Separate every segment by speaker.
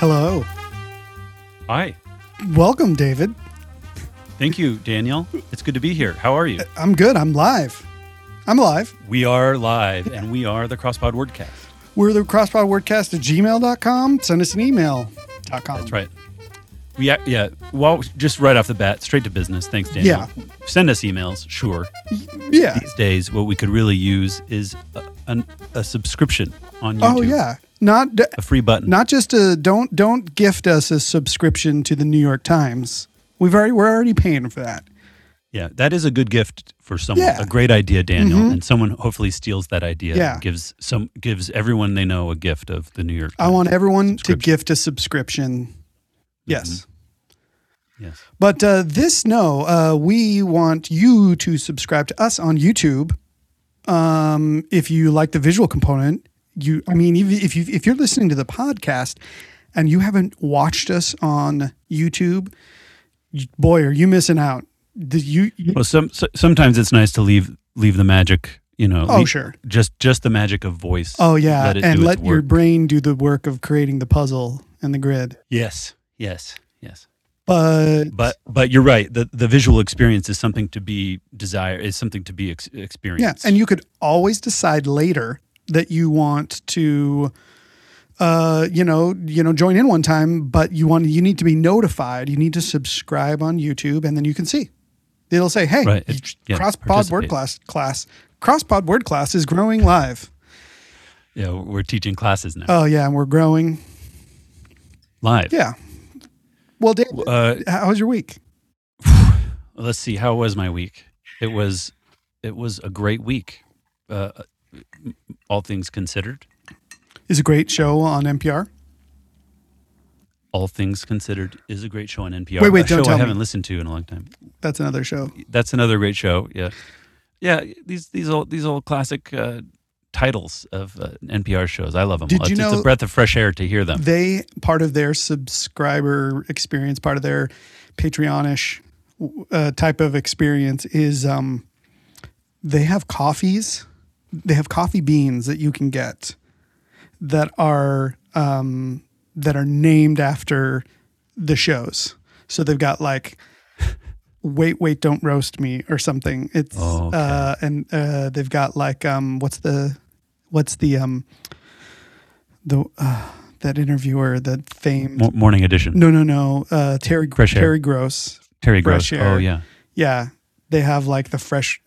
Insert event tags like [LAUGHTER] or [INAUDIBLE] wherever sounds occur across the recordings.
Speaker 1: Hello.
Speaker 2: Hi.
Speaker 1: Welcome, David.
Speaker 2: Thank you, Daniel. It's good to be here. How are you?
Speaker 1: I'm good. I'm live. I'm live.
Speaker 2: We are live and we are the CrossPod Wordcast.
Speaker 1: We're the crosspod wordcast at gmail.com. Send us an email. Dot com.
Speaker 2: That's right. We ac- yeah, well just right off the bat, straight to business. Thanks, Daniel.
Speaker 1: Yeah.
Speaker 2: Send us emails, sure.
Speaker 1: Yeah.
Speaker 2: These days what we could really use is a, an, a subscription on YouTube.
Speaker 1: Oh yeah. Not d-
Speaker 2: A free button.
Speaker 1: not just a don't don't gift us a subscription to the New York Times. We've already we're already paying for that.
Speaker 2: yeah, that is a good gift for someone.
Speaker 1: Yeah. Mm-hmm.
Speaker 2: A great idea, Daniel, and someone hopefully steals that idea
Speaker 1: Yeah.
Speaker 2: and gives some gives everyone they know a gift of the New York
Speaker 1: I
Speaker 2: Times.
Speaker 1: want everyone to
Speaker 2: Subscription. Mm-hmm.
Speaker 1: gift a subscription. Yes.
Speaker 2: Yes.
Speaker 1: But uh, this, no, uh, we want you to subscribe to us on YouTube. Um, if you like the visual component, you, I mean, if, if you if you're listening to the podcast and you haven't watched us on YouTube, you- boy, are you missing out? The, you, you-
Speaker 2: Well, some so, sometimes it's nice to leave leave the magic, you know.
Speaker 1: oh
Speaker 2: lea-
Speaker 1: sure,
Speaker 2: Just just the magic of voice.
Speaker 1: oh yeah,
Speaker 2: let it
Speaker 1: and
Speaker 2: do
Speaker 1: let
Speaker 2: its
Speaker 1: your
Speaker 2: work.
Speaker 1: brain do the work of creating the puzzle and the grid.
Speaker 2: Yes, yes, yes.
Speaker 1: But
Speaker 2: But but you're right. The the visual experience is something to be desire is something to be ex- experienced.
Speaker 1: Yeah, and you could always decide later that you want to, uh, you know, you know, join in one time, but you want you need to be notified. You need to subscribe on YouTube, and then you can see. It'll say, "Hey,
Speaker 2: Right, it- yeah,
Speaker 1: cross pod
Speaker 2: participate.
Speaker 1: word class class cross pod word class is growing live."
Speaker 2: yeah, we're- we're teaching classes now
Speaker 1: Oh yeah, and we're growing.
Speaker 2: live.
Speaker 1: Yeah. Well, Dave,
Speaker 2: Uh,
Speaker 1: how was your week?
Speaker 2: let's see. How was my week? It was it was a great week. Uh, all things considered,
Speaker 1: Is a great show on NPR.
Speaker 2: all things considered is a great show on NPR.
Speaker 1: Wait, wait,
Speaker 2: a
Speaker 1: don't
Speaker 2: show
Speaker 1: tell
Speaker 2: I
Speaker 1: me.
Speaker 2: haven't listened to in a long time.
Speaker 1: That's another show.
Speaker 2: that's another great show. Yeah, yeah. These these old these old classic uh, titles of uh, NPR shows. I love them.
Speaker 1: Did
Speaker 2: it's,
Speaker 1: you
Speaker 2: it's
Speaker 1: know-
Speaker 2: a breath of fresh air to hear them.
Speaker 1: they part of their subscriber experience part of their patreonish uh, type of experience is um, they have coffees they have coffee beans that you can get that are um, that are named after the shows so they've got like wait wait don't roast me or something it's
Speaker 2: Oh, okay.
Speaker 1: uh, and uh, they've got like um, what's the what's the um, the uh, that interviewer, that famed.
Speaker 2: Mo- morning edition.
Speaker 1: No, no, no. Uh, Terry
Speaker 2: Fresh air.
Speaker 1: Terry Gross.
Speaker 2: Terry
Speaker 1: fresh
Speaker 2: Gross.
Speaker 1: air.
Speaker 2: Oh yeah.
Speaker 1: Yeah, they have like the fresh.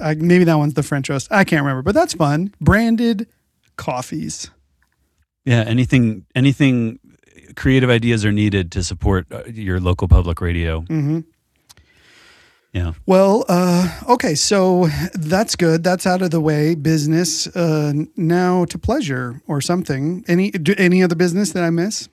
Speaker 1: Uh, maybe that one's the French roast. I can't remember, but that's fun. Branded coffees.
Speaker 2: Yeah. Anything anything creative ideas are needed to support uh, your local public radio.
Speaker 1: Mhm.
Speaker 2: Yeah.
Speaker 1: Well, uh, okay, so that's good. That's out of the way. Business uh, now to pleasure or something. Any do, any other business that I miss?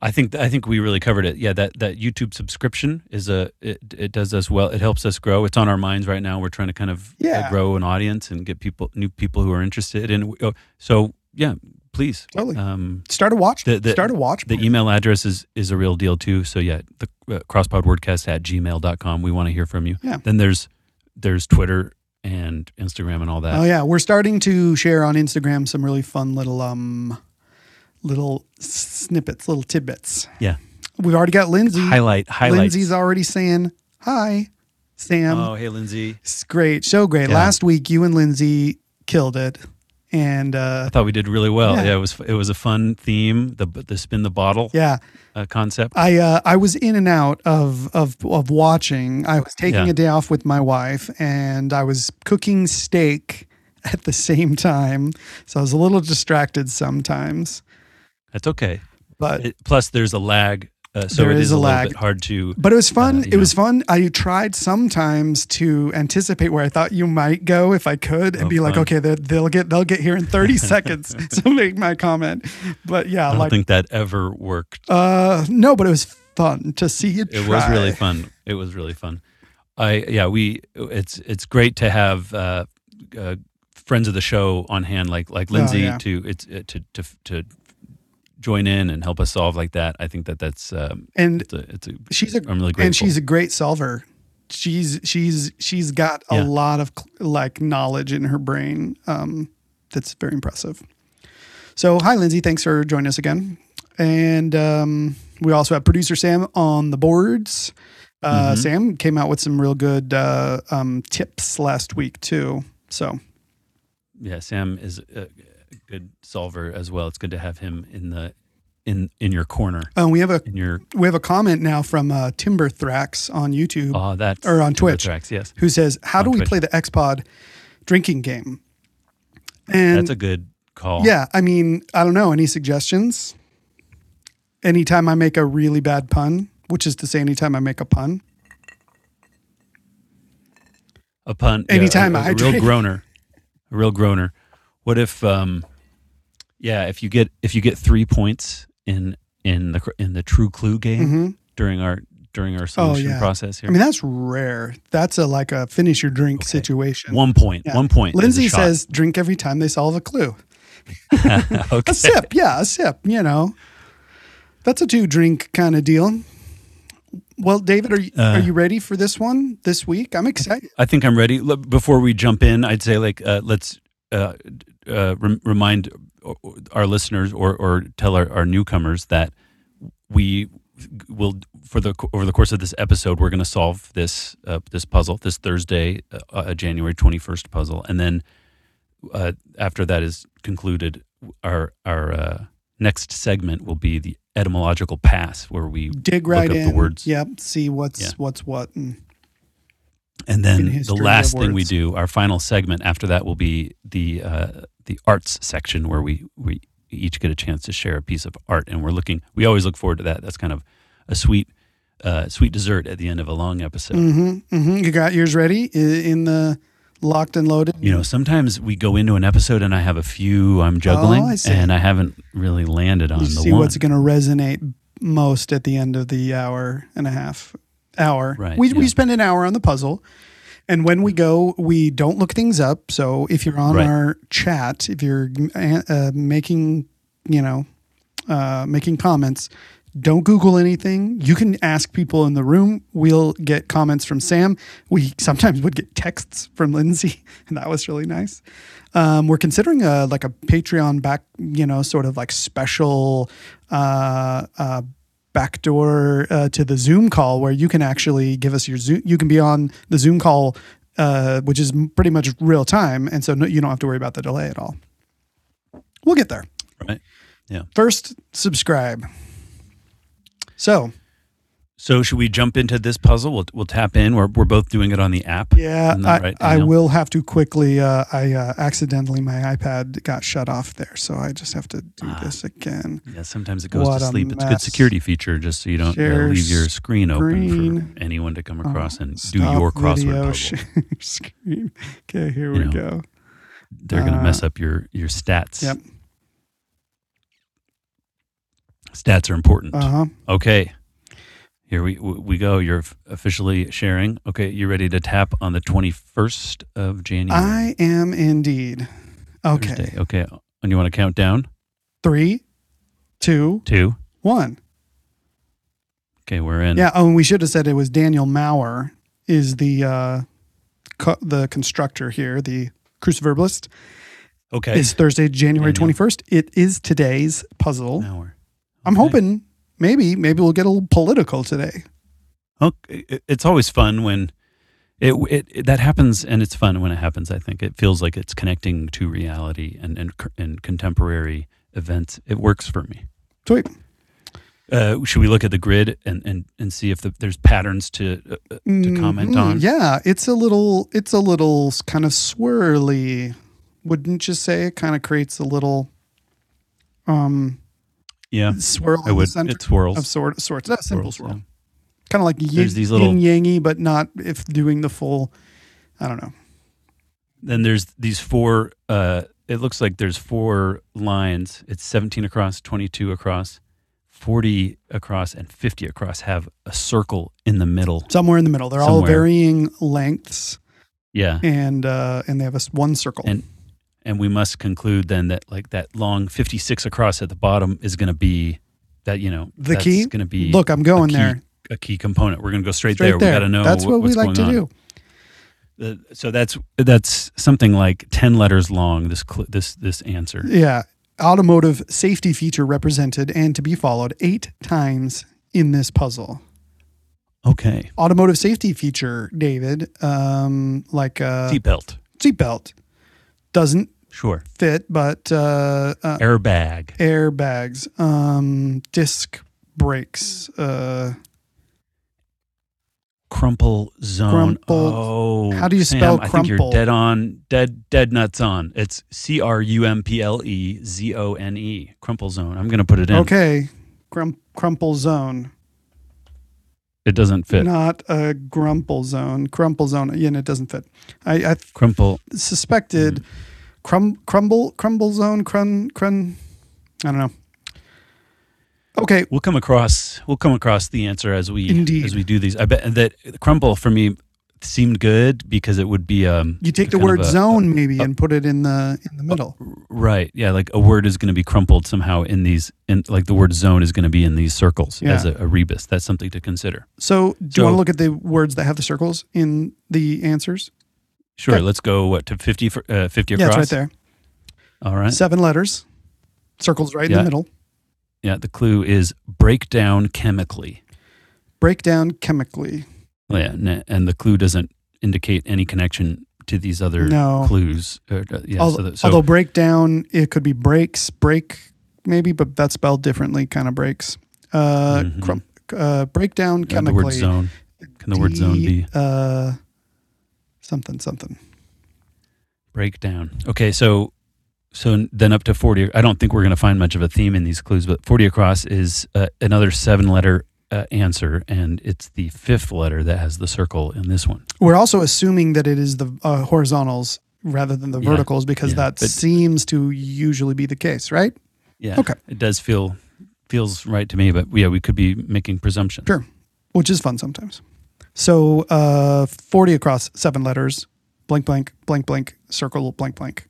Speaker 2: I think I think we really covered it. Yeah, that, that YouTube subscription is a it, it does us well. It helps us grow. It's on our minds right now. We're trying to kind of uh,
Speaker 1: Yeah.
Speaker 2: grow an audience and get people new people who are interested. And oh, so yeah, please
Speaker 1: Totally.
Speaker 2: Um,
Speaker 1: Start a watch.
Speaker 2: The- the-
Speaker 1: start a watch.
Speaker 2: the email address is is a real deal too. So yeah, the uh, crosspodwordcast at gmail.com. We want to hear from you.
Speaker 1: Yeah.
Speaker 2: Then there's there's Twitter and Instagram and all that.
Speaker 1: Oh yeah, we're starting to share on Instagram some really fun little um little snippets, little tidbits.
Speaker 2: Yeah.
Speaker 1: We've already got Lindsay.
Speaker 2: Highlight highlights.
Speaker 1: Lindsay's already saying hi, Sam.
Speaker 2: oh hey Lindsay.
Speaker 1: It's great, so great.
Speaker 2: Yeah.
Speaker 1: Last week you and Lindsay killed it, and uh,
Speaker 2: I thought we did really well.
Speaker 1: Yeah.
Speaker 2: Yeah. it was it was a fun theme. The the spin the bottle
Speaker 1: yeah,
Speaker 2: uh, concept.
Speaker 1: I uh, I was in and out of of of watching. I was taking
Speaker 2: Yeah.
Speaker 1: a day off with my wife, and I was cooking steak at the same time, so I was a little distracted sometimes.
Speaker 2: That's okay.
Speaker 1: But
Speaker 2: It, plus, there's a lag, uh, so
Speaker 1: There
Speaker 2: it
Speaker 1: is
Speaker 2: is,
Speaker 1: a
Speaker 2: a, little
Speaker 1: lag.
Speaker 2: bit hard to.
Speaker 1: But it was fun.
Speaker 2: Uh,
Speaker 1: it
Speaker 2: you
Speaker 1: was fun. I tried sometimes to anticipate where I thought you might go if I could, and
Speaker 2: Oh,
Speaker 1: be like,
Speaker 2: fun.
Speaker 1: okay, they'll, they'll get they'll get here in
Speaker 2: [LAUGHS]
Speaker 1: thirty seconds [LAUGHS] to make my comment. But yeah,
Speaker 2: I don't
Speaker 1: like
Speaker 2: think that ever worked.
Speaker 1: uh, no, but it was fun to see you.
Speaker 2: It
Speaker 1: try.
Speaker 2: was really fun. It was really fun. I yeah we it's it's great to have uh, uh, friends of the show on hand like like Lindsay
Speaker 1: Oh, yeah.
Speaker 2: to it's uh, to to to join in and help us solve like that. I think that that's um,
Speaker 1: and
Speaker 2: it's a, it's a
Speaker 1: she's a
Speaker 2: I'm really grateful.
Speaker 1: and she's a great solver. She's she's she's got a
Speaker 2: Yeah.
Speaker 1: lot of like knowledge in her brain. Um, that's very impressive. So hi, Lindsay. Thanks for joining us again. And um, we also have producer Sam on the boards.
Speaker 2: Mm-hmm.
Speaker 1: Uh, Sam came out with some real good uh, um, tips last week, too. So
Speaker 2: yeah, Sam is a a good solver as well. It's good to have him in the in in your corner.
Speaker 1: uh, we have a
Speaker 2: In your
Speaker 1: we have a comment now from uh, Timber Thrax on YouTube.
Speaker 2: oh that's
Speaker 1: Or on Twitch.
Speaker 2: Tracks, yes,
Speaker 1: who says, "How do we
Speaker 2: Twitch.
Speaker 1: play the X Pod drinking game?" And
Speaker 2: that's a good call.
Speaker 1: yeah, I mean, I don't know. Any suggestions? Anytime I make a really bad pun, which is to say, anytime I make a pun,
Speaker 2: a pun. yeah,
Speaker 1: Anytime
Speaker 2: a, a
Speaker 1: I [LAUGHS]
Speaker 2: real
Speaker 1: drink.
Speaker 2: groaner, a real groaner. What if, um, yeah, if you get if you get three points in in the cr- in the true clue game during our during our solution
Speaker 1: Mm-hmm. Oh, yeah.
Speaker 2: process here,
Speaker 1: I mean, that's rare. That's a like a finish your drink situation.
Speaker 2: one point,
Speaker 1: Yeah.
Speaker 2: one point. is a
Speaker 1: Lindsay
Speaker 2: shot.
Speaker 1: says, "Drink every time they solve a
Speaker 2: [LAUGHS]
Speaker 1: clue."
Speaker 2: okay.
Speaker 1: A sip, yeah, a sip. You know, that's a two drink kind of deal. Well, David, are you,
Speaker 2: Uh,
Speaker 1: are you ready for this one this week? I'm excited.
Speaker 2: I think I'm ready. Look, Before we jump in, I'd say like uh, let's uh, uh, rem- remind our listeners or or tell our, our newcomers that we will for the over the course of this episode we're going to solve this uh, this puzzle this Thursday, uh, uh, January 21st puzzle, and then uh, after that is concluded, our our uh, next segment will be the etymological pass where we
Speaker 1: dig
Speaker 2: look
Speaker 1: right
Speaker 2: up
Speaker 1: in.
Speaker 2: the words.
Speaker 1: Yep. See what's
Speaker 2: Yeah.
Speaker 1: what's what. And
Speaker 2: And
Speaker 1: in
Speaker 2: then the
Speaker 1: history
Speaker 2: last
Speaker 1: of
Speaker 2: thing we
Speaker 1: words.
Speaker 2: do, our final segment after that will be the uh, the arts section where we we each get a chance to share a piece of art, and we're looking. We always look forward to that. That's kind of a sweet uh, sweet dessert at the end of a long episode.
Speaker 1: mm-hmm, mm-hmm. you got yours ready i- in the locked and loaded.
Speaker 2: You know, sometimes we go into an episode and I have a few I'm juggling,
Speaker 1: Oh, I see.
Speaker 2: and I haven't really landed on
Speaker 1: You
Speaker 2: the
Speaker 1: see
Speaker 2: one.
Speaker 1: what's going to resonate most at the end of the hour and a half hour.
Speaker 2: Right,
Speaker 1: We we
Speaker 2: yeah.
Speaker 1: spend an hour on the puzzle. And when we go, we don't look things up. So if you're on
Speaker 2: Right.
Speaker 1: our chat, if you're uh, uh, making, you know, uh, making comments, don't Google anything. You can ask people in the room. We'll get comments from Sam. We sometimes would get texts from Lindsay, [LAUGHS] and that was really nice. Um, we're considering a like a Patreon back, you know, sort of like special uh, uh, backdoor uh, to the Zoom call where you can actually give us your Zoom. You can be on the Zoom call, uh, which is m- pretty much real time, and so no, you don't have to worry about the delay at all. We'll get there.
Speaker 2: Right. Yeah.
Speaker 1: First, subscribe. So
Speaker 2: So should we jump into this puzzle? We'll, we'll tap in. We're, we're both doing it on the app.
Speaker 1: yeah,
Speaker 2: Isn't
Speaker 1: I,
Speaker 2: that right,
Speaker 1: I
Speaker 2: Daniel?
Speaker 1: will have to quickly. Uh, I uh, accidentally my iPad got shut off there, so I just have to do
Speaker 2: Ah.
Speaker 1: this again.
Speaker 2: Yeah, sometimes it goes
Speaker 1: What
Speaker 2: to
Speaker 1: a
Speaker 2: sleep. It's a good
Speaker 1: mess.
Speaker 2: security feature, just so you don't uh,
Speaker 1: Share
Speaker 2: leave your screen open
Speaker 1: screen. Uh-huh.
Speaker 2: for anyone to come across and do
Speaker 1: Stop
Speaker 2: your crossword
Speaker 1: video
Speaker 2: puzzle.
Speaker 1: share [LAUGHS] screen. Okay, here
Speaker 2: You
Speaker 1: we
Speaker 2: know.
Speaker 1: go.
Speaker 2: They're going to mess up your your stats.
Speaker 1: Yep.
Speaker 2: Stats are important.
Speaker 1: Uh huh.
Speaker 2: Okay, here we w- we go. You're f- officially sharing. Okay, you ready to tap on the 21st of January?
Speaker 1: I am indeed. Okay.
Speaker 2: Thursday. Okay, and you want to count down?
Speaker 1: Three, two,
Speaker 2: Two.
Speaker 1: one.
Speaker 2: Okay, we're in.
Speaker 1: Yeah. Oh, and we should have said it was Daniel Maurer is the uh, co- the constructor here, the cruciverbalist.
Speaker 2: Okay.
Speaker 1: It's Thursday, January
Speaker 2: Daniel.
Speaker 1: twenty first. It is today's puzzle.
Speaker 2: now we're.
Speaker 1: I'm
Speaker 2: Okay.
Speaker 1: hoping maybe maybe we'll get a little political today.
Speaker 2: Okay, it- it's always fun when it, it, it- that happens, and it's fun when it happens. I think it feels like it's connecting to reality and and, c- and contemporary events. It works for me.
Speaker 1: Sweet.
Speaker 2: Uh, should we look at the grid and and, and see if the, there's patterns to uh, uh, to comment
Speaker 1: Mhm.
Speaker 2: on?
Speaker 1: Yeah, it's a little it's a little s- kind of swirly, wouldn't you say? It kind of creates a little um
Speaker 2: Yeah,
Speaker 1: swirl.
Speaker 2: I
Speaker 1: in the
Speaker 2: would.
Speaker 1: center
Speaker 2: It swirls.
Speaker 1: of sort sorts. That's simple
Speaker 2: Swirls,
Speaker 1: swirl.
Speaker 2: yeah.
Speaker 1: Kind of like yin,
Speaker 2: There's these little-
Speaker 1: yin yangy, but not if doing the full. I don't know.
Speaker 2: Then there's these four. Uh, it looks like there's four lines. It's 17 across, 22 across, 40 across, and 50 across. Have a circle in the middle.
Speaker 1: Somewhere in the middle, they're all
Speaker 2: Somewhere.
Speaker 1: varying lengths,
Speaker 2: Yeah.
Speaker 1: and uh, and they have a s- one circle.
Speaker 2: And- and we must conclude then that like that long 56 across at the bottom is going to be that you know
Speaker 1: The key?
Speaker 2: going to be
Speaker 1: Look, I'm
Speaker 2: a
Speaker 1: going
Speaker 2: key,
Speaker 1: there,
Speaker 2: a key component we're going to go straight,
Speaker 1: straight
Speaker 2: there.
Speaker 1: there.
Speaker 2: we got to know
Speaker 1: That's
Speaker 2: wh-
Speaker 1: what we
Speaker 2: what's
Speaker 1: like
Speaker 2: going
Speaker 1: to
Speaker 2: on. Uh,
Speaker 1: do.
Speaker 2: The- so that's that's something like 10 letters long this cl- this this answer
Speaker 1: Yeah, automotive safety feature represented and to be followed eight times in this puzzle.
Speaker 2: Okay.
Speaker 1: Automotive safety feature, David, um, like a
Speaker 2: Seatbelt.
Speaker 1: seatbelt, doesn't
Speaker 2: Sure.
Speaker 1: fit, but uh, uh,
Speaker 2: Airbag.
Speaker 1: airbags, um, disc brakes, uh,
Speaker 2: Crumple zone.
Speaker 1: Crumpled-
Speaker 2: Oh.
Speaker 1: How do you
Speaker 2: Sam,
Speaker 1: spell
Speaker 2: I think you're
Speaker 1: crumple?
Speaker 2: dead on. Dead dead nuts on. It's C R U M P L E Z O N E. Crumple zone. I'm gonna put it in.
Speaker 1: okay, Grum- crumple zone.
Speaker 2: It doesn't fit.
Speaker 1: Not a grumple zone. Crumple zone. Yeah, and it doesn't fit. I, I
Speaker 2: Crumple.
Speaker 1: suspected
Speaker 2: Mm-hmm.
Speaker 1: crum, crumble crumble zone crun crun. I don't know. Okay,
Speaker 2: We'll come across. We'll come across the answer as we
Speaker 1: Indeed.
Speaker 2: as we do these. I bet that crumple for me seemed good because it would be um
Speaker 1: you take the
Speaker 2: kind of
Speaker 1: word
Speaker 2: a-
Speaker 1: zone maybe and put it in the in the middle.
Speaker 2: Right. Yeah. Like a word is going to be crumpled somehow in these, in like the word zone is going to be in these circles
Speaker 1: Yeah.
Speaker 2: as a, a rebus. That's something to consider.
Speaker 1: So, do
Speaker 2: So-
Speaker 1: you want to look at the words that have the circles in the answers?
Speaker 2: Sure.
Speaker 1: Okay.
Speaker 2: Let's go what to 50, for, uh, 50
Speaker 1: Yeah,
Speaker 2: across.
Speaker 1: it's right there.
Speaker 2: All right.
Speaker 1: Seven letters, circles right in
Speaker 2: Yeah.
Speaker 1: the middle.
Speaker 2: yeah. The clue is break down chemically.
Speaker 1: Break down chemically.
Speaker 2: Yeah. And, and the clue doesn't indicate any connection to these other
Speaker 1: No.
Speaker 2: clues. Uh, uh, yeah.
Speaker 1: although,
Speaker 2: so that, so
Speaker 1: although break down, it could be breaks, break maybe, but that's spelled differently. Kind of breaks. Uh,
Speaker 2: Mhm.
Speaker 1: crum, uh, breakdown
Speaker 2: uh, the word
Speaker 1: chemically.
Speaker 2: zone. Can the word zone
Speaker 1: D,
Speaker 2: be
Speaker 1: Uh, something, something.
Speaker 2: break down? Okay. So, so then up to 40, I don't think we're going to find much of a theme in these clues, but 40 across is uh, another seven letter uh, answer. And it's the fifth letter that has the circle in this one.
Speaker 1: We're also assuming that it is the uh, horizontals rather than the
Speaker 2: Yeah,
Speaker 1: verticals because
Speaker 2: yeah,
Speaker 1: that
Speaker 2: but-
Speaker 1: seems to usually be the case, right?
Speaker 2: Yeah.
Speaker 1: Okay.
Speaker 2: It does feel, feels right to me, but yeah, we could be making presumptions.
Speaker 1: Sure. Which is fun sometimes. So uh, 40 across, seven letters, blank, blank, blank, blank, circle, blank, blank.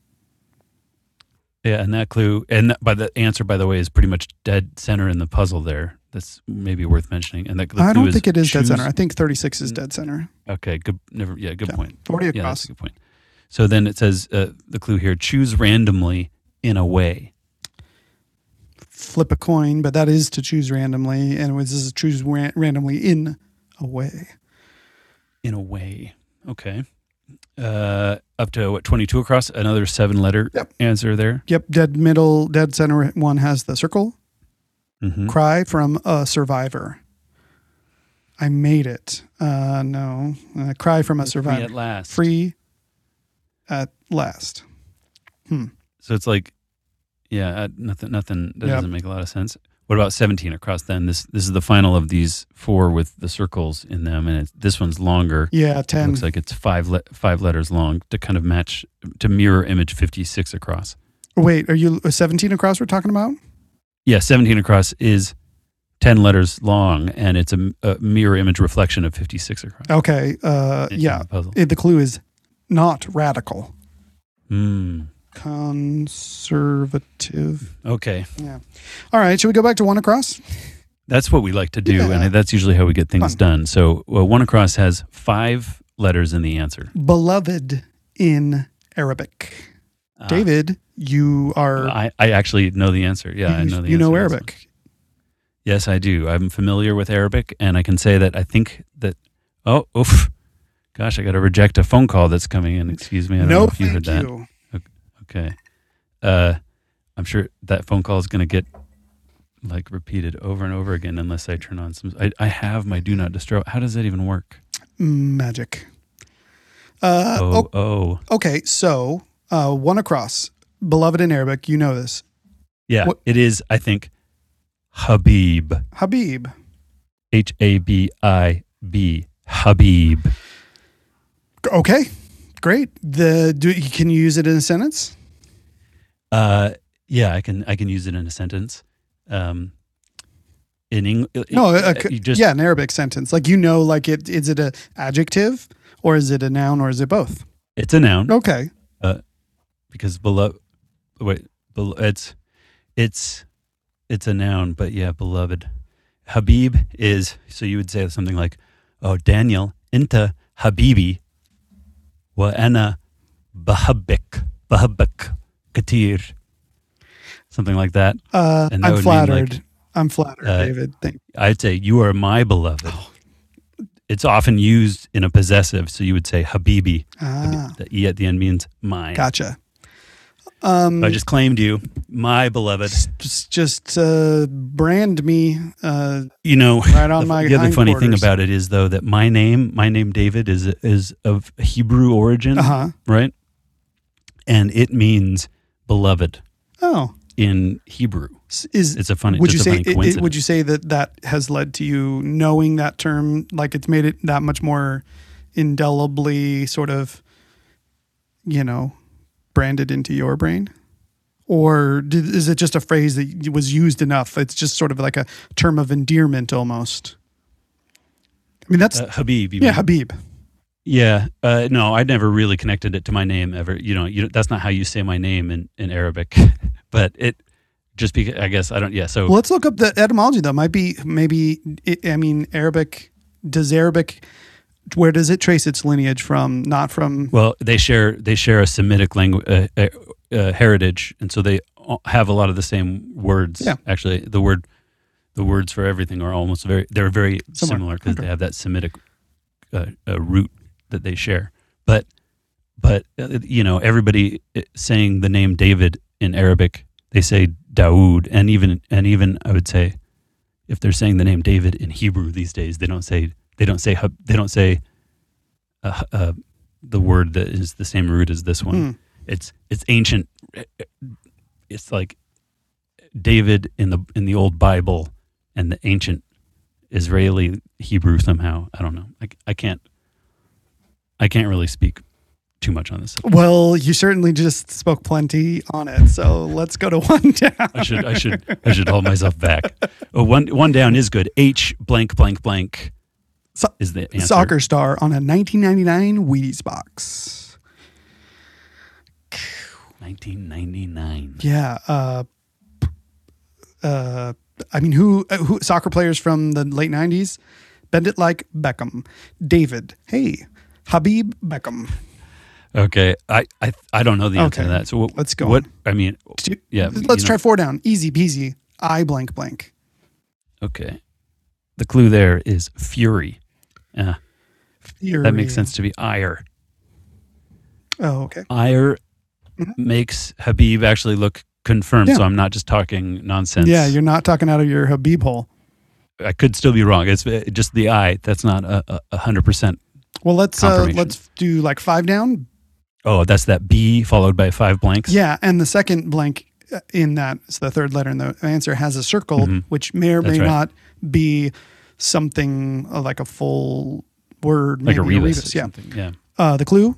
Speaker 2: Yeah. And that clue, and that, by the answer, by the way, is pretty much dead center in the puzzle there. That's maybe worth mentioning. And that the
Speaker 1: I
Speaker 2: clue
Speaker 1: don't think it is dead
Speaker 2: choose- Mm.
Speaker 1: center. I think 36 is dead center.
Speaker 2: Okay. Good. Never. Yeah. Good
Speaker 1: Yeah.
Speaker 2: point.
Speaker 1: 40
Speaker 2: Yeah, that's
Speaker 1: across.
Speaker 2: a good point. So then it says uh, the clue here: choose randomly in a way.
Speaker 1: Flip a coin, but that is to choose randomly. And it was, this is choose ran- randomly in a way.
Speaker 2: In a way. Okay. Uh, up to what twenty-two across? Another seven-letter
Speaker 1: Yep.
Speaker 2: answer there.
Speaker 1: Yep, dead middle, dead center one has the circle.
Speaker 2: hmm
Speaker 1: Cry from a survivor. I made it. Uh, no, uh, cry from a
Speaker 2: Free at
Speaker 1: survivor.
Speaker 2: last.
Speaker 1: Free at last.
Speaker 2: So it's like, yeah, uh, nothing. Nothing. That
Speaker 1: Yep.
Speaker 2: doesn't make a lot of sense. What about seventeen across? Then this this is the final of these four with the circles in them, and it's, this one's longer.
Speaker 1: Yeah,
Speaker 2: It
Speaker 1: ten.
Speaker 2: looks like it's five le- five letters long to kind of match to mirror image fifty six across.
Speaker 1: Wait, are you uh, seventeen across? We're talking about.
Speaker 2: Yeah, 17 across is 10 letters long, and it's a, a mirror image reflection of 56 across.
Speaker 1: Okay. Uh,
Speaker 2: in- in
Speaker 1: yeah.
Speaker 2: the puzzle.
Speaker 1: It, the clue is not radical.
Speaker 2: Mm,
Speaker 1: Conservative.
Speaker 2: okay.
Speaker 1: Yeah. All right. Should we go back to one across?
Speaker 2: That's what we like to do,
Speaker 1: Yeah.
Speaker 2: and that's usually how we get things
Speaker 1: Fun.
Speaker 2: done. So, well, one across has five letters in the answer.
Speaker 1: Beloved in Arabic.
Speaker 2: Ah,
Speaker 1: David, you are.
Speaker 2: I, I actually know the answer. Yeah, I
Speaker 1: you,
Speaker 2: know the
Speaker 1: you know
Speaker 2: answer to this one.
Speaker 1: Arabic.
Speaker 2: Yes, I do. I'm familiar with Arabic, and I can say that I think that, oh, oof. Gosh, I got to reject a phone call that's coming in. Excuse me. I don't know
Speaker 1: No,
Speaker 2: if you heard
Speaker 1: thank
Speaker 2: that.
Speaker 1: you.
Speaker 2: Okay. Uh, I'm sure that phone call is going to get like repeated over and over again unless I turn on some. I, I have my do not disturb. How does that even work?
Speaker 1: Magic. Uh,
Speaker 2: oh, oh,
Speaker 1: o- okay, so uh, one across, beloved in Arabic, you know this.
Speaker 2: yeah.
Speaker 1: what-
Speaker 2: It is. I think Habib.
Speaker 1: Habib,
Speaker 2: H A B I B. Habib.
Speaker 1: G- okay, great. The do can you use it in a sentence?
Speaker 2: Uh, yeah. I can I can use it in a sentence. Um, in English.
Speaker 1: No, a, a-
Speaker 2: you just
Speaker 1: yeah, an Arabic sentence. Like you know, like it is it a adjective or is it a noun or is it both?
Speaker 2: It's a noun.
Speaker 1: Okay,
Speaker 2: because beloved wait bel it's it's it's a noun but yeah beloved habib is so you would say something like oh daniel inta habibi wa ana bahabbik bahabbik katir something like that.
Speaker 1: Uh,
Speaker 2: And that
Speaker 1: I'm
Speaker 2: would mean, like,
Speaker 1: flattered. I'm flattered,
Speaker 2: uh,
Speaker 1: David. Thank
Speaker 2: I'd say you are my beloved. It's often used in a possessive, so you would say Habibi.
Speaker 1: Ah,
Speaker 2: The e at the end means mine.
Speaker 1: gotcha. Um,
Speaker 2: I just claimed you, my beloved.
Speaker 1: just just uh, brand me uh,
Speaker 2: You know,
Speaker 1: right on
Speaker 2: the,
Speaker 1: my.
Speaker 2: the other funny thing
Speaker 1: hindquarters.
Speaker 2: about it is though that my name, my name David, is is of Hebrew origin,
Speaker 1: Uh huh.
Speaker 2: right? And it means beloved
Speaker 1: Oh,
Speaker 2: in Hebrew.
Speaker 1: S- is
Speaker 2: It's a funny.
Speaker 1: would you say
Speaker 2: just a funny
Speaker 1: it- it,
Speaker 2: coincidence.
Speaker 1: would you say that that has led to you knowing that term? Like it's made it that much more indelibly sort of, you know, branded into your brain. Or did, is it just a phrase that was used enough? It's just sort of like a term of endearment almost. I mean, that's
Speaker 2: uh, Habib? You
Speaker 1: yeah,
Speaker 2: mean?
Speaker 1: Habib.
Speaker 2: Yeah. Uh, no, I never really connected it to my name ever. You know, you, that's not how you say my name in, in Arabic, [LAUGHS] but it just because I guess I don't. Yeah. So
Speaker 1: Well, let's look up the etymology though. Might be maybe it, I mean Arabic. Does Arabic? Where does it trace its lineage from? Not from
Speaker 2: well, they share they share a Semitic language uh, uh, uh, heritage, and so they all have a lot of the same words.
Speaker 1: Yeah.
Speaker 2: Actually, the word the words for everything are almost very they're very
Speaker 1: Similar.
Speaker 2: similar because
Speaker 1: Okay.
Speaker 2: they have that Semitic uh, uh, root that they share. But but uh, you know everybody uh, saying the name David in Arabic, they say Daoud, and even and even I would say if they're saying the name David in Hebrew these days, they don't say they don't say hab- they don't say uh, uh, the word that is the same root as this one.
Speaker 1: Hmm.
Speaker 2: It's it's ancient. uh, It's like David in the in the old Bible and the ancient Israeli Hebrew somehow. I don't know. I, I can't I can't really speak too much on this.
Speaker 1: Well, you certainly just spoke plenty on it. So let's go to [LAUGHS] one down.
Speaker 2: I should I should I should hold myself back. Oh, one one down is good. H blank blank blank
Speaker 1: So-
Speaker 2: is the answer.
Speaker 1: Soccer star on a 1999 Wheaties box.
Speaker 2: 1999.
Speaker 1: Yeah. Uh, p- uh, I mean, who, uh, who soccer players from the late 90s? Bend it like Beckham. David. Hey, Habib Beckham.
Speaker 2: Okay, I I, I don't know the answer to
Speaker 1: Okay.
Speaker 2: that. So what,
Speaker 1: Let's go
Speaker 2: What I mean,
Speaker 1: Do-
Speaker 2: yeah.
Speaker 1: Let's
Speaker 2: you
Speaker 1: try
Speaker 2: know-
Speaker 1: four down. Easy peasy. I blank blank.
Speaker 2: Okay, the clue there is fury. Yeah,
Speaker 1: Fury.
Speaker 2: that makes sense to be ire.
Speaker 1: Oh, okay.
Speaker 2: Ire makes Habib actually look confirmed.
Speaker 1: Mm-hmm. Yeah.
Speaker 2: So I'm not just talking nonsense.
Speaker 1: Yeah, you're not talking out of your Habib hole.
Speaker 2: I could still be wrong. It's uh, just the eye. That's not a a- a hundred percent.
Speaker 1: Well, let's uh,
Speaker 2: Confirmation.
Speaker 1: let's do like five down,
Speaker 2: Oh, that's that B followed by five blanks.
Speaker 1: Yeah, and the second blank uh, in that is the third letter in the answer has a circle, which may or
Speaker 2: Mm-hmm. That's
Speaker 1: may
Speaker 2: right.
Speaker 1: not be something uh, like a full word,
Speaker 2: like a
Speaker 1: maybe
Speaker 2: rebus. or
Speaker 1: Yeah.
Speaker 2: something. yeah.
Speaker 1: Uh, the clue: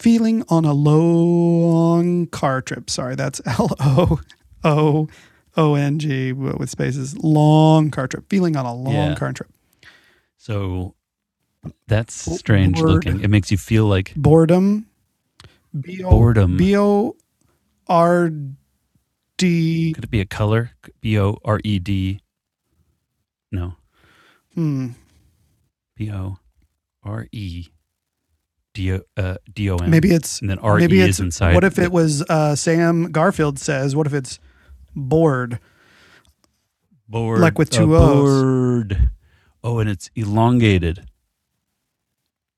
Speaker 1: feeling on a long car trip. Sorry, that's [LAUGHS] L O O O N G with spaces. Long car trip. Feeling on a long
Speaker 2: Yeah.
Speaker 1: car trip.
Speaker 2: So that's
Speaker 1: Bo-
Speaker 2: strange
Speaker 1: bored.
Speaker 2: looking. It makes you feel like
Speaker 1: Boredom. B O-
Speaker 2: Boredom.
Speaker 1: B O R D.
Speaker 2: Could it be a color? B O R E D. No.
Speaker 1: Hmm.
Speaker 2: B O R E D O uh, D O M.
Speaker 1: Maybe it's
Speaker 2: and then R E
Speaker 1: maybe
Speaker 2: is
Speaker 1: it's
Speaker 2: inside.
Speaker 1: What if
Speaker 2: the
Speaker 1: it was uh, Sam Garfield says? What if it's bored?
Speaker 2: board,
Speaker 1: like with
Speaker 2: a
Speaker 1: two O's?
Speaker 2: board. Oh, and it's elongated.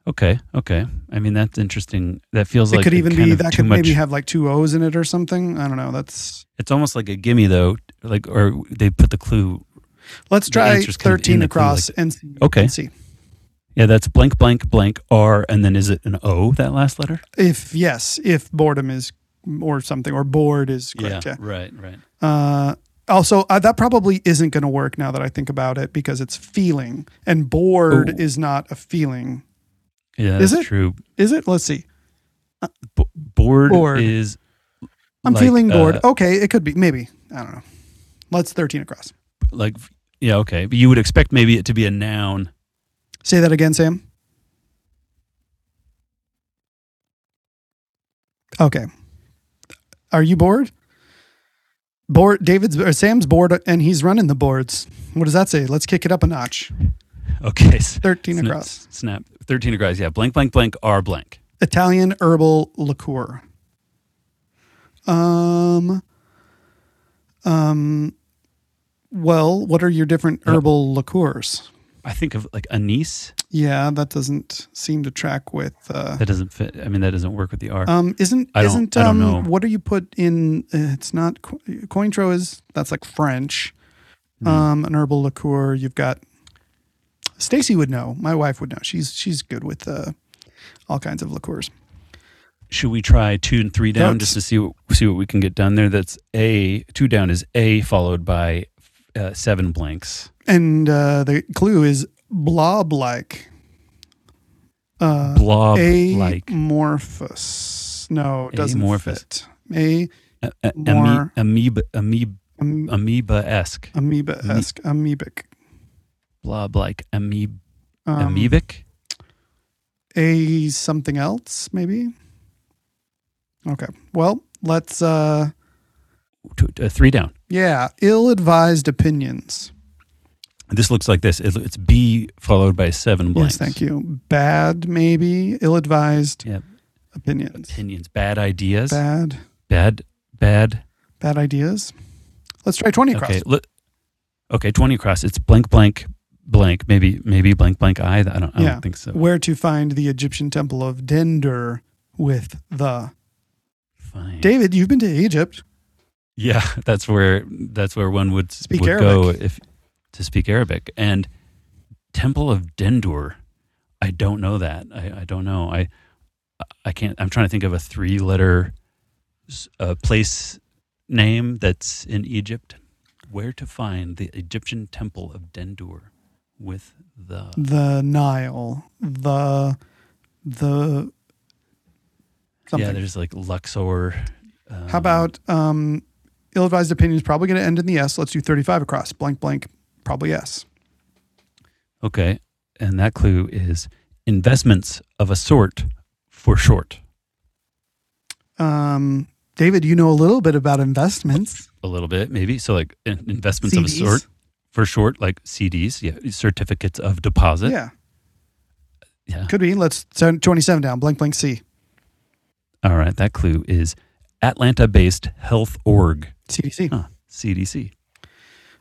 Speaker 2: Okay, okay. I mean that's interesting. That feels
Speaker 1: It
Speaker 2: like
Speaker 1: could
Speaker 2: a
Speaker 1: even
Speaker 2: kind
Speaker 1: be
Speaker 2: of
Speaker 1: that
Speaker 2: too
Speaker 1: could maybe
Speaker 2: much-
Speaker 1: have like two O's in it or something. I don't know. That's
Speaker 2: It's almost like a gimme though. Like or they put the clue.
Speaker 1: let's
Speaker 2: The
Speaker 1: try
Speaker 2: answer's kind of in
Speaker 1: thirteen
Speaker 2: the clue,
Speaker 1: across
Speaker 2: like-
Speaker 1: and see-
Speaker 2: Okay.
Speaker 1: and see
Speaker 2: Yeah, that's blank blank blank R and then is it an O that last letter?
Speaker 1: if yes if boredom is or something or bored is correct. Yeah.
Speaker 2: right, right.
Speaker 1: Uh, also, uh, that probably isn't going to work now that I think about it because it's feeling and bored
Speaker 2: Ooh.
Speaker 1: is not a feeling,
Speaker 2: Yeah,
Speaker 1: Is
Speaker 2: that's
Speaker 1: it?
Speaker 2: true.
Speaker 1: is it? Let's see.
Speaker 2: B- bored,
Speaker 1: Bored.
Speaker 2: is.
Speaker 1: I'm
Speaker 2: like,
Speaker 1: feeling bored.
Speaker 2: uh,
Speaker 1: okay, it could be maybe. I don't know. Let's thirteen across.
Speaker 2: like, yeah, okay. But you would expect maybe it to be a noun. [LAUGHS]
Speaker 1: Say that again, Sam. Okay. Are you bored? Bored. David's or Sam's bored, and he's running the boards. What does that say? Let's kick it up a notch.
Speaker 2: Okay. s-
Speaker 1: Thirteen
Speaker 2: sna-
Speaker 1: across.
Speaker 2: Snap. 13 across. Yeah. Blank, blank, blank, R blank.
Speaker 1: Italian herbal liqueur. Um, Well, what are your different herbal liqueurs?
Speaker 2: I think of like anise.
Speaker 1: Yeah, that doesn't seem to track with. Uh,
Speaker 2: That doesn't fit. I mean, that doesn't work with the R.
Speaker 1: um, isn't
Speaker 2: I don't-
Speaker 1: isn't
Speaker 2: I
Speaker 1: um,
Speaker 2: don't know.
Speaker 1: what do you put in? Uh, it's not co- Cointreau is that's like French.
Speaker 2: Hmm.
Speaker 1: Um, an herbal liqueur. You've got. Stacy would know. My wife would know. She's she's good with uh, all kinds of liqueurs.
Speaker 2: Should we try two and three down just to see what see what we can get done there? That's a two down is a followed by uh, seven blanks.
Speaker 1: And uh, the clue is blob like, Uh,
Speaker 2: Blob like
Speaker 1: amorphous. No, it doesn't
Speaker 2: Amorphous.
Speaker 1: fit. A
Speaker 2: a- a-
Speaker 1: more-
Speaker 2: ame- amoeba amoeba
Speaker 1: am,
Speaker 2: amoeba esque
Speaker 1: amoeba esque, amoebic.
Speaker 2: blob like amoeb
Speaker 1: Um,
Speaker 2: amoebic.
Speaker 1: A something else, maybe. Okay. Well, let's. uh
Speaker 2: Two, uh, three down.
Speaker 1: Yeah, ill-advised opinions.
Speaker 2: This looks like this. It- It's B followed by seven blanks.
Speaker 1: Yes, thank you. Bad, maybe. Ill-advised
Speaker 2: Yeah,
Speaker 1: opinions.
Speaker 2: opinions, bad ideas, bad,
Speaker 1: Bad,
Speaker 2: bad.
Speaker 1: bad ideas. Let's try twenty across.
Speaker 2: Okay, let, okay, twenty across. It's blank, blank, blank. Maybe, maybe blank, blank. I, I don't, I
Speaker 1: Yeah.
Speaker 2: don't think so.
Speaker 1: Where to find the Egyptian temple of Dender with the
Speaker 2: Fine.
Speaker 1: David? You've been to Egypt.
Speaker 2: [LAUGHS] Yeah, that's where that's where one would
Speaker 1: Speak
Speaker 2: would go
Speaker 1: Arabic.
Speaker 2: if to speak Arabic. And Temple of Dendur, I don't know that. I, I don't know. I I can't. I'm trying to think of a three letter uh, place name that's in Egypt. Where to find the Egyptian Temple of Dendur with the
Speaker 1: The Nile. The the
Speaker 2: yeah?
Speaker 1: something.
Speaker 2: There's like Luxor. Um,
Speaker 1: How about um, ill-advised opinion is probably going to end in the S. Let's do 35 across. Blank, blank, probably S.
Speaker 2: Okay. And that clue is investments of a sort for short.
Speaker 1: Um, David, you know a little bit about investments.
Speaker 2: A little bit, maybe. So, like in- investments of a
Speaker 1: CDs?
Speaker 2: sort for short, like CDs, yeah, certificates of deposit.
Speaker 1: yeah,
Speaker 2: Yeah.
Speaker 1: could be. Let's send 27 down. Blank, blank, C.
Speaker 2: All right. That clue is Atlanta based health org,
Speaker 1: CDC.
Speaker 2: huh, CDC.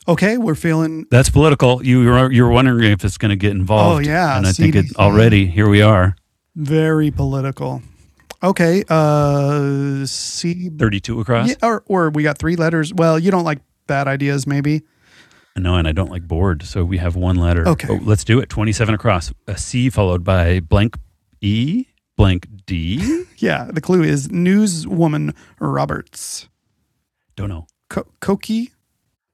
Speaker 1: Okay, we're feeling
Speaker 2: That's political. You were, you were wondering if it's going to get involved.
Speaker 1: Oh, yeah,
Speaker 2: And I think it
Speaker 1: CDC.
Speaker 2: already, here we are,
Speaker 1: very political. Okay, uh, C.
Speaker 2: 32 across.
Speaker 1: Yeah, or, or we got three letters. Well, you don't like bad ideas, maybe.
Speaker 2: No, and I don't like bored. So, we have one letter.
Speaker 1: Okay.
Speaker 2: Oh, let's do it 27 across. A C followed by blank E, blank
Speaker 1: [GASPS]
Speaker 2: D.
Speaker 1: Yeah, the clue is newswoman Roberts.
Speaker 2: don't know.
Speaker 1: Co- Koki?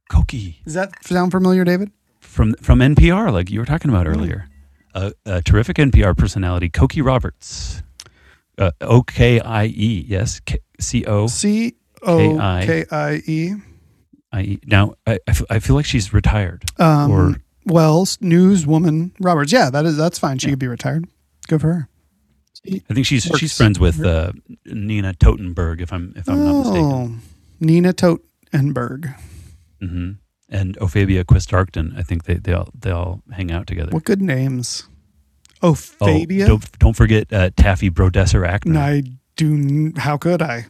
Speaker 2: Koki.
Speaker 1: Does that sound familiar, David?
Speaker 2: from from NPR, like you were talking about
Speaker 1: Mm.
Speaker 2: earlier. A, a terrific NPR personality, Cokie Roberts. Uh, o K I E, yes, K- C O
Speaker 1: C O K I E.
Speaker 2: I E. Now, I, I, feel, I feel like she's retired.
Speaker 1: Um,
Speaker 2: Or-
Speaker 1: Wells, newswoman Roberts. Yeah, that is that's fine. She could be retired. Go for her.
Speaker 2: I think she's
Speaker 1: Works. Mm-hmm.
Speaker 2: she's friends with uh, Nina Totenberg, if I'm if I'm not mistaken,
Speaker 1: Oh, Nina Totenberg.
Speaker 2: hmm and Ophelia Quistarkton. I think they they all they all hang out together.
Speaker 1: What good names. Ophabia.
Speaker 2: Oh, don't don't forget uh, Taffy Brodesser Ackner,
Speaker 1: And I do. n- How could I?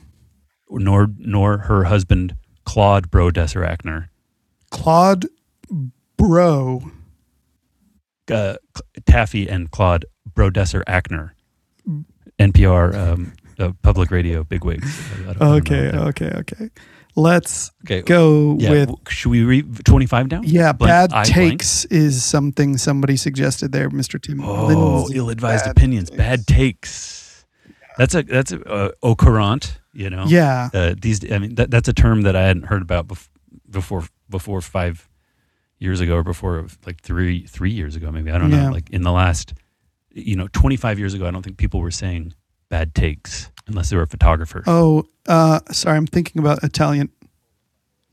Speaker 2: nor nor her husband Claude Brodesser Ackner.
Speaker 1: Claude Bro
Speaker 2: uh, Taffy and Claude Brodesser Ackner, NPR um, uh, public radio bigwigs. I- I don't- I don't
Speaker 1: Okay,
Speaker 2: know.
Speaker 1: okay, okay. Let's
Speaker 2: okay.
Speaker 1: go
Speaker 2: yeah,
Speaker 1: with
Speaker 2: w- should we read twenty five down?
Speaker 1: yeah.
Speaker 2: Blank-
Speaker 1: bad
Speaker 2: I blank.
Speaker 1: takes is something somebody suggested there, Mister Tim.
Speaker 2: Oh,
Speaker 1: Lindsay.
Speaker 2: ill advised
Speaker 1: Bad
Speaker 2: opinions,
Speaker 1: takes.
Speaker 2: bad takes. That's a that's a uh, au courant. You know.
Speaker 1: Yeah,
Speaker 2: Uh, these, I mean, that, that's a term that I hadn't heard about bef- before before five years ago, or before like three three years ago, maybe. I don't
Speaker 1: Yeah.
Speaker 2: know. Like in the last, you know, twenty five years ago, I don't think people were saying bad takes unless they were a photographer. Oh,
Speaker 1: Oh, uh, sorry, I'm thinking about Italian.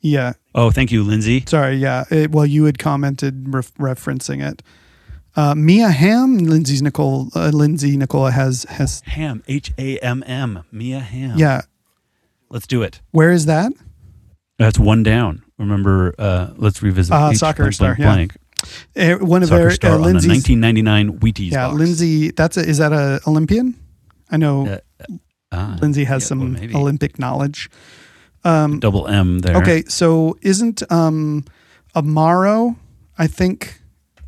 Speaker 1: Yeah,
Speaker 2: Oh, thank you, Lindsay.
Speaker 1: sorry, yeah. It, well, you had commented ref referencing it. Uh, Mia Hamm, Lindsay's Nicole, uh, Lindsay Nicola has has.
Speaker 2: Ham H A M M Mia Ham.
Speaker 1: Yeah,
Speaker 2: let's do it.
Speaker 1: where is that?
Speaker 2: That's one down. Remember, uh, let's revisit
Speaker 1: Uh,
Speaker 2: H
Speaker 1: soccer
Speaker 2: blank,
Speaker 1: star,
Speaker 2: blank,
Speaker 1: yeah.
Speaker 2: blank.
Speaker 1: Eh, one of
Speaker 2: Soccer
Speaker 1: their
Speaker 2: star
Speaker 1: uh,
Speaker 2: on the
Speaker 1: Lindsay's.
Speaker 2: nineteen ninety nine Wheaties.
Speaker 1: Yeah,
Speaker 2: box.
Speaker 1: Lindsay. That's a, is that a Olympian? I know
Speaker 2: Uh, Ah,
Speaker 1: Lindsay has
Speaker 2: yeah, well,
Speaker 1: some
Speaker 2: maybe.
Speaker 1: Olympic knowledge. Um,
Speaker 2: Double M there.
Speaker 1: Okay, so isn't um, Amaro? I think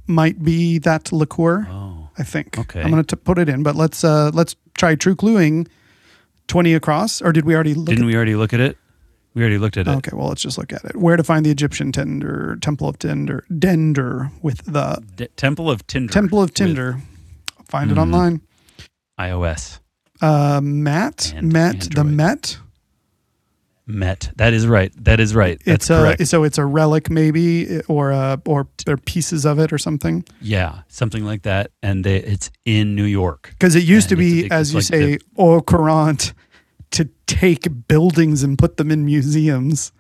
Speaker 1: might be that liqueur.
Speaker 2: Oh.
Speaker 1: I think.
Speaker 2: Okay.
Speaker 1: I'm going to put it in, but let's uh, let's try True Cluing, twenty across, or did we already look?
Speaker 2: Didn't we already look at it? We already looked at it.
Speaker 1: at, okay, well let's just look at it. Where to find the Egyptian tender Temple of Tinder Dender with the
Speaker 2: D- Temple of Tinder.
Speaker 1: Oh. Temple of
Speaker 2: with
Speaker 1: Tinder. Find it
Speaker 2: Mhm.
Speaker 1: online.
Speaker 2: iOS.
Speaker 1: Uh, Matt
Speaker 2: And
Speaker 1: Met the
Speaker 2: Android.
Speaker 1: Met.
Speaker 2: Met. That is right. That is right.
Speaker 1: it's
Speaker 2: That's
Speaker 1: a
Speaker 2: correct.
Speaker 1: so it's a relic maybe or a, or there are pieces of it or something.
Speaker 2: yeah, something like that. And they, it's in New York.
Speaker 1: Because it used
Speaker 2: And
Speaker 1: to be,
Speaker 2: it's- it's
Speaker 1: as you
Speaker 2: like
Speaker 1: say, au courant to take buildings and put them in museums.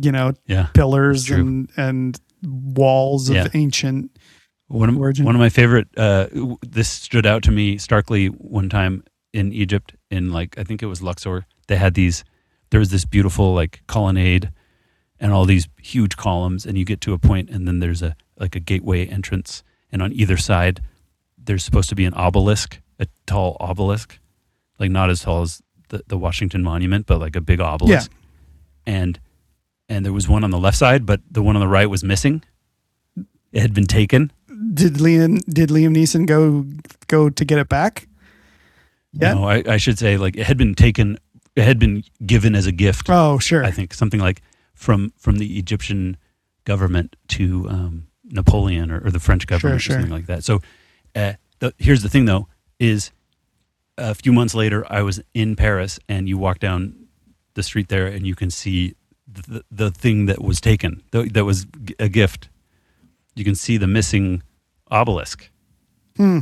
Speaker 1: You know,
Speaker 2: Yeah.
Speaker 1: pillars
Speaker 2: True.
Speaker 1: and and walls
Speaker 2: Yeah.
Speaker 1: of ancient.
Speaker 2: One of,
Speaker 1: Origin.
Speaker 2: one of my favorite. Uh, w- this stood out to me starkly one time in Egypt. In like I think it was Luxor. They had these. There was this beautiful like colonnade, and all these huge columns. And you get to a point, and then there's a like a gateway entrance, and on either side, there's supposed to be an obelisk, a tall obelisk, like not as tall as the, the Washington Monument, but like a big obelisk. And and there was one on the left side, but the one on the right was missing. It had been taken.
Speaker 1: Did Liam did Liam Neeson go go to get it back? Yeah.
Speaker 2: No, I, I should say like it had been taken, it had been given as a gift.
Speaker 1: Oh, sure.
Speaker 2: I think something like from from the Egyptian government to um, Napoleon or, or the French government
Speaker 1: Sure, sure.
Speaker 2: or something like that. So uh, the, here's the thing though: is a few months later, I was in Paris, and you walk down the street there, and you can see the, the thing that was taken, th- that was g- a gift. You can see the missing obelisk.
Speaker 1: Hmm.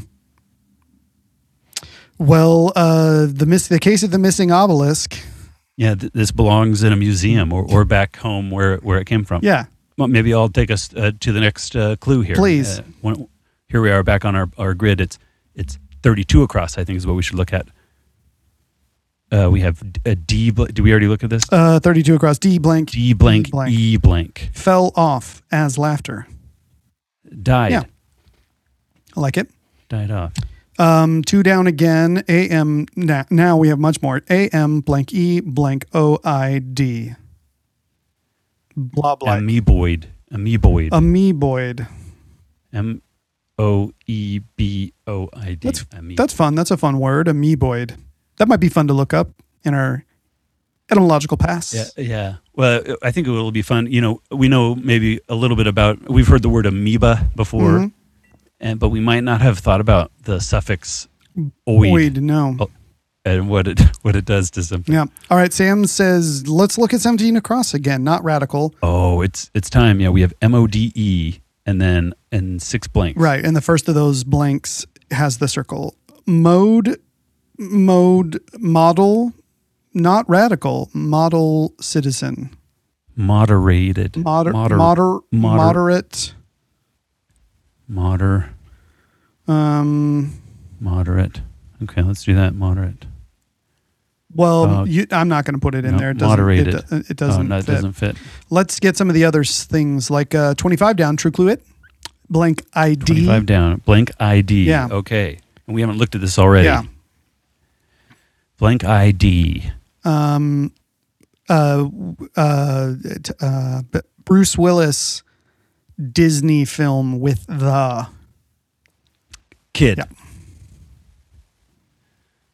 Speaker 1: Well, uh, the miss the case of the missing obelisk.
Speaker 2: Yeah, th- this belongs in a museum or, or back home where where it came from.
Speaker 1: Yeah,
Speaker 2: Well, maybe I'll take us uh, to the next uh, clue here.
Speaker 1: Please.
Speaker 2: Uh, one- here we are back on our, our grid. It's it's 32 across, I think, is what we should look at. Uh, we have d- a D. Bl- did we already look at this?
Speaker 1: uh, thirty-two across D blank
Speaker 2: D blank,
Speaker 1: D blank.
Speaker 2: E blank.
Speaker 1: fell off as laughter.
Speaker 2: Died.
Speaker 1: Yeah. I like it.
Speaker 2: Died off.
Speaker 1: Um, two down again. AM. Now, now we have much more. AM blank E blank O I D. Blah blah.
Speaker 2: Amoeboid. Amoeboid.
Speaker 1: Uh. Amoeboid.
Speaker 2: M O E B O I D.
Speaker 1: That's- That's fun. That's a fun word. Amoeboid. That might be fun to look up in our etymological past.
Speaker 2: Yeah, yeah. Well, I think it will be fun. You know, we know maybe a little bit about. We've heard the word amoeba before,
Speaker 1: Mhm.
Speaker 2: and but we might not have thought about the suffix
Speaker 1: Oid.
Speaker 2: oid
Speaker 1: No.
Speaker 2: Oh. and what it [LAUGHS] what it does to something.
Speaker 1: Yeah. All right. Sam says, let's look at 17 across again. Not radical.
Speaker 2: Oh, it's it's time. Yeah, we have M O D E, and then and six blanks.
Speaker 1: Right. And the first of those blanks has the circle. Mode, mode, model, not radical, model citizen.
Speaker 2: Moderated.
Speaker 1: Moder,
Speaker 2: Moder-
Speaker 1: moder,
Speaker 2: moder-
Speaker 1: moderate.
Speaker 2: moder
Speaker 1: Um,
Speaker 2: moderate. Okay, let's do that. Moderate.
Speaker 1: well,
Speaker 2: Uh,
Speaker 1: you, I'm not going to put it in
Speaker 2: no,
Speaker 1: there. It doesn't,
Speaker 2: moderated.
Speaker 1: It, do- it
Speaker 2: oh,
Speaker 1: doesn't
Speaker 2: no, it
Speaker 1: fit.
Speaker 2: doesn't fit.
Speaker 1: Let's get some of the other s- things like uh, 25 down, true clue it, blank ID.
Speaker 2: Twenty five down. Blank ID.
Speaker 1: Yeah.
Speaker 2: Okay, and we haven't looked at this already.
Speaker 1: Yeah.
Speaker 2: Blank ID.
Speaker 1: um, uh, uh, t- uh, B- Bruce Willis Disney film with the
Speaker 2: Kid.
Speaker 1: Yeah.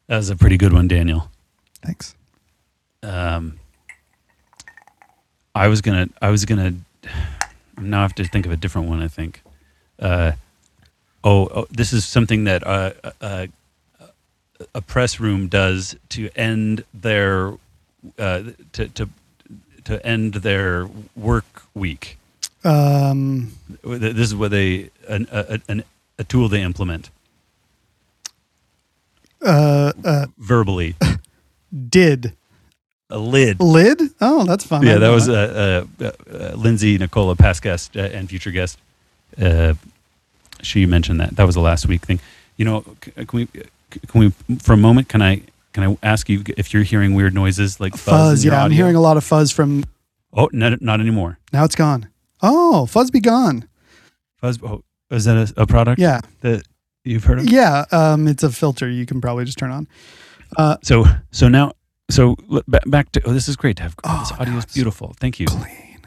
Speaker 2: That was a pretty good one, Daniel.
Speaker 1: thanks.
Speaker 2: Um, I was gonna, I was gonna. Now I have to think of a different one. I think. Uh, oh, oh, this is something that uh, uh, a press room does to end their uh, to to to end their work week.
Speaker 1: Um,
Speaker 2: Th- This is what they an, a, a- an, a tool they implement
Speaker 1: uh, uh,
Speaker 2: verbally.
Speaker 1: did
Speaker 2: A lid.
Speaker 1: lid? Oh, that's fun. I
Speaker 2: Yeah, that
Speaker 1: know
Speaker 2: was uh, uh, uh, Lindsay Nicola, past guest uh, and future guest. Uh, she mentioned that. That was the last week thing. You know, c- uh, can we, c- can we, for a moment, can I, can I ask you if you're hearing weird noises like
Speaker 1: fuzz.
Speaker 2: fuzz? in your
Speaker 1: yeah, I'm
Speaker 2: audio?
Speaker 1: hearing a lot of fuzz from
Speaker 2: Oh, no, not anymore.
Speaker 1: now. It's gone. Oh, fuzz be gone.
Speaker 2: Fuzz. Oh, is that a, a product
Speaker 1: Yeah,
Speaker 2: that you've heard of?
Speaker 1: yeah. Um, it's a filter you can probably just turn on.
Speaker 2: So, so now, so l- ba- back to oh, this is great to have. this audio is beautiful. Thank you.
Speaker 1: Clean.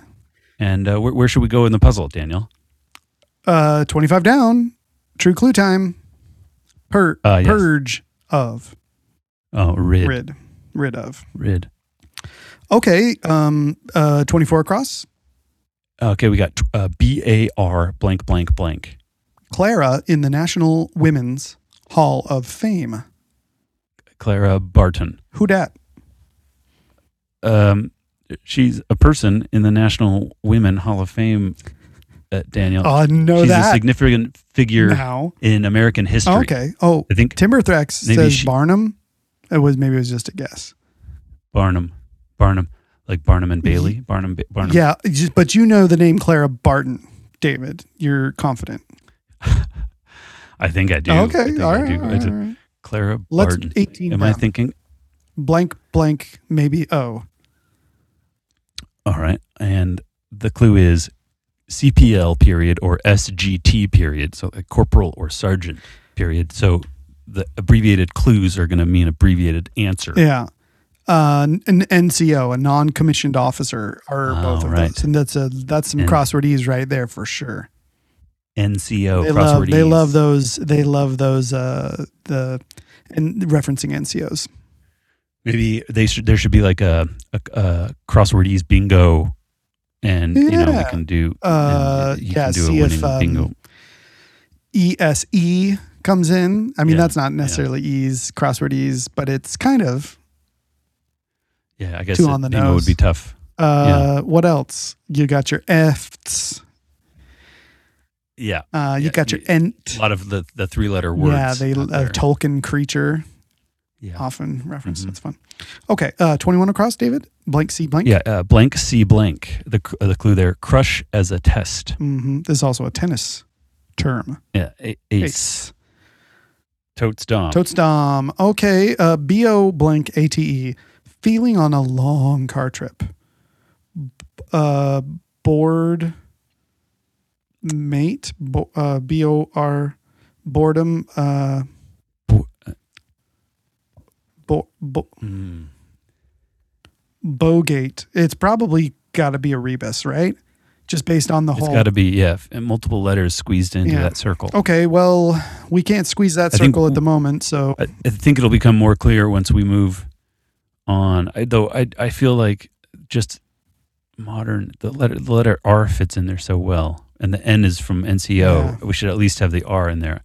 Speaker 2: And uh, where, where should we go in the puzzle, Daniel?
Speaker 1: Uh, 25 down. True clue time. Pur-
Speaker 2: Uh, yes.
Speaker 1: Purge of.
Speaker 2: Oh, rid, rid,
Speaker 1: Rid. Rid of. Okay. Um, uh, 24 across.
Speaker 2: Okay, we got uh, B A R blank blank blank.
Speaker 1: Clara in the National Women's Hall of Fame.
Speaker 2: Clara Barton.
Speaker 1: Who dat?
Speaker 2: Um, she's a person in the National Women Hall of Fame. Uh, Daniel,
Speaker 1: Oh, I know
Speaker 2: she's a
Speaker 1: that
Speaker 2: significant figure
Speaker 1: now.
Speaker 2: in American history.
Speaker 1: Oh, okay. Oh,
Speaker 2: I think
Speaker 1: Timber Thrax
Speaker 2: Maybe
Speaker 1: says
Speaker 2: she-
Speaker 1: Barnum. It was maybe it was just a guess.
Speaker 2: Barnum, Barnum, like Barnum and Bailey, Barnum, Ba- Barnum.
Speaker 1: Yeah, just, but you know the name Clara Barton, David. You're confident.
Speaker 2: I think I do. I
Speaker 1: okay,
Speaker 2: think
Speaker 1: all
Speaker 2: I
Speaker 1: right.
Speaker 2: do.
Speaker 1: all
Speaker 2: I do.
Speaker 1: right, all right.
Speaker 2: Clara
Speaker 1: Let's
Speaker 2: Barton.
Speaker 1: 18
Speaker 2: Am I
Speaker 1: down.
Speaker 2: thinking?
Speaker 1: blank blank maybe oh
Speaker 2: All right. And the clue is CPL period or SGT period. So like corporal or sergeant period. So the abbreviated clues are going to mean abbreviated answer.
Speaker 1: yeah. Uh, an NCO, a non-commissioned officer, are
Speaker 2: Oh,
Speaker 1: both of
Speaker 2: right.
Speaker 1: those, and that's a that's some
Speaker 2: And-
Speaker 1: crossword ease right there for sure.
Speaker 2: NCO
Speaker 1: they
Speaker 2: Oh, crossword
Speaker 1: love they
Speaker 2: ease.
Speaker 1: love those they love those uh the and referencing NCOs.
Speaker 2: Maybe they should there should be like a, a, a crossword ease bingo, and you know we
Speaker 1: Yeah.
Speaker 2: can do and
Speaker 1: Uh,
Speaker 2: you
Speaker 1: yeah,
Speaker 2: can do
Speaker 1: see
Speaker 2: a
Speaker 1: if,
Speaker 2: winning
Speaker 1: um,
Speaker 2: bingo.
Speaker 1: ESE comes in. I mean,
Speaker 2: Yeah,
Speaker 1: that's not necessarily ease crossword ease, but it's kind of.
Speaker 2: Yeah, I guess
Speaker 1: two
Speaker 2: it-
Speaker 1: on the
Speaker 2: bingo would
Speaker 1: nose.
Speaker 2: be tough.
Speaker 1: Uh, What else? You got your F's.
Speaker 2: Yeah,
Speaker 1: Uh, you
Speaker 2: Yeah,
Speaker 1: got your
Speaker 2: you-
Speaker 1: ent.
Speaker 2: a lot of the, the three letter words.
Speaker 1: Yeah, they uh, a
Speaker 2: out there.
Speaker 1: Tolkien creature
Speaker 2: yeah.
Speaker 1: often referenced.
Speaker 2: Mhm.
Speaker 1: That's fun. Okay, uh, twenty-one across, David. Blank C blank.
Speaker 2: Yeah, uh, blank C blank. The c- uh, the clue there, crush as a test.
Speaker 1: hmm This is also a tennis term.
Speaker 2: Yeah, a- ace. Totes dom.
Speaker 1: Totsdom. Okay. Uh, B O blank A T E. Feeling on a long car trip. B- Uh, bored. Mate. Bo- uh, B O R. Boredom. Uh,
Speaker 2: Bo- uh,
Speaker 1: bo- bo-
Speaker 2: Mm.
Speaker 1: Bogate. It's probably got to be a rebus, right? Just based on the
Speaker 2: It's
Speaker 1: whole.
Speaker 2: got to be yeah, f- and multiple letters squeezed into
Speaker 1: Yeah. Oh.
Speaker 2: that circle.
Speaker 1: okay. Well, we can't squeeze that
Speaker 2: I think-
Speaker 1: circle at the moment. So
Speaker 2: I, I think it'll become more clear once we move on. I, though I I feel like just modern the letter the letter R fits in there so well, and the N is from NCO. We should at least have the R in there.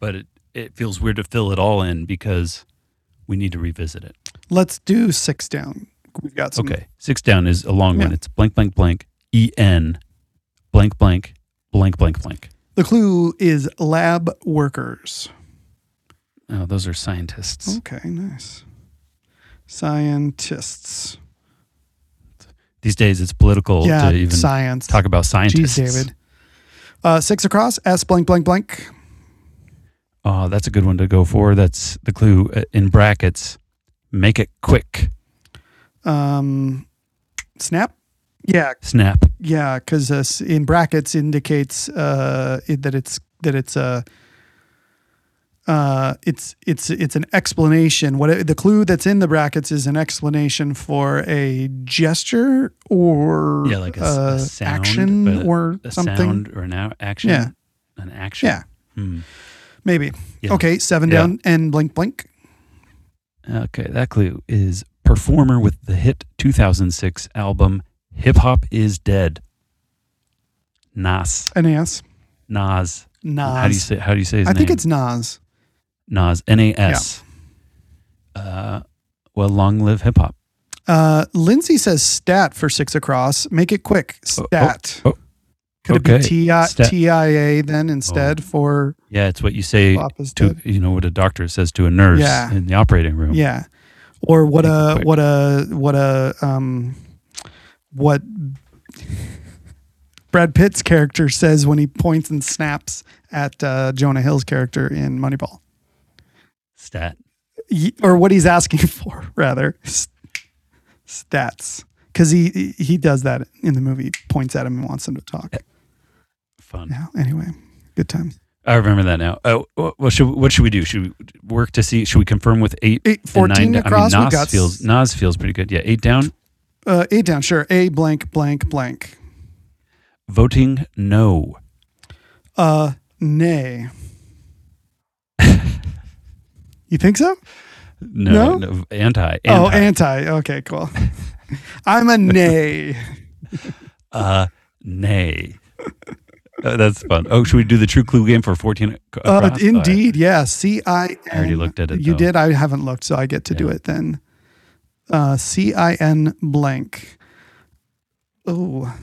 Speaker 2: But it it feels weird to fill it all in because we need to revisit it.
Speaker 1: let's do six down. We've got some.
Speaker 2: Okay, six down is a long one.
Speaker 1: Mm. Yeah.
Speaker 2: It's blank blank blank E N blank blank blank blank blank.
Speaker 1: The clue is lab workers.
Speaker 2: Oh, those are scientists.
Speaker 1: Okay, nice. Scientists.
Speaker 2: These days, it's political
Speaker 1: yeah,
Speaker 2: to even
Speaker 1: science.
Speaker 2: talk about
Speaker 1: Jeez,
Speaker 2: scientists.
Speaker 1: David. Uh, six across. S blank blank blank.
Speaker 2: Oh, that's a good one to go for. That's the clue uh, in brackets. Make it quick.
Speaker 1: Um, snap. Yeah,
Speaker 2: Snap.
Speaker 1: yeah. Because uh, s- in brackets indicates uh, it, that it's that it's Uh, uh, it's it's it's an explanation. What it- the clue that's in the brackets is an explanation for a gesture or
Speaker 2: Yeah, like a s- a
Speaker 1: uh,
Speaker 2: sound,
Speaker 1: action
Speaker 2: but
Speaker 1: or
Speaker 2: A
Speaker 1: something.
Speaker 2: sound or an ou- action.
Speaker 1: Yeah.
Speaker 2: An action.
Speaker 1: Yeah,
Speaker 2: Hmm.
Speaker 1: maybe.
Speaker 2: Yeah.
Speaker 1: Okay, seven
Speaker 2: Yeah.
Speaker 1: down and blink blink.
Speaker 2: Okay, that clue is performer with the hit 2006 album Hip Hop Is Dead. Nas.
Speaker 1: An ass.
Speaker 2: Nas.
Speaker 1: Nas.
Speaker 2: How do you say? How do you say his
Speaker 1: I
Speaker 2: name?
Speaker 1: think it's Nas.
Speaker 2: Nas. N A S. Uh, well, long live hip hop.
Speaker 1: Uh, Lindsay says stat for six across. Make it quick.
Speaker 2: Oh, oh,
Speaker 1: Stat.
Speaker 2: oh.
Speaker 1: Could it
Speaker 2: Okay, Oh,
Speaker 1: be TI,
Speaker 2: stat.
Speaker 1: TIA then instead for
Speaker 2: Yeah, it's what you say
Speaker 1: Papa's
Speaker 2: to
Speaker 1: dead?
Speaker 2: you know what a doctor says to a nurse
Speaker 1: Yeah.
Speaker 2: in the operating room.
Speaker 1: Yeah. Or what
Speaker 2: Make it
Speaker 1: a
Speaker 2: quick.
Speaker 1: what a what a um what Brad Pitt's character says when he points and snaps at uh, Jonah Hill's character in Moneyball,
Speaker 2: Stat.
Speaker 1: Y- or what he's asking [LAUGHS] for rather S- stats, because he he does that in the movie, points at him and wants him to talk.
Speaker 2: Fun.
Speaker 1: Yeah. Anyway, good time.
Speaker 2: I remember that now. Oh, well, should what should we do? Should we work to see? Should we confirm with eight,
Speaker 1: Eight-
Speaker 2: and
Speaker 1: 14
Speaker 2: nine?
Speaker 1: across,
Speaker 2: I
Speaker 1: we
Speaker 2: mean, Nas
Speaker 1: got s-
Speaker 2: feels Nas feels pretty good. Yeah, eight down.
Speaker 1: Uh, eight down, sure. A blank blank blank.
Speaker 2: Voting no.
Speaker 1: Uh, nay. [LAUGHS] you think so? No?
Speaker 2: No, no, anti. anti.
Speaker 1: Oh, anti. Okay, cool. [LAUGHS] I'm a
Speaker 2: [LAUGHS]
Speaker 1: nay.
Speaker 2: uh, nay. [LAUGHS] Uh, that's fun. Oh, should we do the true clue game for fourteen? ac-
Speaker 1: Uh,
Speaker 2: across?
Speaker 1: indeed, yeah. C I N.
Speaker 2: I already looked at it,
Speaker 1: You
Speaker 2: though.
Speaker 1: did. I haven't looked, so I get to do
Speaker 2: Yeah.
Speaker 1: it then. Uh, C I N blank. Oh,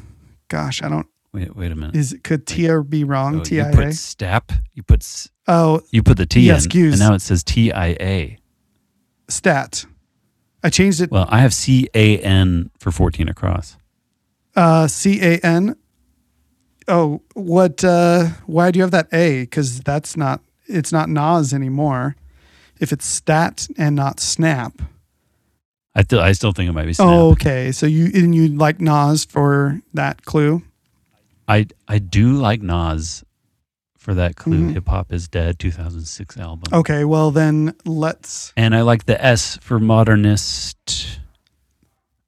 Speaker 1: gosh, I don't.
Speaker 2: All right. Wait, wait a minute.
Speaker 1: Is could T R be
Speaker 2: Oh,
Speaker 1: wrong? T
Speaker 2: you
Speaker 1: I
Speaker 2: put
Speaker 1: A.
Speaker 2: stap. You put s-
Speaker 1: Oh,
Speaker 2: you put the T
Speaker 1: Yeah,
Speaker 2: in,
Speaker 1: skews.
Speaker 2: and now it says T I A.
Speaker 1: stat. I changed it.
Speaker 2: Well, I have C A N for fourteen across.
Speaker 1: Uh, C A N. Oh, what? Uh, why do you have that A? Because that's not. It's not Nas anymore. If it's stat and not snap.
Speaker 2: I still I still think it might be snap.
Speaker 1: Oh, okay. So you and you like Nas for that clue.
Speaker 2: I I do like Nas for that clue.
Speaker 1: Mhm.
Speaker 2: Hip Hop is Dead 2006 album.
Speaker 1: Okay. Well, then let's.
Speaker 2: And I like the S for modernist.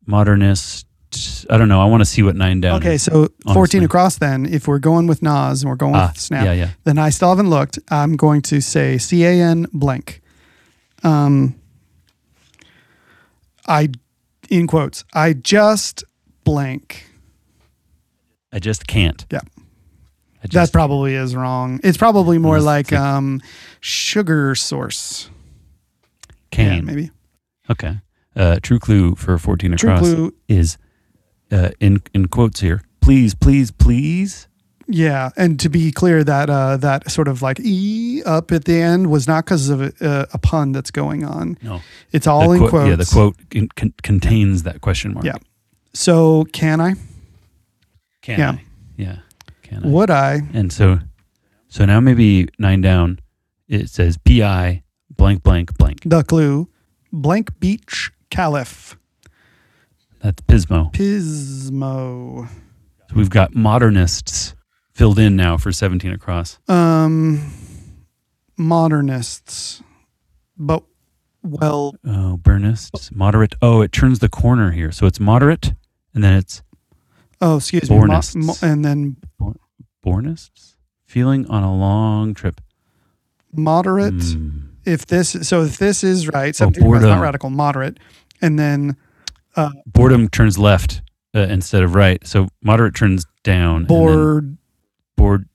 Speaker 2: Modernist. I don't know. I want to see what nine down.
Speaker 1: Okay,
Speaker 2: is.
Speaker 1: so
Speaker 2: honestly.
Speaker 1: fourteen across. Then, if we're going with Nas and we're going
Speaker 2: Ah,
Speaker 1: with Snap,
Speaker 2: Yeah, yeah.
Speaker 1: then I still haven't looked. I'm going to say C A N blank. Um, I, in quotes, I just blank.
Speaker 2: I just can't.
Speaker 1: Yeah.
Speaker 2: I just,
Speaker 1: That probably is wrong. It's probably more
Speaker 2: Unless
Speaker 1: like
Speaker 2: it's a-
Speaker 1: um, sugar source. Yeah,
Speaker 2: Kane.
Speaker 1: maybe.
Speaker 2: okay. Uh, True Clue for 14
Speaker 1: True
Speaker 2: across
Speaker 1: blue.
Speaker 2: is uh, in in quotes here. Please, please, please.
Speaker 1: Yeah, and to be clear, that uh, that sort of like e up at the end was not because of a, uh, a pun that's going on.
Speaker 2: No.
Speaker 1: It's all
Speaker 2: the
Speaker 1: in
Speaker 2: quote,
Speaker 1: quotes.
Speaker 2: Yeah, the quote con- con- contains that question mark.
Speaker 1: Yeah. So can I?
Speaker 2: Can
Speaker 1: Yeah.
Speaker 2: I? Yeah. Can I?
Speaker 1: Would I?
Speaker 2: And so, so now maybe nine down. It says pi blank blank blank.
Speaker 1: The clue, blank beach caliph
Speaker 2: That's Pismo.
Speaker 1: pismo.
Speaker 2: So we've got modernists filled in now for seventeen across.
Speaker 1: Um, modernists, but well,
Speaker 2: Oh, Bernists, moderate. Oh, it turns the corner here, so it's moderate, and then it's
Speaker 1: oh, excuse me, mo-
Speaker 2: Bornists.
Speaker 1: mo- and then
Speaker 2: Bornists. Feeling on a long trip.
Speaker 1: moderate.
Speaker 2: Mm.
Speaker 1: If this, so if this is right, so
Speaker 2: boredom.
Speaker 1: not radical, moderate, and then
Speaker 2: Boredom turns left uh, instead of right, so moderate turns down. And then
Speaker 1: bored,
Speaker 2: bored.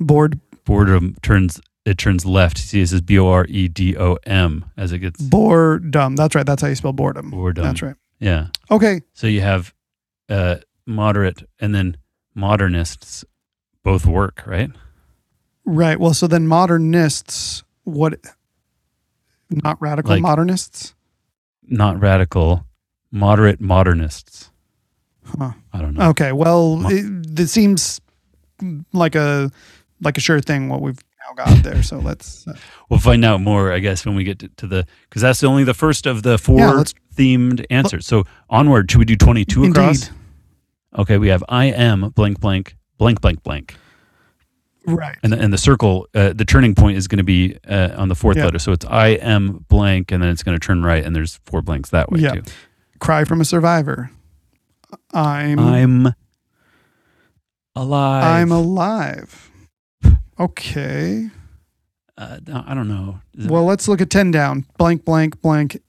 Speaker 1: bored,
Speaker 2: Boredom turns. It turns left. See, it says B O R E D O M as it gets
Speaker 1: boredom. That's right. That's how you spell boredom.
Speaker 2: Boredom.
Speaker 1: Mm. That's right.
Speaker 2: Yeah.
Speaker 1: Okay.
Speaker 2: So you have uh, moderate and then modernists both work, right?
Speaker 1: Right. Well, so then modernists, what? Not radical
Speaker 2: Like-
Speaker 1: modernists.
Speaker 2: Not radical, moderate modernists.
Speaker 1: Huh. Uh.
Speaker 2: I don't know.
Speaker 1: Okay. Well,
Speaker 2: Mo-
Speaker 1: it, it seems like a like a sure thing what we've now got there.
Speaker 2: [LAUGHS]
Speaker 1: So let's. Uh,
Speaker 2: We'll find out more, I guess, when we get to, to the because that's only the first of the four
Speaker 1: Yeah, let's-
Speaker 2: themed answers. So onward, should we do twenty two across? Okay, we have I am blank blank blank blank blank,
Speaker 1: Right.
Speaker 2: and the, and the circle, uh, the turning point is going to be uh, on the fourth
Speaker 1: Yeah.
Speaker 2: letter. So it's I am blank, and then it's going to turn right, and there's four blanks that way
Speaker 1: Yeah.
Speaker 2: too.
Speaker 1: Cry from a survivor. I'm I'm,
Speaker 2: I'm alive.
Speaker 1: alive. Okay.
Speaker 2: Uh, no, I don't know. Is it-
Speaker 1: Well, let's look at ten down. Blank blank blank.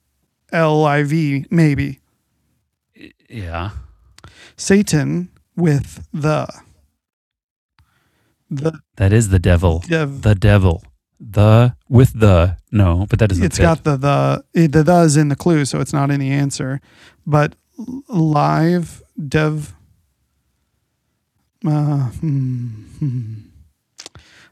Speaker 1: L I V maybe
Speaker 2: yeah.
Speaker 1: Satan with the the
Speaker 2: That is the devil.
Speaker 1: dev.
Speaker 2: The devil. The with the no, but that doesn't
Speaker 1: It's
Speaker 2: fit.
Speaker 1: got the the it, the the is in the clue, so it's not in the answer. But l- live dev. Uh, hmm, hmm.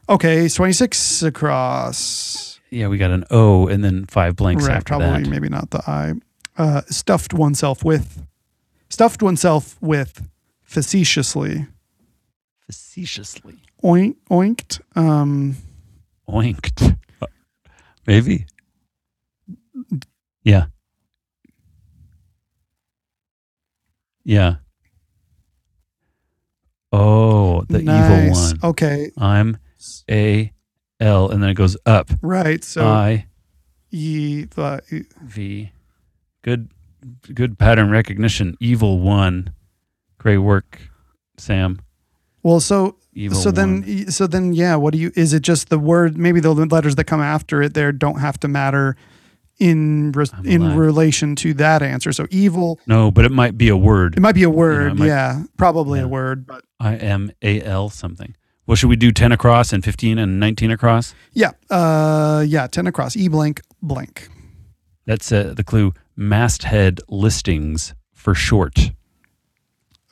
Speaker 1: Okay, twenty six across.
Speaker 2: yeah, we got an O and then five blanks
Speaker 1: right,
Speaker 2: after
Speaker 1: probably
Speaker 2: that.
Speaker 1: maybe not the I. Uh, stuffed oneself with, stuffed oneself with, facetiously.
Speaker 2: Facetiously
Speaker 1: Oink oinked. Um,
Speaker 2: oinked. Uh, Maybe. Yeah. Yeah. Oh, the evil
Speaker 1: nice.
Speaker 2: Oh, one.
Speaker 1: Okay,
Speaker 2: I'm A L, and then it goes up.
Speaker 1: Right. So
Speaker 2: I
Speaker 1: ye the e,
Speaker 2: V. Good, good pattern recognition. Evil one. Great work, Sam.
Speaker 1: well, so
Speaker 2: Evil.
Speaker 1: so
Speaker 2: one.
Speaker 1: then so then yeah. What do you? Is it just the word? Maybe the letters that come after it there don't have to matter in re,
Speaker 2: I'm
Speaker 1: in
Speaker 2: alive.
Speaker 1: relation to that answer. So evil.
Speaker 2: no, but it might be a word.
Speaker 1: It might be a word.
Speaker 2: might-
Speaker 1: yeah, probably
Speaker 2: yeah.
Speaker 1: a word. But
Speaker 2: I M A L something. Well, should we do ten across and fifteen and nineteen across?
Speaker 1: yeah, uh, yeah. Ten across. E blank blank.
Speaker 2: That's uh, the clue. Masthead listings for short.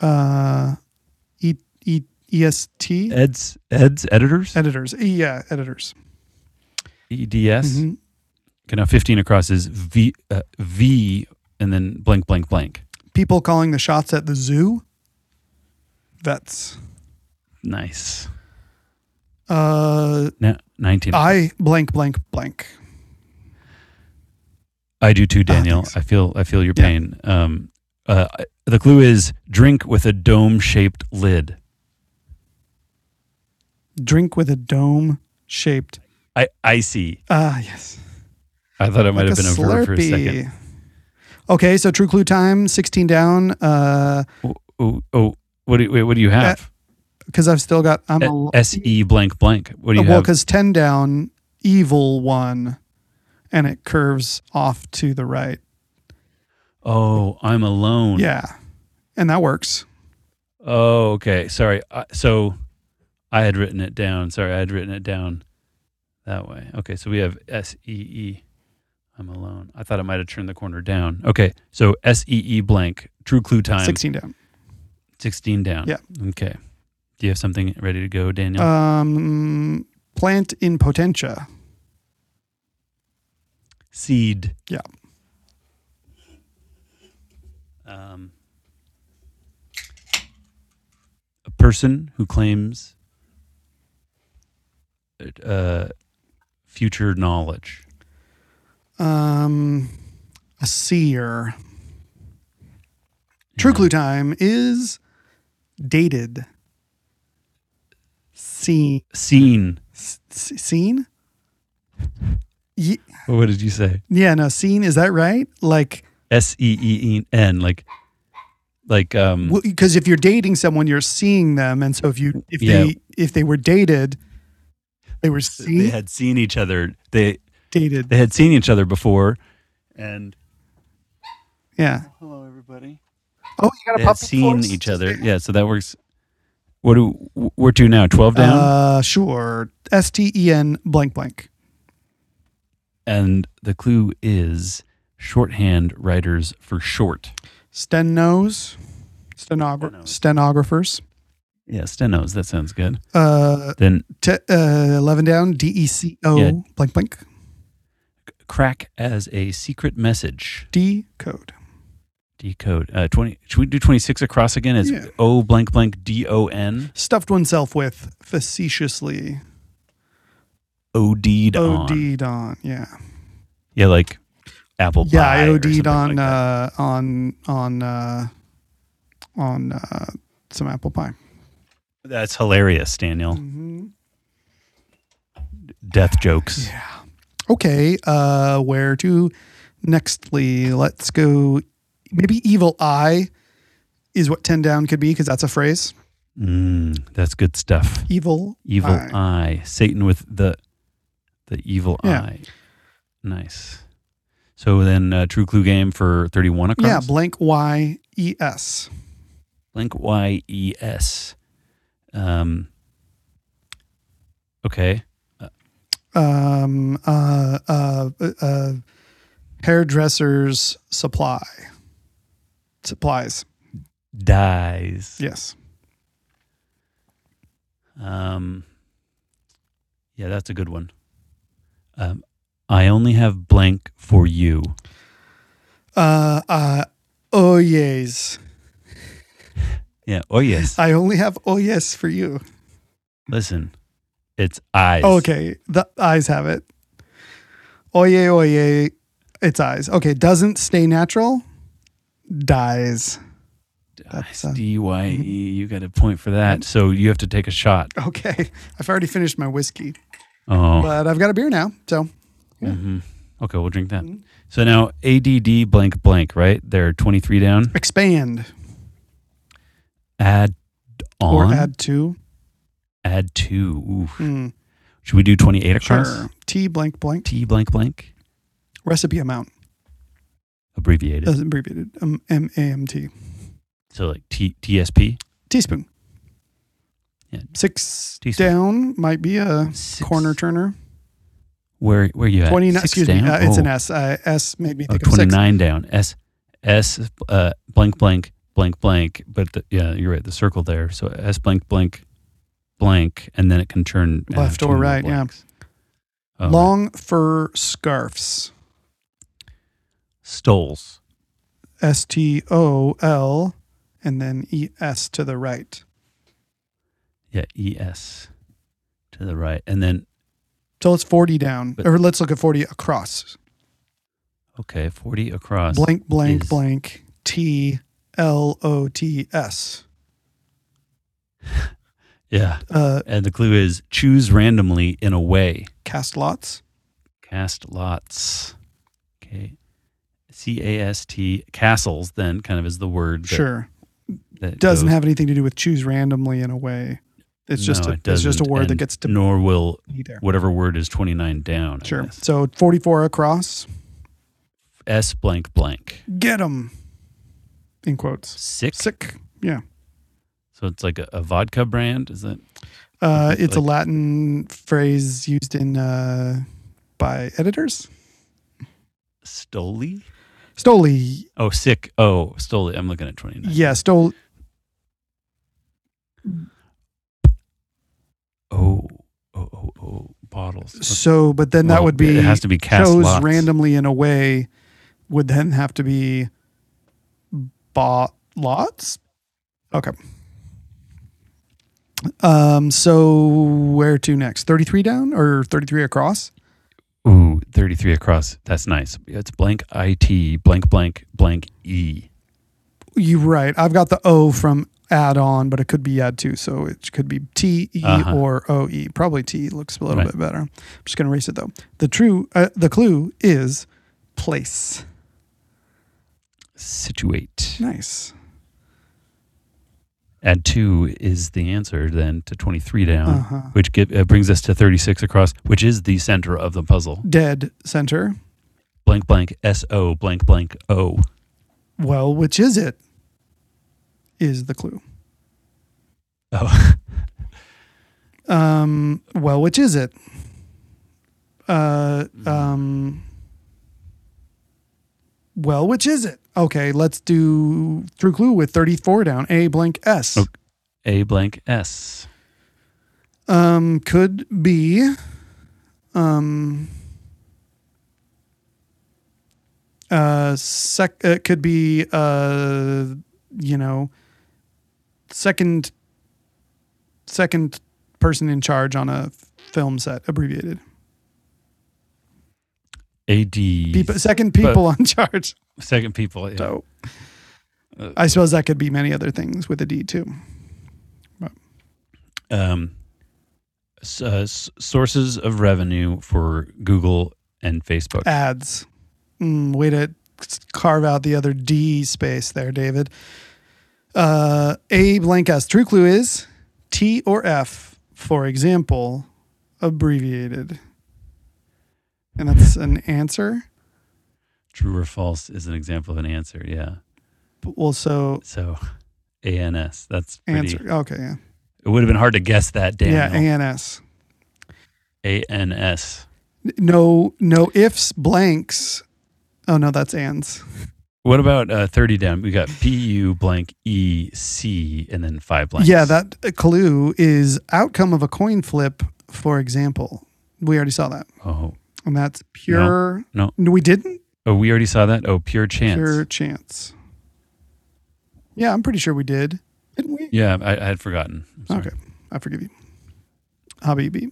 Speaker 1: Uh, e e e s t
Speaker 2: Ed's Ed's editors.
Speaker 1: editors. E, yeah, editors.
Speaker 2: EDS.
Speaker 1: Mhm.
Speaker 2: Okay, now fifteen across is V uh, V and then blank blank blank.
Speaker 1: People calling the shots at the zoo. Vets.
Speaker 2: Nice.
Speaker 1: Uh,
Speaker 2: Now nineteen.
Speaker 1: I blank blank blank.
Speaker 2: I do too, Daniel.
Speaker 1: Ah, thanks.
Speaker 2: I feel I feel your
Speaker 1: Yeah.
Speaker 2: pain. Um, uh, I- the clue is drink with a dome shaped lid.
Speaker 1: Drink with a dome shaped.
Speaker 2: I icy.
Speaker 1: Ah, yes.
Speaker 2: I thought it might
Speaker 1: Like
Speaker 2: have been a verb for a second.
Speaker 1: Okay, so true clue time, 16 down. Uh,
Speaker 2: Oh, oh, oh, what do you, wait, what do you have?
Speaker 1: because I've still got, I'm a,
Speaker 2: S E blank blank. What do you
Speaker 1: well,
Speaker 2: have?
Speaker 1: because 10 down, evil one, and it curves off to the right.
Speaker 2: Oh, I'm alone.
Speaker 1: Yeah. And that works.
Speaker 2: Oh, okay. Sorry. I, so I had written it down. Sorry, I had written it down that way. Okay, so we have S E E. I'm alone. I thought I might have turned the corner down. Okay, so S E E blank. True clue time.
Speaker 1: 16 down.
Speaker 2: 16 down.
Speaker 1: Yeah.
Speaker 2: Okay. Do you have something ready to go, Daniel?
Speaker 1: Um, plant in potentia.
Speaker 2: Seed.
Speaker 1: yeah.
Speaker 2: Um, a person who claims uh, future knowledge.
Speaker 1: Um, a seer. True clue time is dated. Seen.
Speaker 2: Seen.
Speaker 1: s- s- Seen? Ye-
Speaker 2: What did you say?
Speaker 1: Yeah, no, seen. Is that right? Like,
Speaker 2: S E E N. Like, like, um,
Speaker 1: because if you're dating someone, you're seeing them, and so if you if
Speaker 2: Yeah.
Speaker 1: they if they were dated, they were seen
Speaker 2: they had seen each other. They,
Speaker 1: dated.
Speaker 2: they had seen each other before and
Speaker 1: yeah.
Speaker 2: hello, everybody.
Speaker 1: Oh, you got a
Speaker 2: they had
Speaker 1: puppy. for
Speaker 2: seen
Speaker 1: us?
Speaker 2: each other. Yeah, so that works. What do we're to now? Twelve down,
Speaker 1: Uh, sure. S T E N blank blank.
Speaker 2: and the clue is shorthand writers for short.
Speaker 1: Stenos, stenogra-
Speaker 2: Stenos.
Speaker 1: stenographers.
Speaker 2: Yeah, stenos. That sounds good.
Speaker 1: Uh,
Speaker 2: Then
Speaker 1: te- uh, eleven down. D E C O
Speaker 2: Yeah.
Speaker 1: blank blank.
Speaker 2: crack as a secret message.
Speaker 1: D code.
Speaker 2: Decode. Uh, Twenty. Should we do twenty six across again? It's
Speaker 1: Yeah.
Speaker 2: O blank blank D O N
Speaker 1: Stuffed oneself with facetiously.
Speaker 2: O E D'd on.
Speaker 1: OD'd on. Yeah.
Speaker 2: Yeah, like apple
Speaker 1: Yeah,
Speaker 2: pie.
Speaker 1: I
Speaker 2: or
Speaker 1: OD'd
Speaker 2: something
Speaker 1: on
Speaker 2: like that.
Speaker 1: uh, on on uh, on uh, some apple pie.
Speaker 2: That's hilarious, Daniel.
Speaker 1: Mhm.
Speaker 2: Death jokes.
Speaker 1: Okay, uh, where to nextly? Let's go. Maybe evil eye is what ten down could be because that's a phrase.
Speaker 2: Mm, that's good stuff.
Speaker 1: Evil,
Speaker 2: evil
Speaker 1: eye.
Speaker 2: eye. Satan with the the evil
Speaker 1: Yeah.
Speaker 2: eye. Nice. So then, uh, true clue game for thirty one across.
Speaker 1: yeah, blank Y E S.
Speaker 2: Blink Y E S. Um. Okay.
Speaker 1: Um, uh, uh, uh, hairdressers supply supplies.
Speaker 2: Dies.
Speaker 1: Yes.
Speaker 2: Um. Yeah, that's a good one. Um, I only have blank for you.
Speaker 1: Uh, uh, oh yes.
Speaker 2: Yeah.
Speaker 1: [LAUGHS]
Speaker 2: Oh yes.
Speaker 1: I only have oh yes for you. Oh,
Speaker 2: Listen, it's eyes.
Speaker 1: Okay, the eyes have it. Oye, oye, it's eyes. Okay, doesn't stay natural, dies. That's, uh,
Speaker 2: D Y E. You got a point for that. So you have to take a shot.
Speaker 1: okay. I've already finished my whiskey,
Speaker 2: Oh,
Speaker 1: but I've got a beer now. So
Speaker 2: Mm-hmm. okay. We'll drink that.
Speaker 1: Mm-hmm.
Speaker 2: So now ADD blank blank. Right? They're twenty three down.
Speaker 1: expand
Speaker 2: Add
Speaker 1: or
Speaker 2: on.
Speaker 1: add to.
Speaker 2: add two. Ooh.
Speaker 1: Mm,
Speaker 2: Should we do twenty eight across?
Speaker 1: sure. Uh, T blank blank
Speaker 2: T blank blank.
Speaker 1: recipe amount.
Speaker 2: Abbreviated.
Speaker 1: That's abbreviated. Um, M A M T.
Speaker 2: so like T TSP.
Speaker 1: Teaspoon.
Speaker 2: Yeah.
Speaker 1: Six
Speaker 2: Teaspoon.
Speaker 1: down might be a
Speaker 2: Six-
Speaker 1: corner turner.
Speaker 2: Where where you at?
Speaker 1: Twenty nine.
Speaker 2: Six
Speaker 1: Excuse
Speaker 2: down?
Speaker 1: me. Uh, it's an
Speaker 2: Oh.
Speaker 1: S. Uh, S made me
Speaker 2: Oh,
Speaker 1: think of six.
Speaker 2: 29 down. S S uh, blank blank blank blank. But the, yeah, you're right. The circle there. So S blank blank blank, and then it can turn uh, and have
Speaker 1: Left
Speaker 2: two
Speaker 1: or
Speaker 2: more
Speaker 1: right, yeah.
Speaker 2: blanks. Oh, right.
Speaker 1: Long fur scarfs.
Speaker 2: stoles.
Speaker 1: S T O L, and then E S to the right.
Speaker 2: Yeah, E S to the right, and then
Speaker 1: So it's 40 down,
Speaker 2: But-
Speaker 1: or let's look at 40 across.
Speaker 2: okay, 40 across.
Speaker 1: Blank, blank,
Speaker 2: is-
Speaker 1: blank, T L O T S.
Speaker 2: Yeah,
Speaker 1: Uh,
Speaker 2: and the clue is choose randomly in a way.
Speaker 1: cast lots.
Speaker 2: Cast lots. Okay. C A S T castles then kind of is the word that,
Speaker 1: Sure.
Speaker 2: that
Speaker 1: Doesn't
Speaker 2: goes-
Speaker 1: have anything to do with choose randomly in a way. It's just
Speaker 2: No,
Speaker 1: a,
Speaker 2: it
Speaker 1: it's just a
Speaker 2: doesn't,
Speaker 1: word that
Speaker 2: and
Speaker 1: gets to
Speaker 2: nor will
Speaker 1: be there.
Speaker 2: whatever word is 29 down. I
Speaker 1: Sure.
Speaker 2: guess.
Speaker 1: So 44 across.
Speaker 2: S blank blank.
Speaker 1: Get 'em. In quotes.
Speaker 2: Sick.
Speaker 1: Sick. Yeah.
Speaker 2: So it's like a, a vodka brand. Is that
Speaker 1: Uh,
Speaker 2: Okay,
Speaker 1: it's a
Speaker 2: like-
Speaker 1: Latin phrase used in uh, by editors.
Speaker 2: Stoli?
Speaker 1: Stoli,
Speaker 2: Oh, sick. Oh, Stoli. I'm looking at 29.
Speaker 1: yeah, Stoli.
Speaker 2: Oh, oh, oh, oh. Bottles. Okay.
Speaker 1: So, but then that
Speaker 2: Well,
Speaker 1: would be
Speaker 2: It has to be cast
Speaker 1: chose
Speaker 2: lots.
Speaker 1: randomly in a way. Would then have to be bought lots. Okay. Um. So where to next? Thirty-three down or thirty-three across?
Speaker 2: Ooh, 33 across. That's nice. It's blank IT, blank, blank, blank E.
Speaker 1: You right. I've got the O from add on, but it could be add to. So it could be T E
Speaker 2: Uh-huh.
Speaker 1: or O E. Probably T looks a little
Speaker 2: Right.
Speaker 1: bit better. I'm just gonna erase it though. The true, uh, the clue is place.
Speaker 2: Situate.
Speaker 1: Nice.
Speaker 2: Add two is the answer then to 23 down,
Speaker 1: Uh-huh.
Speaker 2: which get, uh, brings us to 36 across, which is the center of the puzzle.
Speaker 1: Dead center.
Speaker 2: Blank, blank, S O, blank, blank, O.
Speaker 1: Well, which is it? Is the clue.
Speaker 2: Oh.
Speaker 1: [LAUGHS] Um, well, which is it? Uh, um, well, which is it? Okay, let's do through clue with 34 down. A blank S.
Speaker 2: Okay. A blank S.
Speaker 1: Um, could be. Um, uh, sec. It could be. Uh, you know. Second. Second person in charge on a film set, abbreviated.
Speaker 2: A D.
Speaker 1: People, second people on [LAUGHS] charge.
Speaker 2: Second people. yeah.
Speaker 1: So,
Speaker 2: Uh,
Speaker 1: I suppose that could be many other things with a D too.
Speaker 2: um, s- uh, s- sources of revenue for Google and
Speaker 1: Uh.
Speaker 2: Facebook.
Speaker 1: ads. Mm, way to carve out the other D space there, David. Uh, a blank S. True clue is T or F, for example, abbreviated. And that's an answer.
Speaker 2: True or false is an example of an answer. Yeah.
Speaker 1: Well, so
Speaker 2: So ANS. That's pretty.
Speaker 1: answer. Okay. Yeah.
Speaker 2: It would have been hard to guess that, Daniel.
Speaker 1: Yeah. ANS.
Speaker 2: ANS.
Speaker 1: N- No, no ifs, blanks. Oh, no, that's ands.
Speaker 2: What about uh, 30 down? We got PU blank EC and then five blanks.
Speaker 1: Yeah. That clue is outcome of a coin flip, for example. We already saw that.
Speaker 2: Oh,
Speaker 1: And that's pure.
Speaker 2: no.
Speaker 1: we didn't.
Speaker 2: oh, we already saw that. Oh, pure chance.
Speaker 1: Pure chance. Yeah, I'm pretty sure we did. Didn't we?
Speaker 2: Yeah, I, I had forgotten. I'm sorry.
Speaker 1: Okay. I forgive you. Hobby beat.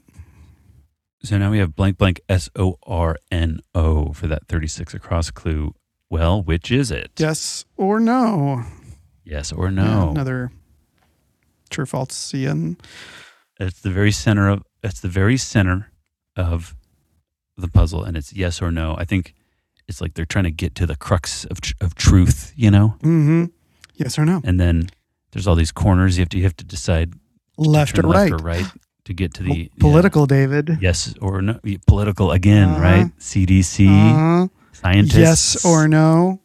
Speaker 2: So now we have blank blank S O R N O for that 36 across clue. Well, which is it?
Speaker 1: Yes or no?
Speaker 2: Yes or no.
Speaker 1: Another true false CN.
Speaker 2: It's the very center of it's the very center of the puzzle, and it's yes or no. I think it's like they're trying to get to the crux of tr- of truth, you know.
Speaker 1: Mm-hmm. Yes or no?
Speaker 2: And then there's all these corners you have to you have to decide to
Speaker 1: Left or
Speaker 2: turn
Speaker 1: right?
Speaker 2: left or right to get to
Speaker 1: Po-
Speaker 2: the yeah.
Speaker 1: Political, David.
Speaker 2: Yes or no? Yeah, Political again,
Speaker 1: Uh-huh.
Speaker 2: right? CDC
Speaker 1: Uh-huh.
Speaker 2: scientists.
Speaker 1: Yes or no?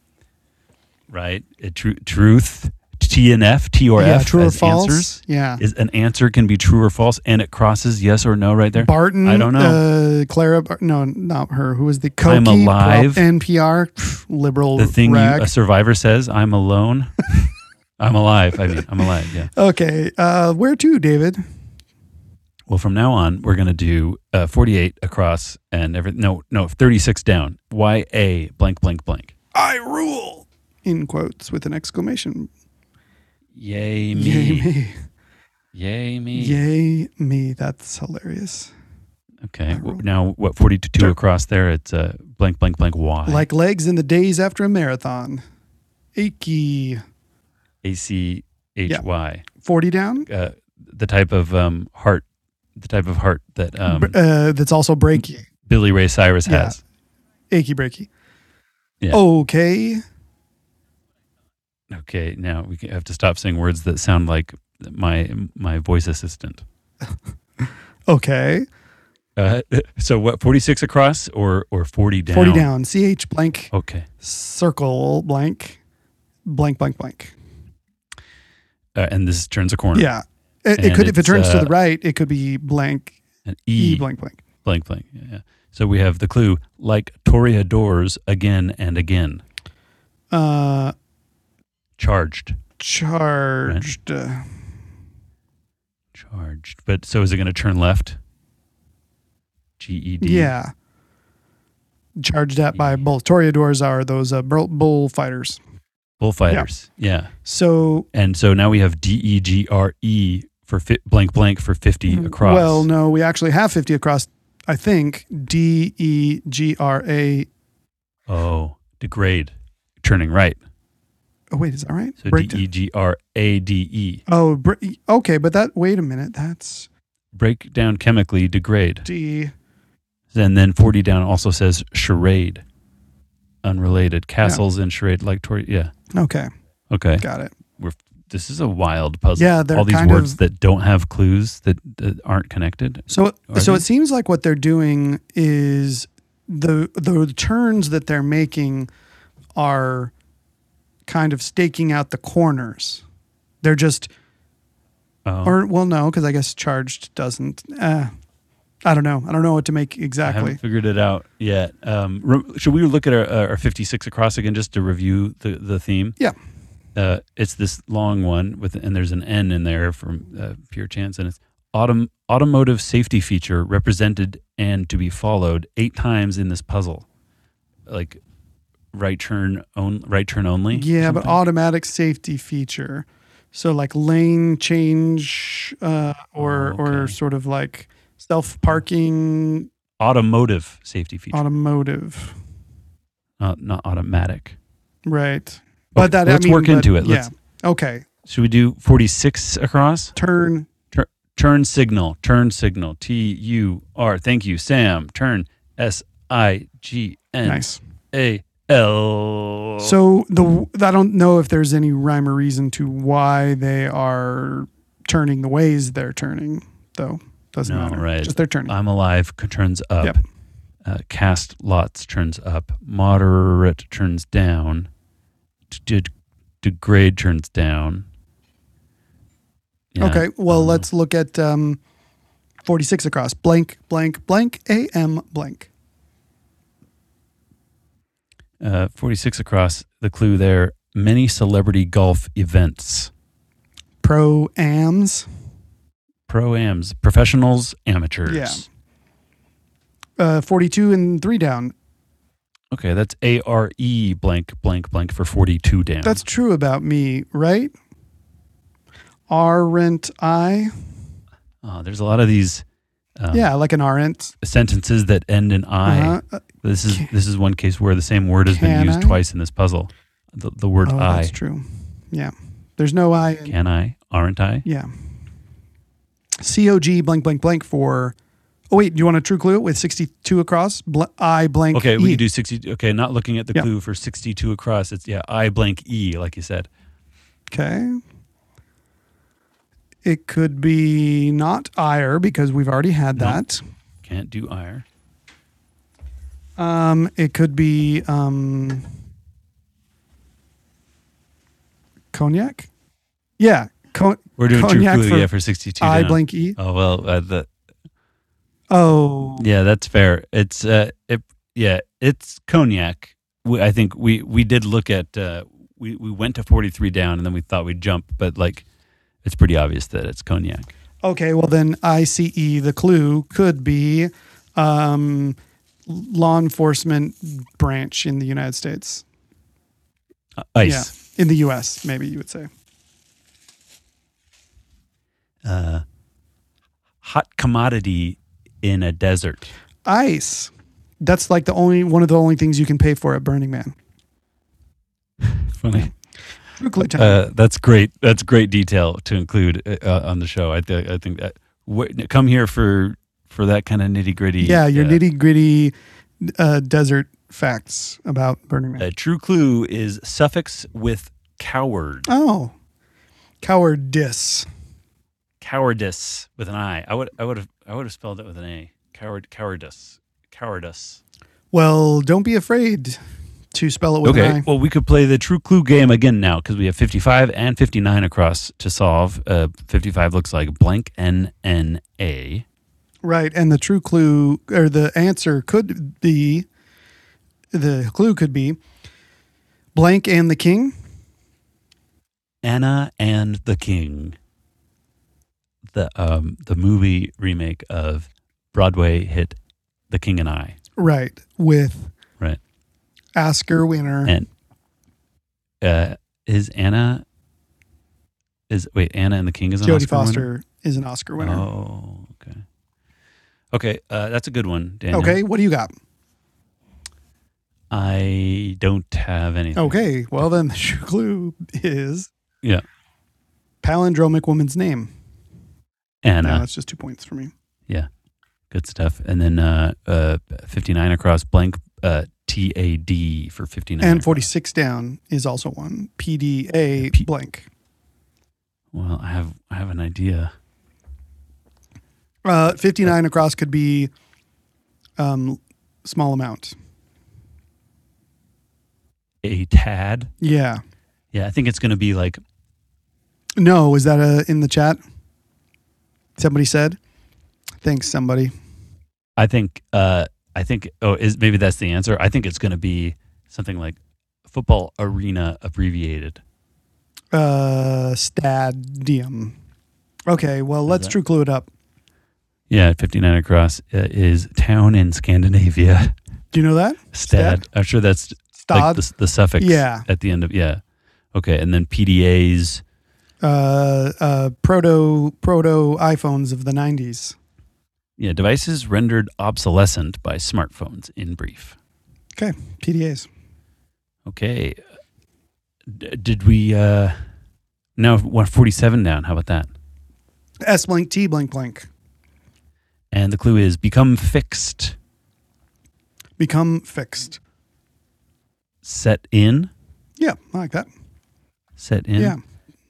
Speaker 2: right? Uh, tru- truth, T and F, T or
Speaker 1: yeah,
Speaker 2: F.
Speaker 1: true or
Speaker 2: as
Speaker 1: false?
Speaker 2: Answers.
Speaker 1: Yeah.
Speaker 2: Is an answer can be true or false, and it crosses yes or no right there.
Speaker 1: Barton.
Speaker 2: I don't know.
Speaker 1: Uh, Clara. Bar- no, not her. Who was the co
Speaker 2: I'm alive.
Speaker 1: NPR pff, liberal
Speaker 2: the thing you,
Speaker 1: rag.
Speaker 2: a survivor says, "I'm alone." I'm alive. I mean, I'm alive. Yeah.
Speaker 1: okay. Uh, where to, David?
Speaker 2: Well, from now on, we're gonna do uh, 48 across and every no no 36 down. Y A blank blank blank.
Speaker 1: I rule. In quotes with an exclamation.
Speaker 2: Yay
Speaker 1: Yay
Speaker 2: me!
Speaker 1: me.
Speaker 2: Yay me!
Speaker 1: Yay me. That's hilarious.
Speaker 2: Okay. w- Now what? 42 across there. It's uh, blank blank blank Y.
Speaker 1: Like legs in the days after a marathon. Achy.
Speaker 2: A C H Y.
Speaker 1: 40 down.
Speaker 2: uh, the type of um, heart, the type of heart that um,
Speaker 1: Br- uh, that's also breaky.
Speaker 2: Billy Ray Cyrus
Speaker 1: Yeah.
Speaker 2: has.
Speaker 1: Achy breaky.
Speaker 2: Yeah.
Speaker 1: Okay.
Speaker 2: Okay, now we can- have to stop saying words that sound like my my voice assistant.
Speaker 1: Okay.
Speaker 2: Uh, [LAUGHS] so what? Forty six across or or forty down?
Speaker 1: 40 down. CH blank
Speaker 2: Okay.
Speaker 1: circle blank blank blank blank.
Speaker 2: Uh, and this turns a corner.
Speaker 1: Yeah. It, it
Speaker 2: And
Speaker 1: could if it
Speaker 2: it's,
Speaker 1: turns to
Speaker 2: uh,
Speaker 1: the right, it could be blank
Speaker 2: An
Speaker 1: e,
Speaker 2: e, blank.
Speaker 1: blank blank.
Speaker 2: blank Yeah. So we have the clue like toreadors again and again
Speaker 1: Uh
Speaker 2: charged
Speaker 1: charged uh,
Speaker 2: charged. But so is it going to turn left? G E D. E
Speaker 1: yeah. Charged at by bulls. Toreadors are those uh, bull bullfighters.
Speaker 2: Bullfighters. yeah.
Speaker 1: So
Speaker 2: And so now we have D E G R E for fi- blank blank for 50 across.
Speaker 1: Mm-hmm. Well, no, we actually have 50 across, I think, D E G R A.
Speaker 2: Oh, degrade. Turning right.
Speaker 1: Oh, wait, is that right?
Speaker 2: So D
Speaker 1: Breakdown.
Speaker 2: E G R A D E.
Speaker 1: Oh, bre- okay, but that, wait a minute, that's
Speaker 2: Break down chemically, degrade.
Speaker 1: D.
Speaker 2: And then 40 down also says charade. Unrelated. Castles and charade like Tori. Yeah.
Speaker 1: Okay,
Speaker 2: Okay.
Speaker 1: got it.
Speaker 2: This is a wild puzzle.
Speaker 1: Yeah, they're
Speaker 2: All these
Speaker 1: kind
Speaker 2: words
Speaker 1: of-
Speaker 2: that don't have clues that, that aren't connected.
Speaker 1: So,
Speaker 2: Are
Speaker 1: so
Speaker 2: they?
Speaker 1: it seems like what they're doing is the the turns that they're making are kind of staking out the corners. They're just,
Speaker 2: Oh,
Speaker 1: or well, no, because I guess charged doesn't. Uh, I don't know. I don't know what to make
Speaker 2: I
Speaker 1: exactly.
Speaker 2: haven't figured it out yet. Um, re- should we look at our, our 56 across again just to review the, the theme?
Speaker 1: Yeah.
Speaker 2: uh, it's this long one with and there's an N in there from uh, pure chance and it's autom- automotive safety feature represented and to be followed eight times in this puzzle like right turn on right turn only or
Speaker 1: Yeah, but
Speaker 2: something?
Speaker 1: automatic safety feature. So like lane change uh, or
Speaker 2: Oh,
Speaker 1: or
Speaker 2: okay.
Speaker 1: sort of like self parking
Speaker 2: automotive safety feature
Speaker 1: automotive,
Speaker 2: not, not automatic
Speaker 1: right? But
Speaker 2: Okay,
Speaker 1: that I
Speaker 2: let's
Speaker 1: mean,
Speaker 2: work
Speaker 1: but-
Speaker 2: into it
Speaker 1: Yeah.
Speaker 2: let's
Speaker 1: okay.
Speaker 2: should we do 46 across
Speaker 1: Turn.
Speaker 2: turn signal turn signal T U R thank you Sam turn S I G N Oh.
Speaker 1: Nice.
Speaker 2: A L
Speaker 1: So the I don't know if there's any rhyme or reason to why they are turning the ways they're turning, though. Doesn't
Speaker 2: No,
Speaker 1: matter.
Speaker 2: right. Uh,
Speaker 1: Just they're turning.
Speaker 2: I'm alive c- turns up.
Speaker 1: Yep.
Speaker 2: Uh, cast lots turns up. Moderate turns down. D- d- degrade turns down. Yeah.
Speaker 1: Okay. Well,
Speaker 2: Um,
Speaker 1: let's look at um, 46 across. Blank, blank, blank, AM, blank.
Speaker 2: Uh, 46 across. The clue there many celebrity golf events.
Speaker 1: Pro AMs.
Speaker 2: Pro ams, professionals, amateurs.
Speaker 1: Yeah. Uh, 42 and three down.
Speaker 2: Okay, that's A R E blank blank blank for 42 down.
Speaker 1: That's true about me, right? Aren't I?
Speaker 2: Oh, there's a lot of these um,
Speaker 1: Yeah, like an aren't.
Speaker 2: sentences that end in I.
Speaker 1: Uh-huh. Uh,
Speaker 2: This is
Speaker 1: Ca-
Speaker 2: this is one case where the same word has
Speaker 1: Can
Speaker 2: been used
Speaker 1: I?
Speaker 2: twice in this puzzle. The, the word
Speaker 1: oh,
Speaker 2: I.
Speaker 1: that's true. Yeah. There's no I. in-
Speaker 2: Can I? Aren't I?
Speaker 1: yeah. COG blank blank blank for. Oh wait, do you want a true clue with 62 across? Bl- I blank.
Speaker 2: Okay, we
Speaker 1: E.
Speaker 2: can do 60. Okay, not looking at the
Speaker 1: Yeah.
Speaker 2: clue for 62 across. It's, yeah, I blank E, like you said.
Speaker 1: Okay. It could be not ire because we've already had
Speaker 2: No.
Speaker 1: that.
Speaker 2: Can't do IR.
Speaker 1: Um, it could be um, cognac. Yeah, co-
Speaker 2: We're doing
Speaker 1: Cognac
Speaker 2: true
Speaker 1: for
Speaker 2: clue, yeah, for 62.
Speaker 1: I
Speaker 2: down.
Speaker 1: blank e.
Speaker 2: Oh, well, uh, the,
Speaker 1: Oh,
Speaker 2: yeah, that's fair. It's, uh, it, yeah, it's cognac. We, I think we, we did look at, uh, we, we went to 43 down and then we thought we'd jump, but like, it's pretty obvious that it's cognac.
Speaker 1: okay. Well, then I C E. The clue could be um, law enforcement branch in the United States.
Speaker 2: Uh, ice.
Speaker 1: Yeah, in the U.S. Maybe you would say.
Speaker 2: Uh, hot commodity in a desert.
Speaker 1: ice. That's like the only one of the only things you can pay for at Burning Man.
Speaker 2: Funny.
Speaker 1: True clue time.
Speaker 2: [LAUGHS] Uh, that's great. That's great detail to include uh, on the show. I think. I think that wh- come here for for that kind of nitty gritty.
Speaker 1: yeah, your nitty gritty uh, desert facts about Burning Man.
Speaker 2: A uh, true clue is suffix with coward,
Speaker 1: oh, cowardice.
Speaker 2: cowardice with an I. I would. I would have. I would have spelled it with an A. Coward. Cowardice. Cowardice.
Speaker 1: Well, don't be afraid to spell it with
Speaker 2: Okay.
Speaker 1: an I.
Speaker 2: Well, we could play the true clue game again now because we have 55 and 59 across to solve. Uh, 55 looks like blank N N A.
Speaker 1: Right, and the true clue or the answer could be the clue could be blank and the king.
Speaker 2: Anna and the King, the um the movie remake of Broadway hit The King and I,
Speaker 1: Right, with
Speaker 2: right?
Speaker 1: Oscar winner.
Speaker 2: And uh, is Anna is wait Anna and the King is an
Speaker 1: Jodie
Speaker 2: Oscar winner?
Speaker 1: Foster is an Oscar winner.
Speaker 2: Oh, okay, okay, uh, that's a good one, Daniel.
Speaker 1: okay, what do you got?
Speaker 2: I don't have anything.
Speaker 1: Okay, well then [LAUGHS] the shoe clue is
Speaker 2: yeah,
Speaker 1: palindromic woman's name.
Speaker 2: Anna.
Speaker 1: No, that's just two points for me.
Speaker 2: Yeah, good stuff. And then uh, uh, fifty nine across blank uh, T A D for fifty nine
Speaker 1: And forty six down is also one. PDA
Speaker 2: P-
Speaker 1: blank.
Speaker 2: Well, I have I have an idea.
Speaker 1: Uh, Fifty nine across could be um, small amount.
Speaker 2: A tad.
Speaker 1: Yeah.
Speaker 2: Yeah, I think it's going to be like
Speaker 1: No, is that uh in the chat? Somebody said. Thanks, somebody.
Speaker 2: I think uh I think oh is maybe that's the answer. I think it's going to be something like football arena abbreviated.
Speaker 1: Uh, stadium. Okay, well let's
Speaker 2: that-
Speaker 1: true clue it up.
Speaker 2: Yeah, 59 across uh, is town in Scandinavia. [LAUGHS]
Speaker 1: Do you know that?
Speaker 2: Stad. I'm sure that's
Speaker 1: Stad.
Speaker 2: like the, the suffix
Speaker 1: Yeah.
Speaker 2: at the end of yeah. Okay, and then PDAs.
Speaker 1: uh, uh, proto proto iPhones of the '90s.
Speaker 2: Yeah, devices rendered obsolescent by smartphones in brief.
Speaker 1: Okay, PDAs.
Speaker 2: Okay. D- did we uh now we're 47 down. How about that?
Speaker 1: S blank T blank blank.
Speaker 2: And the clue is become fixed,
Speaker 1: Become fixed.
Speaker 2: set in,
Speaker 1: Yeah, I like that.
Speaker 2: set in.
Speaker 1: Yeah.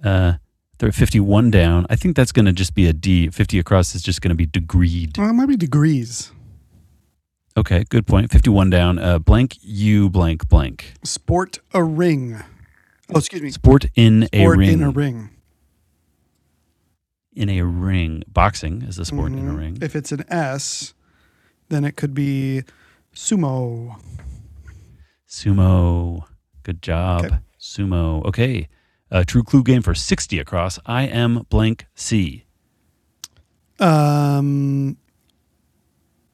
Speaker 2: Uh they're at 51 down. I think that's going to just be a D. 50 across is just going to be degreed.
Speaker 1: Well, it might be Uh, degrees.
Speaker 2: Okay, good point. 51 down. Uh blank U blank blank.
Speaker 1: Sport a ring. Oh, excuse me.
Speaker 2: Sport in a
Speaker 1: Sport
Speaker 2: ring.
Speaker 1: in a ring.
Speaker 2: In a ring. Boxing is a sport in a
Speaker 1: Mhm.
Speaker 2: ring.
Speaker 1: If it's an S, then it could be sumo.
Speaker 2: Sumo. Good job.
Speaker 1: Okay.
Speaker 2: Sumo. Okay. A true clue game for 60 across. I am blank C.
Speaker 1: Um.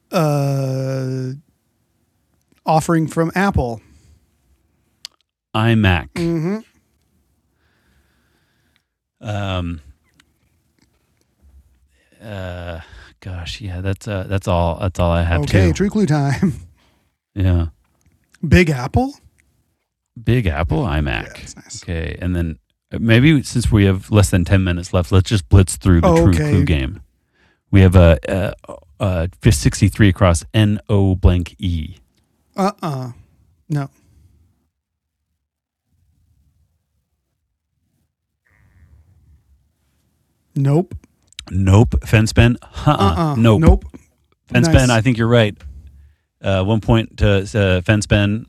Speaker 1: Uh. Offering from Apple.
Speaker 2: iMac.
Speaker 1: Mm-hmm.
Speaker 2: Um, uh, gosh, yeah, that's uh, that's all. That's all I have
Speaker 1: Okay,
Speaker 2: too.
Speaker 1: true clue time. [LAUGHS]
Speaker 2: Yeah,
Speaker 1: Big Apple.
Speaker 2: Big Apple iMac.
Speaker 1: that's nice.
Speaker 2: Okay, and then uh, maybe since we have less than 10 minutes left, let's just blitz through the
Speaker 1: Oh,
Speaker 2: true
Speaker 1: okay.
Speaker 2: clue game. We have a, a, a 63 across N O blank E.
Speaker 1: Uh uh No. Nope.
Speaker 2: Nope. Fence Ben. Huh.
Speaker 1: Uh uh
Speaker 2: Nope.
Speaker 1: Nope.
Speaker 2: Fence
Speaker 1: Nice.
Speaker 2: Ben, I think you're right. Uh, one point to uh, Fence Ben.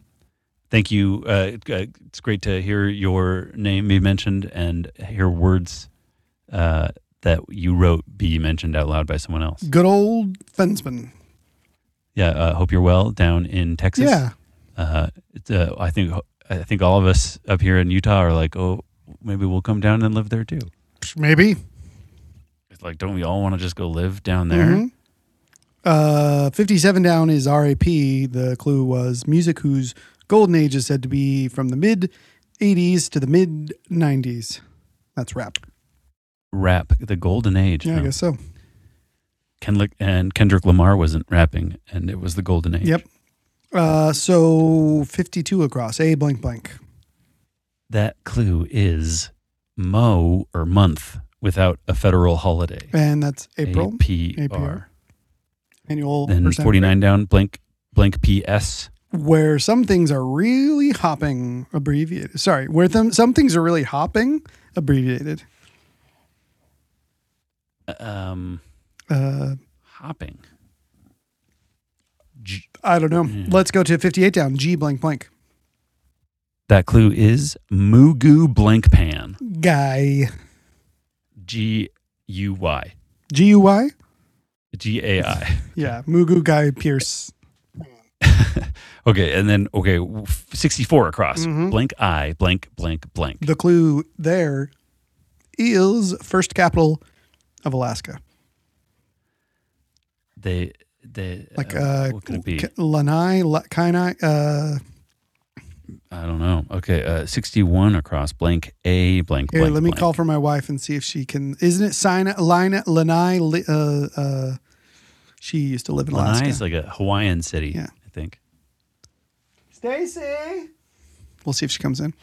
Speaker 2: Thank you. Uh, it- uh, it's great to hear your name be mentioned and hear words uh, that you wrote be mentioned out loud by someone else.
Speaker 1: Good old Fensman.
Speaker 2: Yeah. Uh, hope you're well down in Texas.
Speaker 1: Yeah.
Speaker 2: Uh, it's, uh, I think I think all of us up here in Utah are like, oh, maybe we'll come down and live there too.
Speaker 1: Maybe.
Speaker 2: It's like, don't we all want to just go live down there?
Speaker 1: Mhm. Uh, 57 down is RAP. The clue was music whose golden age is said to be from the mid 80s to the mid 90s. That's rap.
Speaker 2: Rap the golden age.
Speaker 1: Yeah, I
Speaker 2: huh?
Speaker 1: guess so.
Speaker 2: Kendrick and Kendrick Lamar wasn't rapping, and it was the golden age.
Speaker 1: Yep. Uh, so 52 across, A blank blank.
Speaker 2: That clue is mo or month without a federal holiday.
Speaker 1: And that's April.
Speaker 2: APR.
Speaker 1: APR. Annual
Speaker 2: Then
Speaker 1: percent
Speaker 2: forty nine down blank blank PS.
Speaker 1: where some things are really hopping abbreviated. Sorry, where them, some things are really hopping abbreviated.
Speaker 2: Um,
Speaker 1: Uh,
Speaker 2: hopping. G-
Speaker 1: I don't know.
Speaker 2: Hmm.
Speaker 1: Let's go to 58 down, G blank blank.
Speaker 2: that clue is mugu blank pan.
Speaker 1: Guy.
Speaker 2: G U Y
Speaker 1: G U Y?
Speaker 2: G A I.
Speaker 1: Yeah, Mugu Guy Pierce.
Speaker 2: [LAUGHS] Okay, and then okay, sixty four across
Speaker 1: Mhm.
Speaker 2: blank I blank blank blank.
Speaker 1: The clue there is first capital of Alaska.
Speaker 2: They they
Speaker 1: Like,
Speaker 2: uh,
Speaker 1: uh,
Speaker 2: what could it be?
Speaker 1: K- Lanai, La- Kainai, uh,
Speaker 2: I don't know. Okay, uh, 61 across blank A blank
Speaker 1: here,
Speaker 2: blank.
Speaker 1: let me
Speaker 2: blank.
Speaker 1: call for my wife and see if she can. Isn't it Sina, Lina, Lanai? Li- Uh, uh, she used to live in Alaska.
Speaker 2: Lanai is like a Hawaiian city,
Speaker 1: Yeah.
Speaker 2: I think.
Speaker 1: Stacy. We'll see if she comes in.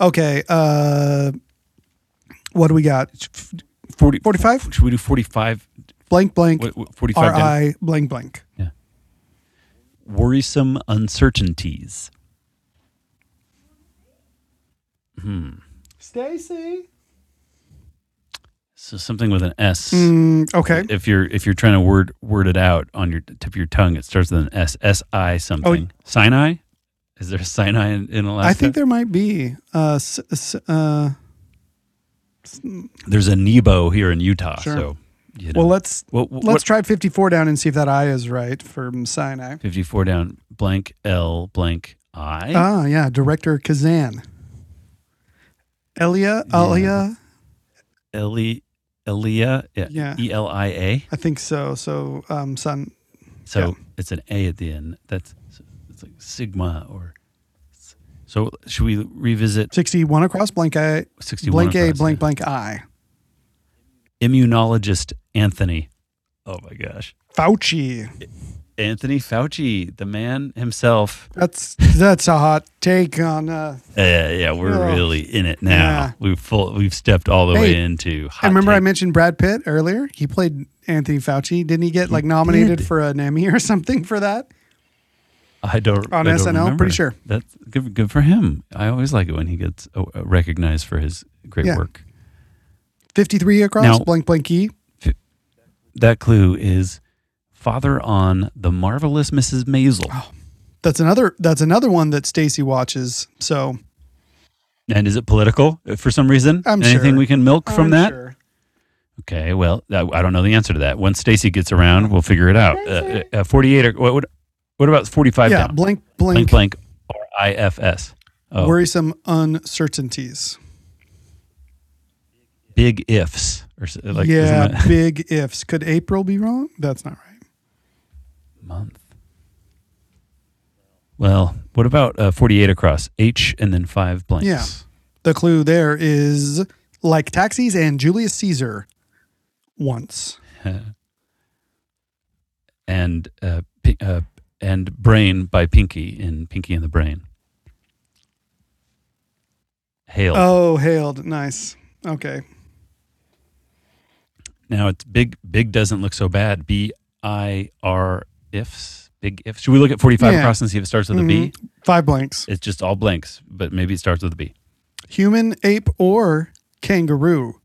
Speaker 1: Okay. Uh, what do we got?
Speaker 2: 40,
Speaker 1: 45?
Speaker 2: Should we do 45?
Speaker 1: Blank, blank,
Speaker 2: What, what, 45 down?
Speaker 1: R-I, blank, blank.
Speaker 2: Worrisome uncertainties.
Speaker 1: Stacy.
Speaker 2: So something with an S.
Speaker 1: Mm, okay.
Speaker 2: If you're if you're trying to word word it out on your tip of your tongue, it starts with an S. S
Speaker 1: Oh,
Speaker 2: I something. Sinai? Is there a Sinai in, in Alaska?
Speaker 1: I think there might be. Uh, s- s- uh,
Speaker 2: there's a Nebo here in Utah.
Speaker 1: Sure.
Speaker 2: So you know.
Speaker 1: well, let's
Speaker 2: what, what,
Speaker 1: let's try 54 down and see if that I is right from Sinai.
Speaker 2: 54 down blank L blank I.
Speaker 1: Ah, yeah. Director Kazan. Elia, Alia,
Speaker 2: Eli E, Elia,
Speaker 1: Yeah.
Speaker 2: yeah, E L I A.
Speaker 1: I think so. So, um, son,
Speaker 2: So
Speaker 1: Yeah.
Speaker 2: it's an A at the end. That's it's like sigma or. So should we revisit
Speaker 1: 61 across, blank I,
Speaker 2: 61
Speaker 1: blank A,
Speaker 2: across?
Speaker 1: blank, blank I.
Speaker 2: Immunologist Anthony. Oh my gosh.
Speaker 1: Fauci.
Speaker 2: Anthony Fauci, the man himself.
Speaker 1: That's that's a hot take on. Uh,
Speaker 2: Uh, yeah, we're
Speaker 1: Oh.
Speaker 2: really in it now.
Speaker 1: Yeah.
Speaker 2: We've full, we've stepped all the
Speaker 1: Hey,
Speaker 2: way into. Hot
Speaker 1: I remember I
Speaker 2: take.
Speaker 1: mentioned Brad Pitt earlier. He played Anthony Fauci. Didn't he get like nominated
Speaker 2: did.
Speaker 1: for an Emmy or [LAUGHS] something for that?
Speaker 2: I don't
Speaker 1: on
Speaker 2: I don't
Speaker 1: SNL,
Speaker 2: remember.
Speaker 1: pretty sure.
Speaker 2: That's good, good for him. I always like it when he gets uh, recognized for his great
Speaker 1: Yeah.
Speaker 2: work.
Speaker 1: Fifty three across,
Speaker 2: Now-
Speaker 1: blank blank E.
Speaker 2: That clue is Father on the Marvelous Mrs. Maisel.
Speaker 1: Oh. That's another. That's another one that Stacy watches. So
Speaker 2: And is it political uh, for some reason?
Speaker 1: I'm
Speaker 2: Anything
Speaker 1: sure.
Speaker 2: we can milk from
Speaker 1: I'm
Speaker 2: that?
Speaker 1: sure.
Speaker 2: Okay, well, I I don't know the answer to that. Once Stacy gets around, we'll figure it out. Uh, uh, 48 or what, what, what about 45
Speaker 1: yeah,
Speaker 2: down?
Speaker 1: blank blank,
Speaker 2: Blank, blank, R I F S. Oh,
Speaker 1: worrisome uncertainties.
Speaker 2: big ifs. Or s- like, isn't
Speaker 1: yeah,
Speaker 2: that-
Speaker 1: big ifs. Could April be wrong? That's not right.
Speaker 2: month. Well, what about uh, 48 across? H and then five blanks.
Speaker 1: Yeah. The clue there is like taxis and Julius Caesar. Once
Speaker 2: [LAUGHS] and uh, pi- uh, and Brain by Pinky in Pinky and the Brain. hailed.
Speaker 1: Oh, hailed. Nice. Okay.
Speaker 2: Now it's big. Big doesn't look so bad. B I R ifs. Big if. Should we look at forty five
Speaker 1: Yeah. Mm-hmm.
Speaker 2: across and see if it starts with a B?
Speaker 1: Five blanks.
Speaker 2: It's just all blanks, but maybe it starts with a B.
Speaker 1: Human, ape, or kangaroo.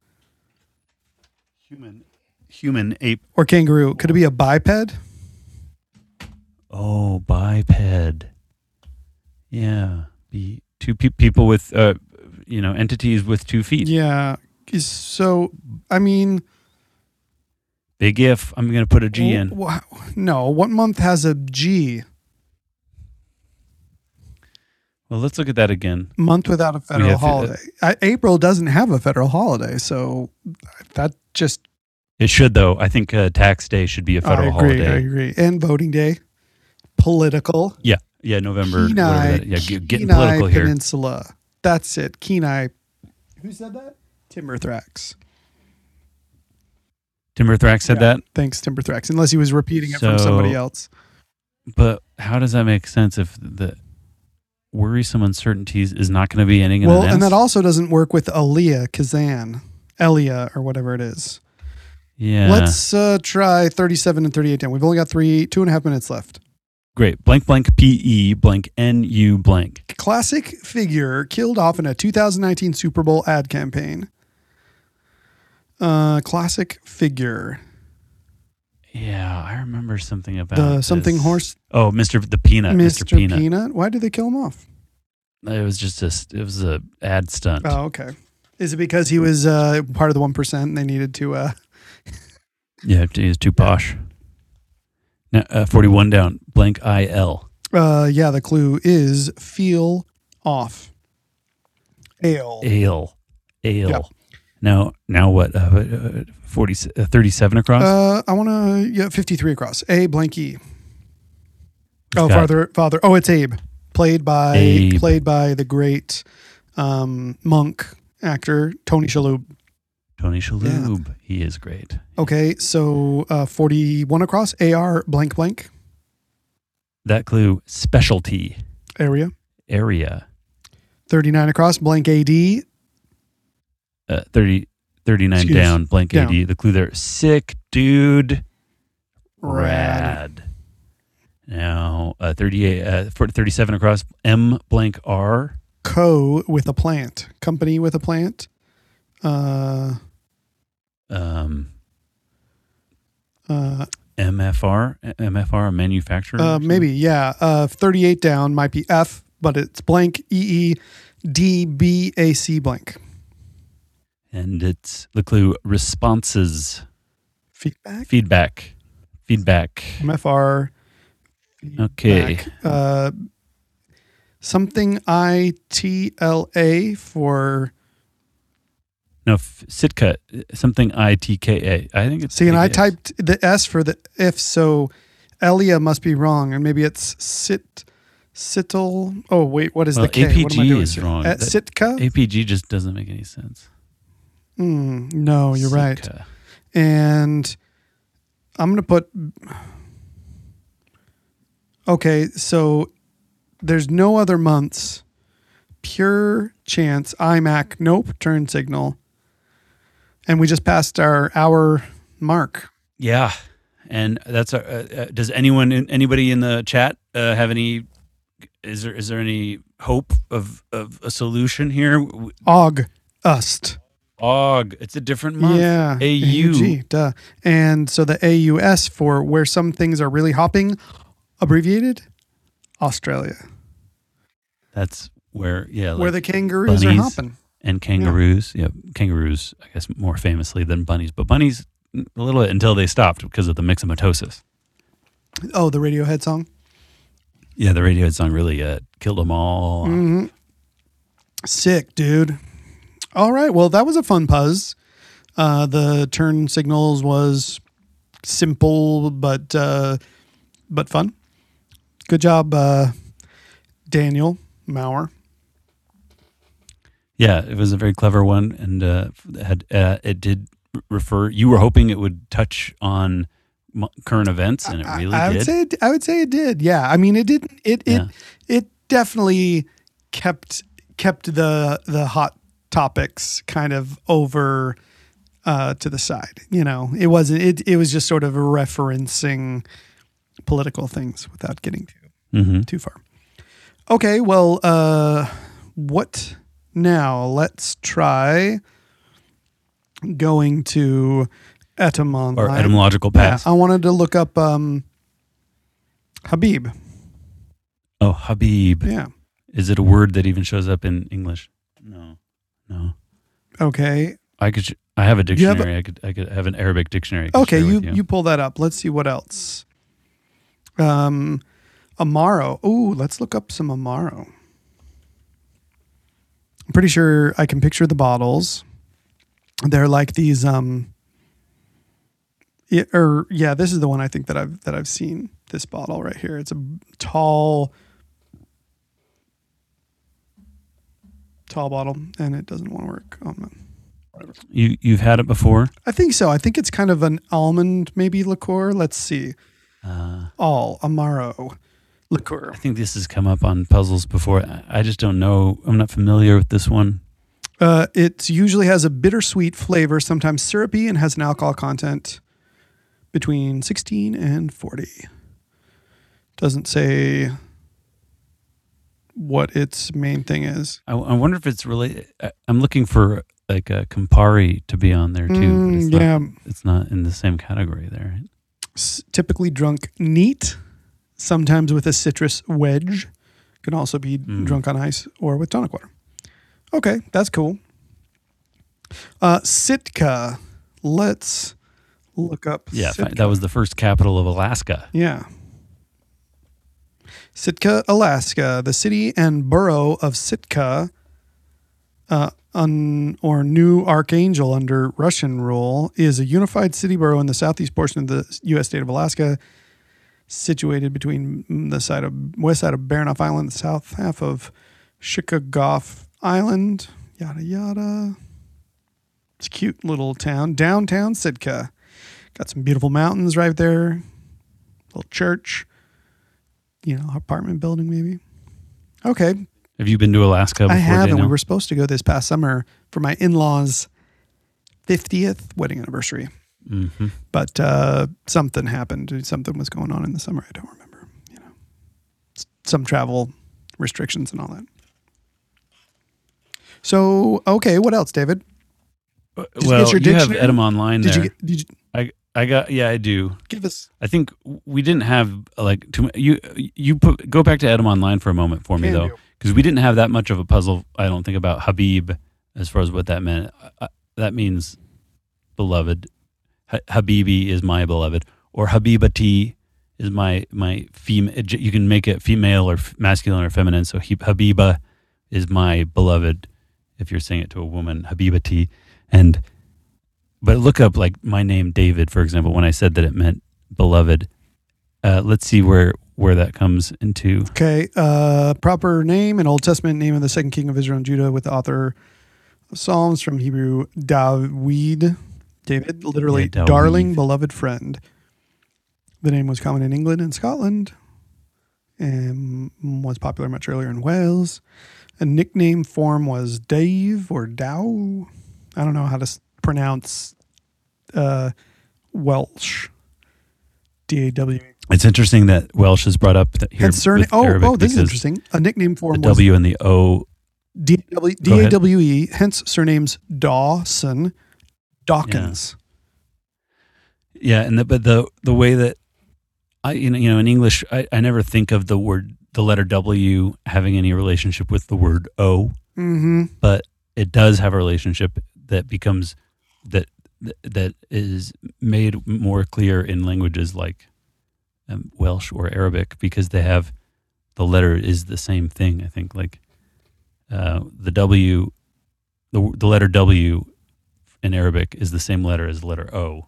Speaker 2: Human, human ape.
Speaker 1: Or kangaroo. Could it be a biped?
Speaker 2: Oh, biped. Yeah, be two pe- people with uh, you know, entities with two feet.
Speaker 1: Yeah. So, I mean,
Speaker 2: Big if. I'm gonna put a G in.
Speaker 1: wh- no. What month has a G?
Speaker 2: Well, let's look at that again.
Speaker 1: Month without a federal
Speaker 2: have to-
Speaker 1: holiday. I, April doesn't have a federal holiday, so that just
Speaker 2: It should though. I think uh, tax day should be a federal
Speaker 1: I agree.
Speaker 2: holiday.
Speaker 1: I agree. And voting day, political.
Speaker 2: Yeah, yeah, November.
Speaker 1: Kenai,
Speaker 2: whatever that- yeah, g- getting
Speaker 1: Kenai
Speaker 2: political here.
Speaker 1: Peninsula. That's it. Kenai. Who said that? Timber Thrax.
Speaker 2: Timber Thrax said
Speaker 1: Yeah.
Speaker 2: that,
Speaker 1: Thanks, Timber Thrax. Unless he was repeating it from
Speaker 2: So-
Speaker 1: somebody else.
Speaker 2: but how does that make sense if the worrisome uncertainties is not going to be ending in
Speaker 1: Well,
Speaker 2: an
Speaker 1: and
Speaker 2: S?
Speaker 1: that also doesn't work with Aaliyah Kazan, Elia, or whatever it is.
Speaker 2: yeah.
Speaker 1: Let's uh, try 37 and 38 down. We've only got three, two and a half minutes left.
Speaker 2: Great. Blank blank P E blank N U blank.
Speaker 1: Classic figure killed off in a 2019 Super Bowl ad campaign. Uh, classic figure.
Speaker 2: Yeah, I remember something about
Speaker 1: The something
Speaker 2: this.
Speaker 1: horse
Speaker 2: Oh, Mr. the Peanut. Mr.
Speaker 1: Mr. Peanut.
Speaker 2: Peanut.
Speaker 1: Why did they kill him off?
Speaker 2: It was just a. st- It was a ad stunt.
Speaker 1: Oh, okay. Is it because he was uh, part of the one percent and they needed to? Uh,
Speaker 2: Yeah, it was too posh. Now, uh, Forty-one down. Blank I L.
Speaker 1: uh, yeah. The clue is feel off. Ale.
Speaker 2: Ale. Ale.
Speaker 1: Yeah.
Speaker 2: Now, now what? Uh, uh, 40, uh, 37 across.
Speaker 1: Uh, I want to yeah fifty three across. A blank E. Oh,
Speaker 2: Got it.
Speaker 1: farther, farther. Oh, it's Abe, played by
Speaker 2: Abe.
Speaker 1: played by the great um, monk actor Tony Shalhoub.
Speaker 2: Tony Shalhoub. He is great.
Speaker 1: Okay, so uh, forty one across. A R blank blank
Speaker 2: That clue. Specialty
Speaker 1: area.
Speaker 2: area.
Speaker 1: Thirty nine across. Blank A D.
Speaker 2: Uh, 30, 39
Speaker 1: Excuse-
Speaker 2: down. Blank
Speaker 1: down.
Speaker 2: AD. The clue there. Sick dude.
Speaker 1: Rad.
Speaker 2: Now, uh, 38, uh, 40, 37 across, M blank R.
Speaker 1: co with a plant, company with a plant. Uh,
Speaker 2: Um,
Speaker 1: uh,
Speaker 2: MFR, uh, MFR, a manufacturer.
Speaker 1: uh, maybe, yeah. Uh, 38 down might be F, but it's blank E E D B A C blank.
Speaker 2: And it's the clue responses,
Speaker 1: Feedback?
Speaker 2: feedback, feedback.
Speaker 1: MFR.
Speaker 2: Okay.
Speaker 1: back. Uh, something I T L A for.
Speaker 2: No, f- Sitka, uh, something I T K A. I think it's.
Speaker 1: See, and I
Speaker 2: it is.
Speaker 1: typed the S for the if, so Elia must be wrong, and maybe it's sit. Sitel. Oh wait, what is
Speaker 2: Well,
Speaker 1: the K? what am I
Speaker 2: APG
Speaker 1: doing
Speaker 2: is
Speaker 1: here?
Speaker 2: wrong.
Speaker 1: At
Speaker 2: That-
Speaker 1: Sitka.
Speaker 2: APG just doesn't make any sense.
Speaker 1: Mm, no, you're right.
Speaker 2: Sitka.
Speaker 1: And I'm going to put. Okay, so there's no other months. Pure chance. iMac. Nope. Turn signal. And we just passed our hour mark.
Speaker 2: Yeah, and that's. Uh, uh, does anyone, anybody in the chat, uh, have any? Is there is there any hope of of a solution here? W-
Speaker 1: Og. Ust.
Speaker 2: Og, it's a different month.
Speaker 1: Yeah.
Speaker 2: AU.
Speaker 1: AUG, Duh. And so the AUS for where some things are really hopping, abbreviated Australia,
Speaker 2: That's where yeah,
Speaker 1: where
Speaker 2: like,
Speaker 1: the kangaroos
Speaker 2: bunnies.
Speaker 1: are hopping.
Speaker 2: and kangaroos. Yeah. kangaroos. I guess more famously than bunnies, but bunnies mm, a little bit until they stopped because of the myxomatosis.
Speaker 1: Oh, the Radiohead song?
Speaker 2: Yeah, the Radiohead song really uh, killed them all.
Speaker 1: Mm. Sick, dude. All right. Well, that was a fun puzz. Uh, the turn signals was simple but uh, but fun. Good job, uh, Daniel Maurer.
Speaker 2: Yeah, it was a very clever one, and uh, had uh, it did r- refer. You were hoping it would touch on mo- current events, and it really
Speaker 1: I, I
Speaker 2: did.
Speaker 1: would say it, I would say it did. Yeah. I mean, it didn't. It
Speaker 2: Yeah.
Speaker 1: it it definitely kept kept the the hot topics kind of over uh, to the side. You know, it wasn't. It it was just sort of referencing political things without getting too
Speaker 2: Mm-hmm.
Speaker 1: too far. Okay, well, uh, what now? Let's try going to Etymon.
Speaker 2: Or etymological pass.
Speaker 1: I wanted to look up um, Habib.
Speaker 2: Oh, Habib.
Speaker 1: Yeah.
Speaker 2: Is it a word that even shows up in English? No, no.
Speaker 1: Okay.
Speaker 2: I could. sh- I have a
Speaker 1: You have a-
Speaker 2: dictionary. I could. I could have an Arabic dictionary. I could
Speaker 1: Okay,
Speaker 2: share
Speaker 1: you,
Speaker 2: with
Speaker 1: you pull that up. Let's see what else. Um, Amaro. Ooh, let's look up some Amaro. I'm pretty sure I can picture the bottles. They're like these. Um, yeah, or yeah, this is the one I think that I've that I've seen. This bottle right here. It's a tall, tall bottle, and it doesn't want to work Oh, on my
Speaker 2: you. You've had it before.
Speaker 1: I think so. I think it's kind of an almond, maybe liqueur. Let's see.
Speaker 2: Uh,
Speaker 1: All amaro liqueur.
Speaker 2: I think this has come up on puzzles before. I, I just don't know. I'm not familiar with this one.
Speaker 1: Uh, it usually has a bittersweet flavor, sometimes syrupy, and has an alcohol content between 16 and 40. Doesn't say what its main thing is.
Speaker 2: I, I wonder if it's related. I, I'm looking for like a Campari to be on there too. but
Speaker 1: Mm,
Speaker 2: it's not,
Speaker 1: yeah,
Speaker 2: It's not in the same category there.
Speaker 1: S- typically drunk neat, sometimes with a citrus wedge. Can also be
Speaker 2: Mm.
Speaker 1: drunk on ice or with tonic water. Okay, that's cool. Uh, Sitka. Let's look up.
Speaker 2: Yeah,
Speaker 1: Sitka.
Speaker 2: fine. that was the first capital of Alaska.
Speaker 1: Yeah. Sitka, Alaska, the city and borough of Sitka, uh, un, or New Archangel under Russian rule, is a unified city borough in the southeast portion of the U.S. state of Alaska, situated between the side of west side of Baranof Island, the south half of Shikagoff Island, yada yada. It's a cute little town, downtown Sitka. Got some beautiful mountains right there little church, you know, apartment building maybe. Okay,
Speaker 2: Have you been to Alaska?
Speaker 1: I
Speaker 2: Before
Speaker 1: have, and we
Speaker 2: Daniel?
Speaker 1: were supposed to go this past summer for my in-laws' fiftieth wedding anniversary,
Speaker 2: Mhm.
Speaker 1: but uh, something happened. Something was going on in the summer. I don't remember. You know, S- some travel restrictions and all that. So okay, what else, David? you get
Speaker 2: well,
Speaker 1: your
Speaker 2: you have
Speaker 1: dictionary?
Speaker 2: Edam online
Speaker 1: Did
Speaker 2: there.
Speaker 1: you get, did you
Speaker 2: I I got yeah, I do.
Speaker 1: give us?
Speaker 2: I think we didn't have uh, like too mu- you you put go back to Adam online for a moment for me
Speaker 1: Can
Speaker 2: though
Speaker 1: do.
Speaker 2: because we didn't have that much of a puzzle. I don't think about Habib as far as what that meant. I, I, that means beloved. Ha- Habibi is my beloved, or Habibati is my my female. You can make it female or f- masculine or feminine. So he, Habiba is my beloved if you're saying it to a woman. Habibati and but look up like my name David for example. When I said that it meant beloved, uh, let's see where where that comes into.
Speaker 1: Okay, uh, proper name and Old Testament name of the second king of Israel and Judah with the author of Psalms from Hebrew, David. David, literally,
Speaker 2: Yeah, David.
Speaker 1: darling, beloved friend. The name was common in England and Scotland and was popular much earlier in Wales. A nickname form was Dave or Dow. I don't know how to s- pronounce uh, Welsh. D A W.
Speaker 2: It's interesting that Welsh is brought up that here.
Speaker 1: And surname.
Speaker 2: with
Speaker 1: Oh,
Speaker 2: Arabic
Speaker 1: oh, this is
Speaker 2: because
Speaker 1: interesting. A nickname
Speaker 2: The
Speaker 1: form was
Speaker 2: W and the O.
Speaker 1: D A W E, hence surnames Dawson, Dawkins.
Speaker 2: Yeah, and the, but the the way that I you know, you know in English I, I never think of the word the letter W having any relationship with the word O.
Speaker 1: Mm-hmm.
Speaker 2: but it does have a relationship that becomes that that is made more clear in languages like um, Welsh or Arabic because they have the letter is the same thing. I think like uh, the W, the the letter W in Arabic is the same letter as the letter O,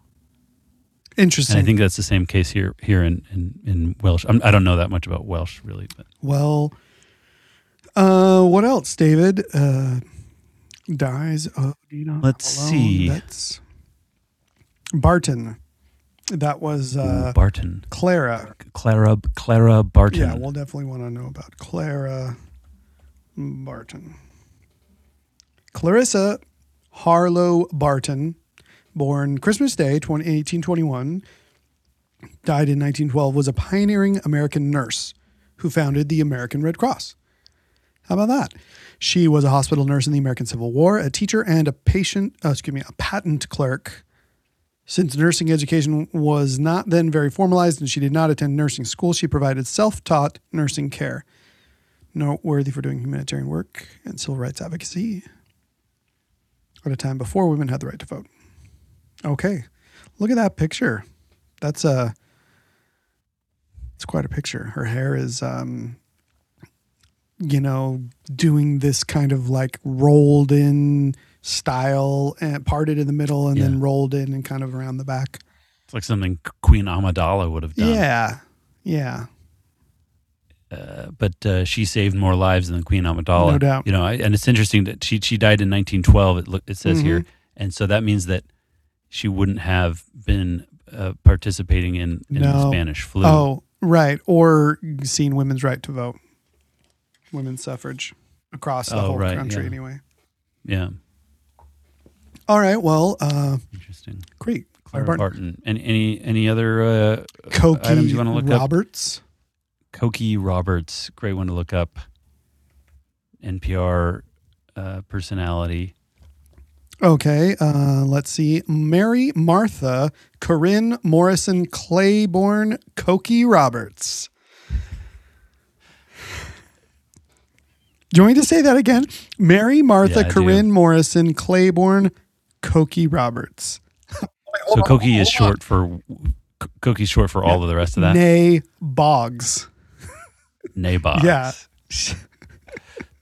Speaker 1: Interesting.
Speaker 2: and I think that's the same case here here in in, in Welsh. I'm, I don't know that much about Welsh really, but
Speaker 1: well, uh, what else, David? Uh, dies. Of, you know,
Speaker 2: Let's
Speaker 1: alone.
Speaker 2: see.
Speaker 1: That's Barton. That was uh,
Speaker 2: Barton,
Speaker 1: Clara.
Speaker 2: Clara Clara Barton.
Speaker 1: Yeah, we'll definitely want to know about Clara Barton. Clarissa Harlow Barton, born Christmas Day 20, 1821, died in 1912, was a pioneering American nurse who founded the American Red Cross. How about that? She was a hospital nurse in the American Civil War, a teacher and a patient, uh, excuse me, a patent clerk. Since nursing education was not then very formalized and she did not attend nursing school, she provided self taught nursing care. Noteworthy for doing humanitarian work and civil rights advocacy at a time before women had the right to vote. Okay. Look at that picture. That's a it's quite a picture. Her hair is um you know doing this kind of like rolled in style and parted in the middle and then
Speaker 2: Yeah.
Speaker 1: rolled in and kind of around the back.
Speaker 2: It's like something Queen Amidala would have done.
Speaker 1: Yeah. Yeah.
Speaker 2: Uh, but uh, she saved more lives than Queen Amidala.
Speaker 1: No doubt.
Speaker 2: You know, I, and it's interesting that she she died in 1912. It look, it says
Speaker 1: Mm-hmm.
Speaker 2: here, and so that means that she wouldn't have been uh, participating in, in the
Speaker 1: No.
Speaker 2: Spanish flu.
Speaker 1: Oh, right. Or seeing women's right to vote. Women's suffrage across the
Speaker 2: Oh,
Speaker 1: whole
Speaker 2: right,
Speaker 1: country
Speaker 2: yeah.
Speaker 1: anyway.
Speaker 2: yeah,
Speaker 1: All right. Well, uh
Speaker 2: interesting.
Speaker 1: great.
Speaker 2: Clara
Speaker 1: Clara
Speaker 2: Barton.
Speaker 1: Barton.
Speaker 2: And any any other uh, items
Speaker 1: Cokie
Speaker 2: you want to look up?
Speaker 1: Roberts.
Speaker 2: Cokie Roberts, great one to look up. NPR uh, personality.
Speaker 1: Okay, uh, let's see. Mary Martha Corinne Morrison Claiborne Cokie Roberts. Do you want me to say that again? Mary Martha
Speaker 2: Yeah, I do.
Speaker 1: Corinne Morrison Claiborne Cokie Roberts.
Speaker 2: So Cokie is short for Co- Cokie's short for all of the rest of that.
Speaker 1: Nay Boggs.
Speaker 2: Nabox.
Speaker 1: Yeah.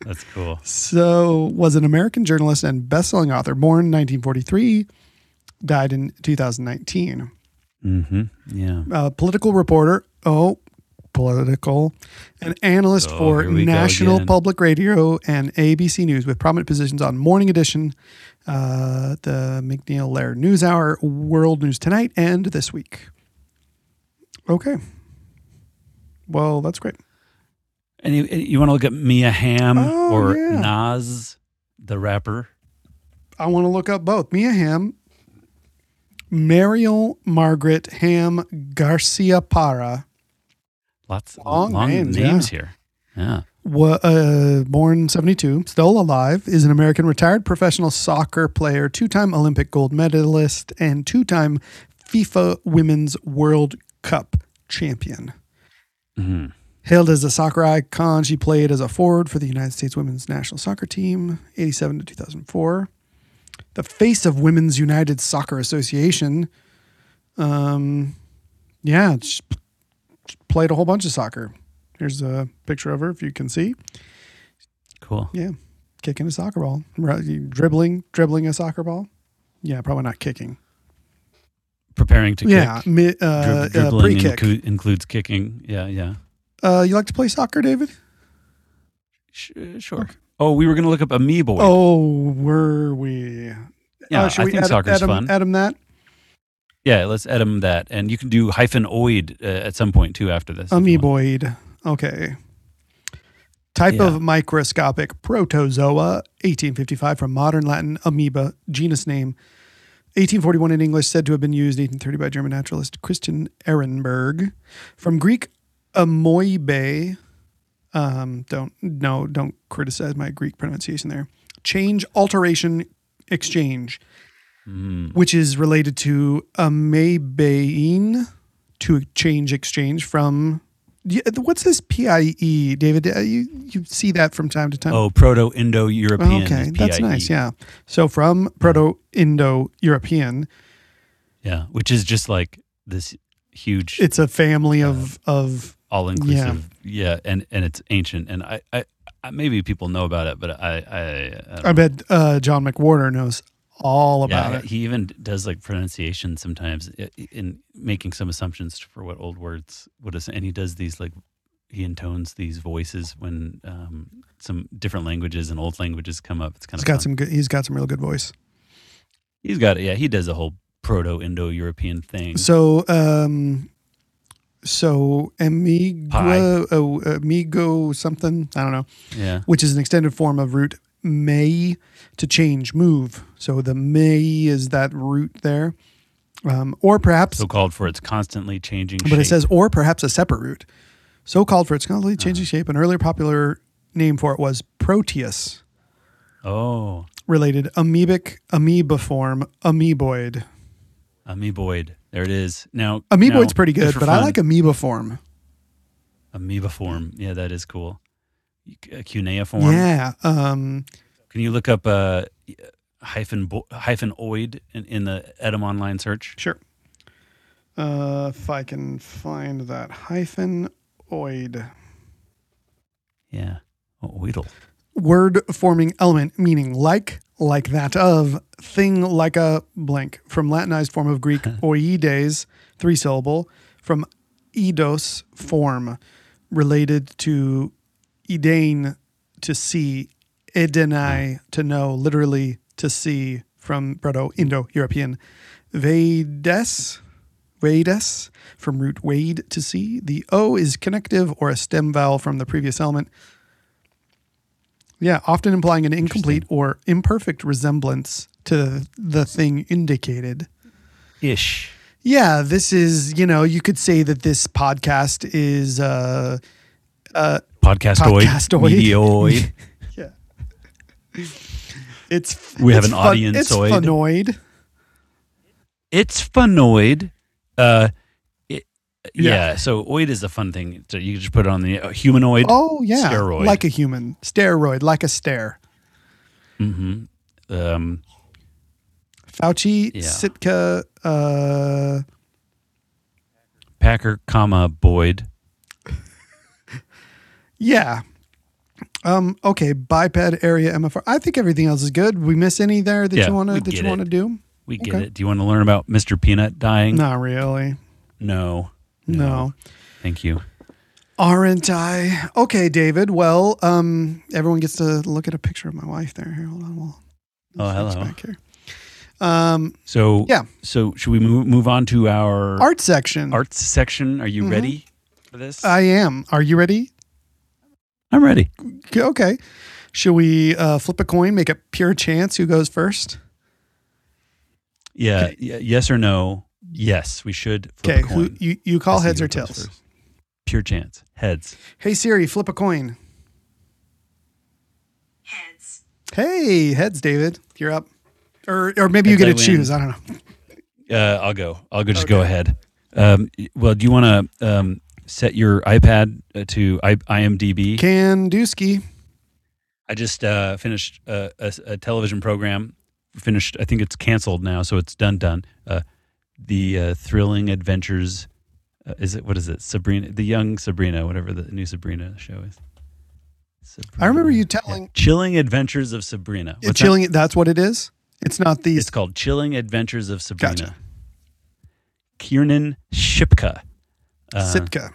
Speaker 2: That's cool.
Speaker 1: So, was an American journalist and best-selling author, born 1943, died in 2019.
Speaker 2: Mm-hmm. Yeah.
Speaker 1: a uh, political reporter. Oh, political. An analyst
Speaker 2: Oh,
Speaker 1: for
Speaker 2: here we go
Speaker 1: National
Speaker 2: again.
Speaker 1: Public Radio and ABC News with prominent positions on Morning Edition, uh, the McNeil Lair News Hour, World News Tonight, and This Week. Okay. Well, that's great.
Speaker 2: And you, you want to look at Mia Hamm
Speaker 1: Oh,
Speaker 2: or
Speaker 1: yeah.
Speaker 2: Nas, the rapper?
Speaker 1: I want to look up both. Mia Hamm, Mariel Margaret Ham Garcia Para.
Speaker 2: Lots of
Speaker 1: Long
Speaker 2: long,
Speaker 1: names,
Speaker 2: names,
Speaker 1: yeah.
Speaker 2: here. Yeah.
Speaker 1: wa- uh, born 72, still alive, is an American retired professional soccer player, two time Olympic gold medalist, and two time FIFA Women's World Cup champion.
Speaker 2: Mhm.
Speaker 1: Hailed as a soccer icon, she played as a forward for the United States women's national soccer team, 87 to 2004. The face of Women's United Soccer Association. Um, yeah, she p- she played a whole bunch of soccer. Here's a picture of her if you can see.
Speaker 2: Cool.
Speaker 1: Yeah, kicking a soccer ball, Right, you dribbling, dribbling a soccer ball. Yeah, probably not kicking.
Speaker 2: Preparing to
Speaker 1: yeah,
Speaker 2: kick.
Speaker 1: mi- uh,
Speaker 2: Drib-
Speaker 1: uh,
Speaker 2: dribbling
Speaker 1: pre-kick.
Speaker 2: inclu- includes kicking. Yeah, yeah.
Speaker 1: uh, you like to play soccer, David?
Speaker 2: Sh- uh, sure. Oh, we were going to look up Amoeboid.
Speaker 1: Oh, were we?
Speaker 2: yeah.
Speaker 1: Uh, should
Speaker 2: I
Speaker 1: we
Speaker 2: think
Speaker 1: add- add
Speaker 2: soccer's
Speaker 1: 'em-
Speaker 2: fun.
Speaker 1: add 'em that.
Speaker 2: yeah, let's add 'em that. And you can do hyphen oid uh, at some point too after this. if you want.
Speaker 1: Amoeboid. Okay. Type
Speaker 2: Yeah.
Speaker 1: of microscopic protozoa, 1855 from modern Latin amoeba, genus name. 1841 in English, said to have been used 1830 by German naturalist Christian Ehrenberg. From Greek amoibe, um, don't no, don't criticize my Greek pronunciation there. Change, alteration, exchange,
Speaker 2: Mm.
Speaker 1: which is related to amoebein, to change exchange from. Yeah, What's this PIE, David? Uh, You you see that from time to time.
Speaker 2: Oh, Proto Indo European.
Speaker 1: Oh, okay, that's
Speaker 2: E.
Speaker 1: nice. Yeah, so from Proto-Indo-European,
Speaker 2: Yeah, which is just like this huge,
Speaker 1: it's a family of of
Speaker 2: all inclusive. Yeah. and and it's ancient. And I, I, I maybe people know about it, but I, I, I don't
Speaker 1: I bet uh, John McWhorter knows all about
Speaker 2: yeah,
Speaker 1: it.
Speaker 2: he even does like pronunciation sometimes i- i- in making some assumptions for what old words would us and he does these like he intones these voices when um, some different languages and old languages come up. It's kind
Speaker 1: He's
Speaker 2: of
Speaker 1: got
Speaker 2: fun.
Speaker 1: some good. He's got some real good voice.
Speaker 2: he's got it. Yeah, he does a whole Proto Indo European thing.
Speaker 1: So, um, so amigo,
Speaker 2: Pie.
Speaker 1: oh, amigo something I don't know,
Speaker 2: yeah,
Speaker 1: which is an extended form of root may to change, move. So the may is that root there. Um, or perhaps,
Speaker 2: So called for its constantly changing
Speaker 1: but
Speaker 2: shape.
Speaker 1: it says, or perhaps a separate root. So called for its constantly changing shape. An earlier popular name for it was Proteus
Speaker 2: oh,
Speaker 1: related amoebic, amoeboform, amoeboid.
Speaker 2: amoeboid. There it is. Now,
Speaker 1: Amoeboid's
Speaker 2: now,
Speaker 1: pretty
Speaker 2: just
Speaker 1: good,
Speaker 2: for
Speaker 1: but I
Speaker 2: fun,
Speaker 1: like amoeboform.
Speaker 2: amoeba form. Yeah, that is cool. A cuneiform.
Speaker 1: Yeah. Um,
Speaker 2: Can you look up uh, hyphen bo- hyphen oid in, in the Edom online search?
Speaker 1: Sure. Uh, if I can find that hyphen oid
Speaker 2: Yeah. Oh, Oidal.
Speaker 1: word forming element meaning like, like that of, thing like a blank from Latinized form of Greek oides, three syllable, from eidos form, related to edain to see, edenai to know, literally to see from Proto Indo European, vedes. Vades from root wade to see. The O is connective or a stem vowel from the previous element. Yeah, often implying an incomplete or imperfect resemblance to the thing indicated.
Speaker 2: Ish.
Speaker 1: Yeah, this is, you know, you could say that this podcast is uh
Speaker 2: Podcastoid.
Speaker 1: Podcastoid. [LAUGHS]
Speaker 2: Medioid.
Speaker 1: yeah. It's
Speaker 2: We have
Speaker 1: it's
Speaker 2: an
Speaker 1: fun-
Speaker 2: audience
Speaker 1: It's
Speaker 2: oid.
Speaker 1: funoid.
Speaker 2: it's funoid. Uh, it, yeah.
Speaker 1: Yeah.
Speaker 2: So oid is a fun thing. So you just put it on the uh, humanoid.
Speaker 1: Oh yeah.
Speaker 2: Steroid.
Speaker 1: Like a human. Steroid, like a stare.
Speaker 2: hmm Um,
Speaker 1: Fauci,
Speaker 2: Yeah.
Speaker 1: Sitka, uh
Speaker 2: Packer, comma Boyd.
Speaker 1: yeah. Um, okay, biped area MFR. I think everything else is good. We miss any there that
Speaker 2: Yeah,
Speaker 1: you wanna
Speaker 2: we
Speaker 1: that
Speaker 2: get
Speaker 1: you
Speaker 2: it.
Speaker 1: wanna do?
Speaker 2: We get
Speaker 1: Okay.
Speaker 2: it. Do you want to learn about Mr. Peanut dying?
Speaker 1: Not really.
Speaker 2: No.
Speaker 1: No.
Speaker 2: Thank you.
Speaker 1: Aren't I? Okay, David. Well, um, everyone gets to look at a picture of my wife there. Here, hold on. We'll
Speaker 2: Oh,
Speaker 1: fix
Speaker 2: hello.
Speaker 1: back here. Um,
Speaker 2: So
Speaker 1: Yeah.
Speaker 2: So should we move move on to our
Speaker 1: art section.
Speaker 2: arts section? Are you
Speaker 1: Mhm.
Speaker 2: ready for this?
Speaker 1: I am. Are you ready?
Speaker 2: I'm ready.
Speaker 1: G- Okay. Should we uh, flip a coin? Make it pure chance. Who goes first?
Speaker 2: Yeah. yeah yes or no? Yes, we should. Flip
Speaker 1: Okay.
Speaker 2: a coin.
Speaker 1: Who you, you call
Speaker 2: I see
Speaker 1: heads
Speaker 2: who
Speaker 1: or
Speaker 2: goes
Speaker 1: tails?
Speaker 2: first. Pure chance. Heads.
Speaker 1: Hey Siri, flip a coin.
Speaker 3: Heads.
Speaker 1: Hey, heads, David. You're up. Or or maybe you
Speaker 2: Heads,
Speaker 1: get
Speaker 2: I
Speaker 1: to
Speaker 2: win.
Speaker 1: choose. I don't know.
Speaker 2: Uh, I'll go. I'll go. Just go ahead. Um, y- well, do you want to um, set your iPad uh, to I- IMDb?
Speaker 1: Kanduski.
Speaker 2: I just uh, finished uh, a, s- a television program. Finished. I think it's canceled now, so it's done. Done. Uh, the uh, thrilling adventures. Uh, is it what is it? Sabrina, the young Sabrina, whatever the new Sabrina show is. Sabrina.
Speaker 1: I remember you
Speaker 2: Yeah.
Speaker 1: telling
Speaker 2: Chilling Adventures of Sabrina. What's that?
Speaker 1: chilling. That's what it is. It's not these.
Speaker 2: It's called Chilling Adventures of Sabrina.
Speaker 1: Gotcha.
Speaker 2: Kiernan Shipka uh,
Speaker 1: Sitka.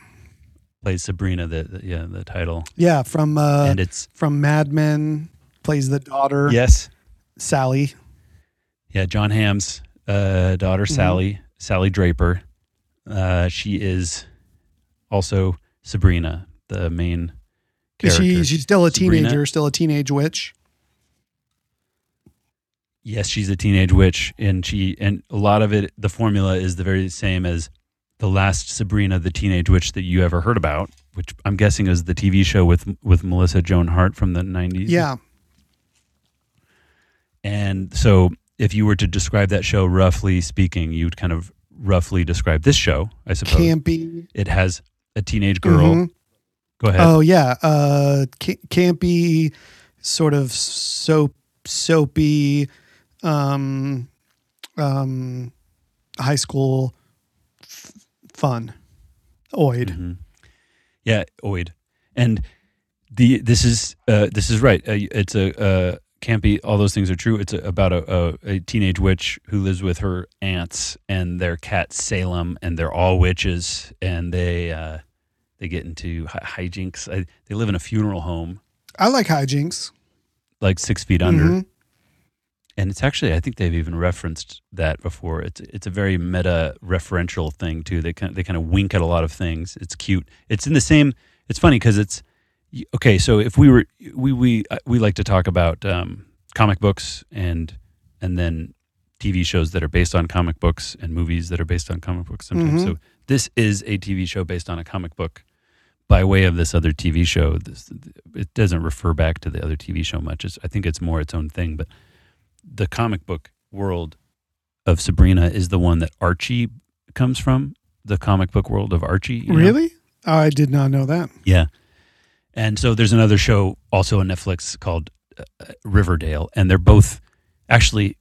Speaker 2: plays Sabrina, the, the- yeah the title,
Speaker 1: Yeah, from uh,
Speaker 2: and it's
Speaker 1: from Mad Men, plays the daughter
Speaker 2: yes,
Speaker 1: Sally.
Speaker 2: yeah John Hamm's uh, daughter
Speaker 1: Mm-hmm.
Speaker 2: Sally, Sally Draper. Uh, she is also Sabrina, the main character.
Speaker 1: She she's still a
Speaker 2: Sabrina.
Speaker 1: teenager, still a teenage witch.
Speaker 2: yes, she's a teenage witch, and she and a lot of it. The formula is the very same as the last Sabrina, the teenage witch that you ever heard about, which I'm guessing is the TV show with with Melissa Joan Hart from the '90s.
Speaker 1: Yeah,
Speaker 2: and so if you were to describe that show roughly speaking, you'd kind of roughly describe this show, I suppose.
Speaker 1: campy
Speaker 2: It has a teenage girl.
Speaker 1: Mhm.
Speaker 2: Go ahead.
Speaker 1: Oh yeah, uh, ca- campy, sort of soap soapy, um, um, high school f- fun. Oid.
Speaker 2: Mhm. Yeah, Oid, and the this is uh, this is right. Uh, it's a uh, campy. All those things are true. It's a, about a, a, a teenage witch who lives with her aunts and their cat Salem, and they're all witches, and they uh, they get into hi- hijinks. I, they live in a funeral home,
Speaker 1: I like hijinks.
Speaker 2: like six feet under.
Speaker 1: Mhm.
Speaker 2: and it's actually I think they've even referenced that before. It's it's a very meta referential thing too. They kind they kind of wink at a lot of things. It's cute. It's in the same. It's funny because it's y- okay, so if we were we we uh, we like to talk about um, comic books and and then TV shows that are based on comic books and movies that are based on comic books sometimes.
Speaker 1: Mhm.
Speaker 2: So this is a TV show based on a comic book by way of this other TV show. This it doesn't refer back to the other TV show much. It's, I think it's more its own thing, but the comic book world of Sabrina is the one that Archie comes from, the comic book world of Archie. you know?
Speaker 1: Really? Oh, I did not know that.
Speaker 2: Yeah. And so there's another show also on Netflix called uh, uh, Riverdale, and they're both actually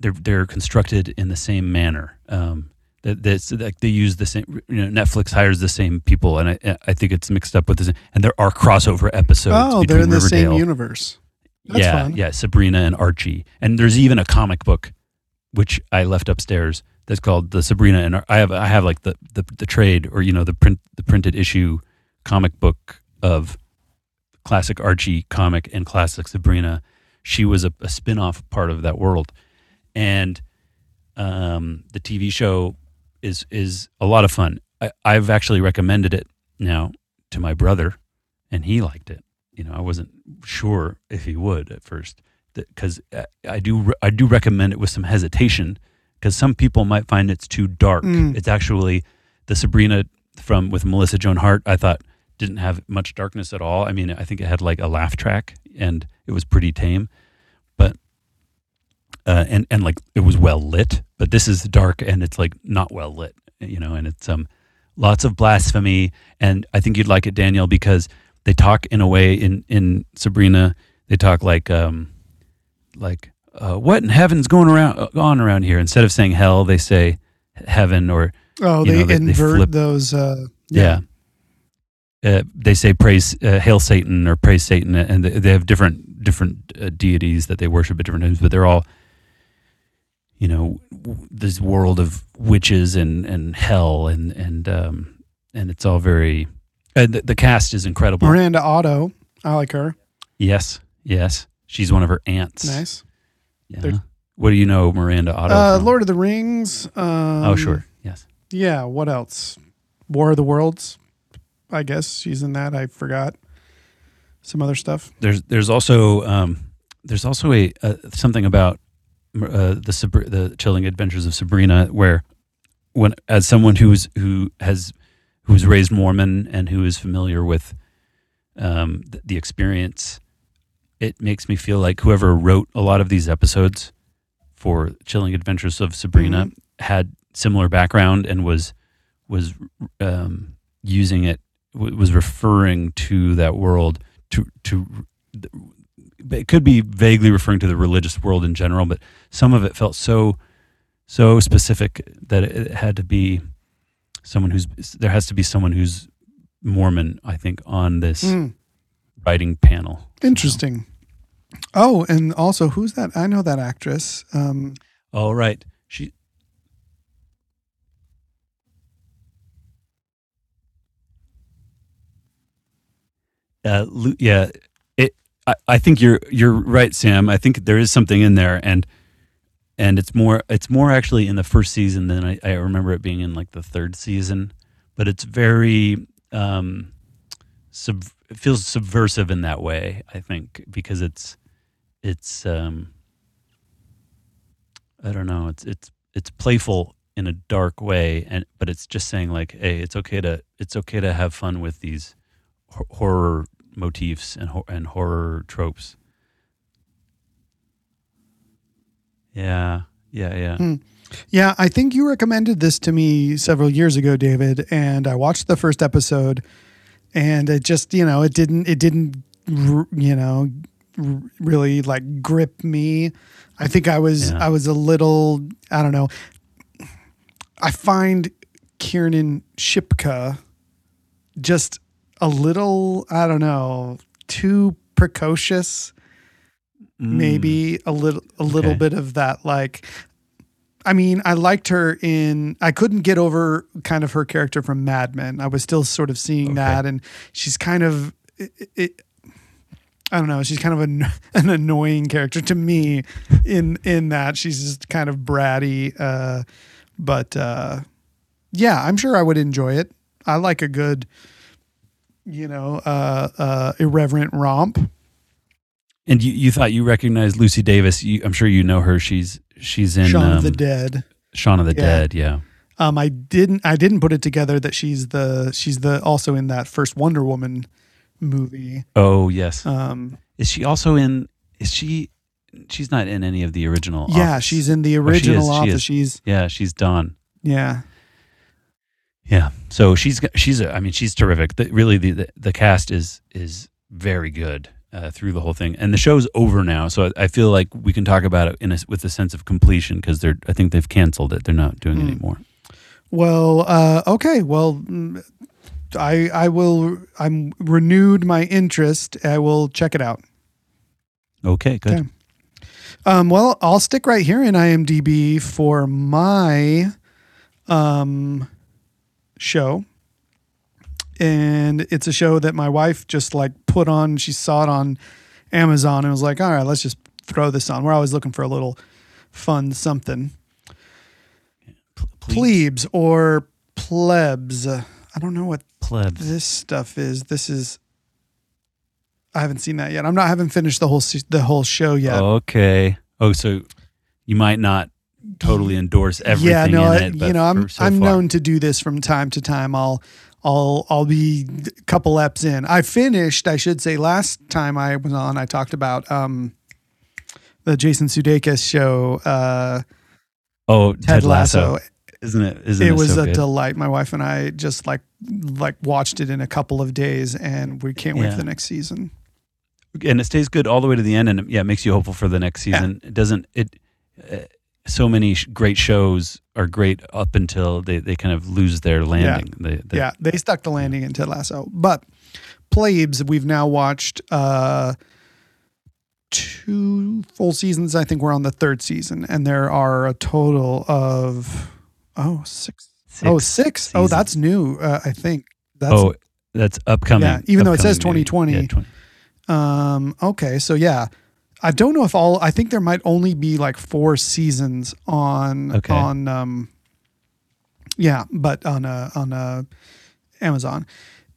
Speaker 2: they're they're constructed in the same manner. Um, that that's like they use the same. You know, Netflix hires the same people, and I I think it's mixed up with this. And there are crossover episodes.
Speaker 1: oh,
Speaker 2: between
Speaker 1: they're in the
Speaker 2: Riverdale.
Speaker 1: same universe. That's
Speaker 2: yeah,
Speaker 1: fun.
Speaker 2: yeah, Sabrina and Archie, and there's even a comic book, which I left upstairs. That's called the Sabrina and Ar- I have I have like the, the the trade or you know the print the printed issue comic book of classic Archie comic and classic Sabrina. She was a, a spin off part of that world, and um, the TV show is is a lot of fun. I, I've actually recommended it now to my brother, and he liked it. You know, I wasn't sure if he would at first because I do re- I do recommend it with some hesitation because some people might find it's too dark.
Speaker 1: Mm.
Speaker 2: It's actually the Sabrina from with Melissa Joan Hart. I thought didn't have much darkness at all. I mean, I think it had like a laugh track and it was pretty tame, but uh, and and like it was well lit. But this is dark and it's like not well lit, you know. And it's um lots of blasphemy and I think you'd like it, Daniel, because they talk in a way in in Sabrina. They talk like um like uh, what in heaven's going around uh, on around here. Instead of saying hell, they say heaven or
Speaker 1: Oh,
Speaker 2: You
Speaker 1: they
Speaker 2: know, they- they
Speaker 1: invert
Speaker 2: flip-
Speaker 1: those. Uh,
Speaker 2: yeah. Uh, they say praise, uh, hail Satan or praise Satan, uh, and they, they have different different uh, deities that they worship at different times, but they're all, you know, w- this world of witches and, and hell and and um, and it's all very. And the, the cast is incredible.
Speaker 1: Miranda Otto. I like her.
Speaker 2: Yes, yes, she's one of her aunts.
Speaker 1: Nice.
Speaker 2: Yeah.
Speaker 1: They're-
Speaker 2: What do you know, Miranda Otto?
Speaker 1: Uh,
Speaker 2: from?
Speaker 1: Lord of the Rings. Um,
Speaker 2: oh, sure. Yes.
Speaker 1: Yeah. What else? War of the Worlds. I guess she's in that. I forgot some other stuff.
Speaker 2: there's there's also um, there's also a uh, something about uh, the Sabr- the chilling adventures of Sabrina where when as someone who's who has who was raised Mormon and who is familiar with um, th- the experience it makes me feel like whoever wrote a lot of these episodes for chilling adventures of Sabrina had similar background and was was um, using it w- was referring to that world to to it could be vaguely referring to the religious world in general, but some of it felt so so specific that it, it had to be someone who's there has to be someone who's Mormon, I think, on this
Speaker 1: Mm,
Speaker 2: writing panel.
Speaker 1: interesting. Oh, and also, who's that? I know that actress. Um,
Speaker 2: All right, she. Uh, Lu- yeah, it. I, I think you're you're right, Sam. I think there is something in there, and and it's more it's more actually in the first season than I, I remember it being in like the third season, but it's very um, sub it feels subversive in that way. I think because it's it's um, I don't know. It's it's it's playful in a dark way, and but it's just saying like, hey, it's okay to it's okay to have fun with these hor- horror motifs and hor- and horror tropes. Yeah, yeah, yeah.
Speaker 1: Hmm, yeah, I think you recommended this to me several years ago, David, and I watched the first episode, and it just you know it didn't it didn't r- you know r- really like grip me. I think I was
Speaker 2: Yeah.
Speaker 1: I was a little I don't know. I find Kiernan Shipka just a little I don't know too precocious
Speaker 2: Mm.
Speaker 1: maybe a little a little
Speaker 2: Okay.
Speaker 1: bit of that like I mean, I liked her in I couldn't get over kind of her character from Mad Men. I was still sort of seeing
Speaker 2: Okay.
Speaker 1: that and she's kind of it, it, I don't know, she's kind of an, [LAUGHS] an annoying character to me in in that she's just kind of bratty uh but uh yeah, I'm sure I would enjoy it. I like a good you know, uh, uh, irreverent romp.
Speaker 2: And you, you thought you recognized Lucy Davis. You, I'm sure you know her. She's she's in
Speaker 1: Shaun
Speaker 2: um,
Speaker 1: of the Dead.
Speaker 2: Shaun of the
Speaker 1: Yeah.
Speaker 2: Dead. Yeah.
Speaker 1: Um, I didn't I didn't put it together that she's the she's the also in that first Wonder Woman movie.
Speaker 2: Oh yes.
Speaker 1: Um,
Speaker 2: is she also in? Is she? She's not in any of the original.
Speaker 1: yeah,
Speaker 2: Office. Oh,
Speaker 1: she's in the
Speaker 2: she is,
Speaker 1: original
Speaker 2: she
Speaker 1: office.
Speaker 2: is.
Speaker 1: She's
Speaker 2: Yeah, she's Dawn.
Speaker 1: yeah,
Speaker 2: Yeah. So she's g- she's a, I mean she's terrific. The, really the, the the cast is is very good uh, through the whole thing. And the show's over now, so I, I feel like we can talk about it in a, s- with a sense of completion because they're I think they've canceled it. They're not doing it
Speaker 1: Mm.
Speaker 2: anymore.
Speaker 1: Well, uh, okay. Well, mm, I I will. I'm renewed my interest. I will check it out.
Speaker 2: Okay, good.
Speaker 1: Okay. Um, well, I'll stick right here in IMDb for my um, show, and it's a show that my wife just like put on. She saw it on Amazon and was like, "All right, let's just throw this on." We're always looking for a little fun something.
Speaker 2: P-
Speaker 1: Plebes or plebs. I don't know what
Speaker 2: plebs.
Speaker 1: this stuff is this is I haven't seen that yet. I'm not haven't finished the whole se- the whole show yet.
Speaker 2: Okay. Oh, so you might not totally endorse everything
Speaker 1: yeah, no,
Speaker 2: in
Speaker 1: I,
Speaker 2: it. but
Speaker 1: you know, I'm
Speaker 2: for so
Speaker 1: I'm
Speaker 2: far.
Speaker 1: known to do this from time to time. I'll I'll I'll be a couple eps in. I finished, I should say, last time I was on, I talked about um the Jason Sudeikis show, uh,
Speaker 2: Oh,
Speaker 1: Ted, Lasso.
Speaker 2: isn't it? Isn't it,
Speaker 1: it was
Speaker 2: so
Speaker 1: a
Speaker 2: good?
Speaker 1: delight. My wife and I just like like watched it in a couple of days, and we can't wait
Speaker 2: Yeah.
Speaker 1: for the next season.
Speaker 2: and it stays good all the way to the end and yeah it makes you hopeful for the next
Speaker 1: Yeah.
Speaker 2: season it doesn't it uh, so many sh- great shows are great up until they, they kind of lose their landing They- they-
Speaker 1: yeah, they stuck the landing in Ted Lasso. But Plebes, we've now watched uh, two full seasons. I think we're on the third season, and there are a total of oh six,
Speaker 2: six
Speaker 1: oh six oh
Speaker 2: seasons.
Speaker 1: that's new. Uh, I think that's
Speaker 2: oh that's upcoming
Speaker 1: Yeah, even though it says
Speaker 2: upcoming, maybe.
Speaker 1: 2020.
Speaker 2: Yeah, 20. Oh.
Speaker 1: um, okay. So yeah. I don't know if all. I think there might only be like four seasons on
Speaker 2: Okay.
Speaker 1: on um, yeah, but on uh on uh Amazon,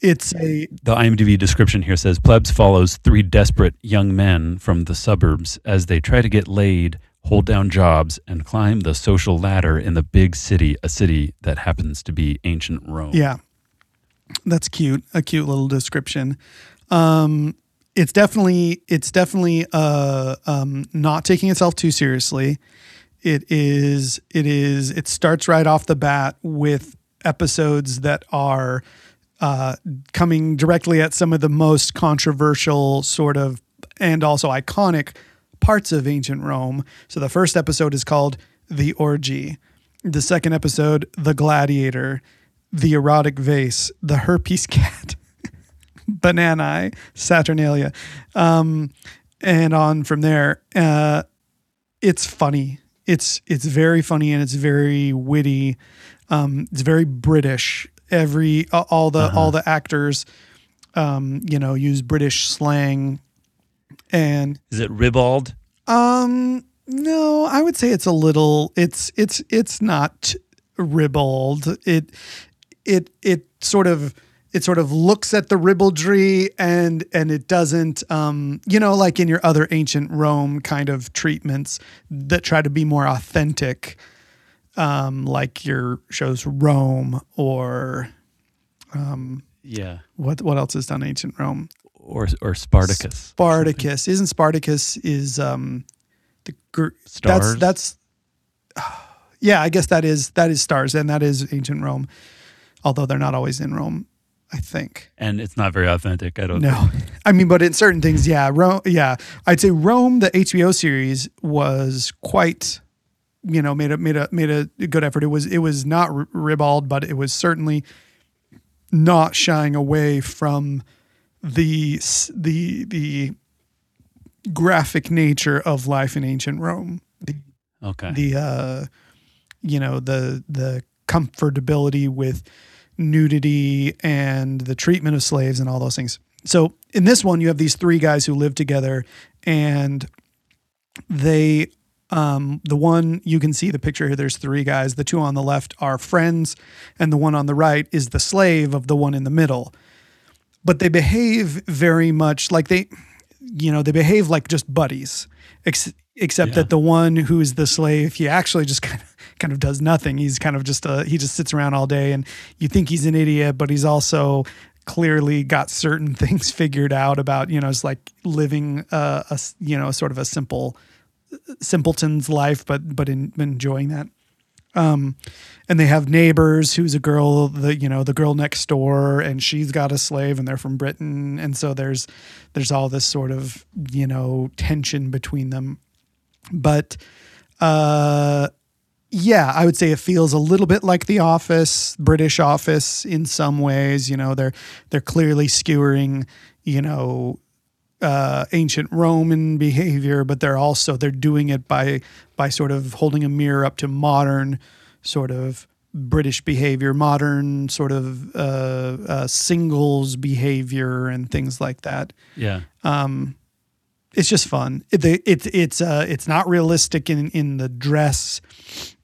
Speaker 1: it's a
Speaker 2: the imdb description here says plebs follows three desperate young men from the suburbs as they try to get laid hold down jobs and climb the social ladder in the big city a city that happens to be ancient rome
Speaker 1: Yeah. That's cute. A cute little description. Um, it's definitely it's definitely uh, um, not taking itself too seriously. It is it is it starts right off the bat with episodes that are uh, coming directly at some of the most controversial sort of and also iconic parts of ancient Rome. So the first episode is called The Orgy. The second episode, The Gladiator, The Erotic Vase, The Herpes Cat, [LAUGHS] Bananae, Saturnalia. Um, and on from there, uh, it's funny. It's it's very funny and it's very witty. Um, it's very British. Every a- all the all the actors, um, you know, use British slang, and
Speaker 2: is it ribald
Speaker 1: um, no, I would say it's a little. It's it's it's not ribald. It it it sort of it sort of looks at the ribaldry and and it doesn't um you know like in your other ancient Rome kind of treatments that try to be more authentic um like your shows Rome or
Speaker 2: yeah
Speaker 1: what what else is done in ancient Rome
Speaker 2: or or Spartacus.
Speaker 1: Spartacus isn't Spartacus is um the gr-
Speaker 2: Stars?
Speaker 1: That's that's [SIGHS] yeah. I guess that is that is stars, and that is ancient Rome. Although they're not always in Rome, I think.
Speaker 2: and it's not very authentic. I don't know.
Speaker 1: No, I mean, but in certain things, yeah, Rome. Yeah, I'd say Rome, the HBO series, was quite, you know, made a made a made a good effort. It was it was not r- ribald, but it was certainly not shying away from the s- the the graphic nature of life in ancient Rome. The
Speaker 2: Okay.
Speaker 1: the uh you know the the comfortability with nudity and the treatment of slaves and all those things so in this one you have these three guys who live together and they um the one you can see the picture here there's three guys the two on the left are friends and the one on the right is the slave of the one in the middle but they behave very much like they, you know, they behave like just buddies, ex- except
Speaker 2: Yeah.
Speaker 1: that the one who is the slave, he actually just [LAUGHS] kind of kind of does nothing. He's kind of just a he just sits around all day, and you think he's an idiot, but he's also clearly got certain [LAUGHS] things figured out about you know it's like living uh, a s- you know sort of a simple uh, simpleton's life, but but in, enjoying that and they have neighbors who's a girl the you know the girl next door and she's got a slave and they're from britain and so there's there's all this sort of you know tension between them but uh yeah i would say it feels a little bit like the office british office in some ways you know they're they're clearly skewering you know uh, ancient Roman behavior, but they're also they're doing it by by sort of holding a mirror up to modern sort of British behavior, modern sort of uh, uh, singles behavior, and things like that.
Speaker 2: Yeah.
Speaker 1: It's just fun. It, the- it's it's uh, it's not realistic in in the dress.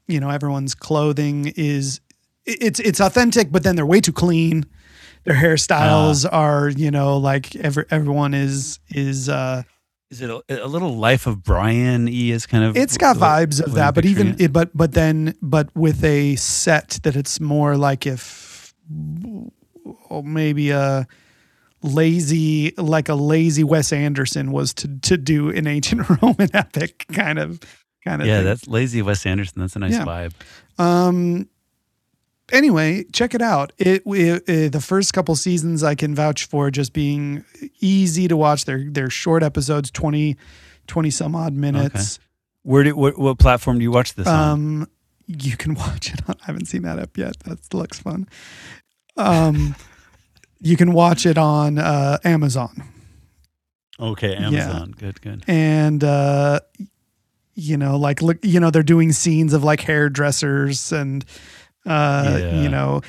Speaker 1: You know, everyone's clothing is it- it's it's authentic, but then they're way too clean. Their hairstyles are, you know, like every, everyone is is uh,
Speaker 2: Is it a, a little Life of Brian? E is kind of.
Speaker 1: it's got
Speaker 2: the-
Speaker 1: vibes
Speaker 2: what
Speaker 1: of
Speaker 2: I'm
Speaker 1: that but
Speaker 2: picturing
Speaker 1: even it, but but then but with a set that it's more like if oh, maybe a lazy like a lazy wes anderson was to to do an ancient [LAUGHS] roman epic kind of kind of
Speaker 2: Yeah,
Speaker 1: thing.
Speaker 2: that's lazy Wes Anderson. That's a nice
Speaker 1: Yeah.
Speaker 2: vibe.
Speaker 1: Um. Anyway, check it out. It, it, it- the first couple seasons I can vouch for just being easy to watch. They're they're short episodes, 20, 20 some odd minutes.
Speaker 2: Where do what, what platform do you watch this on?
Speaker 1: Um, you can [LAUGHS] watch it. On, I haven't seen that up yet. That looks fun. Um, you can watch it on uh, Amazon,
Speaker 2: Okay, Amazon. Good, good.
Speaker 1: and uh, you know, like look, you know, they're doing scenes of like hairdressers and uh,
Speaker 2: Yeah.
Speaker 1: you know.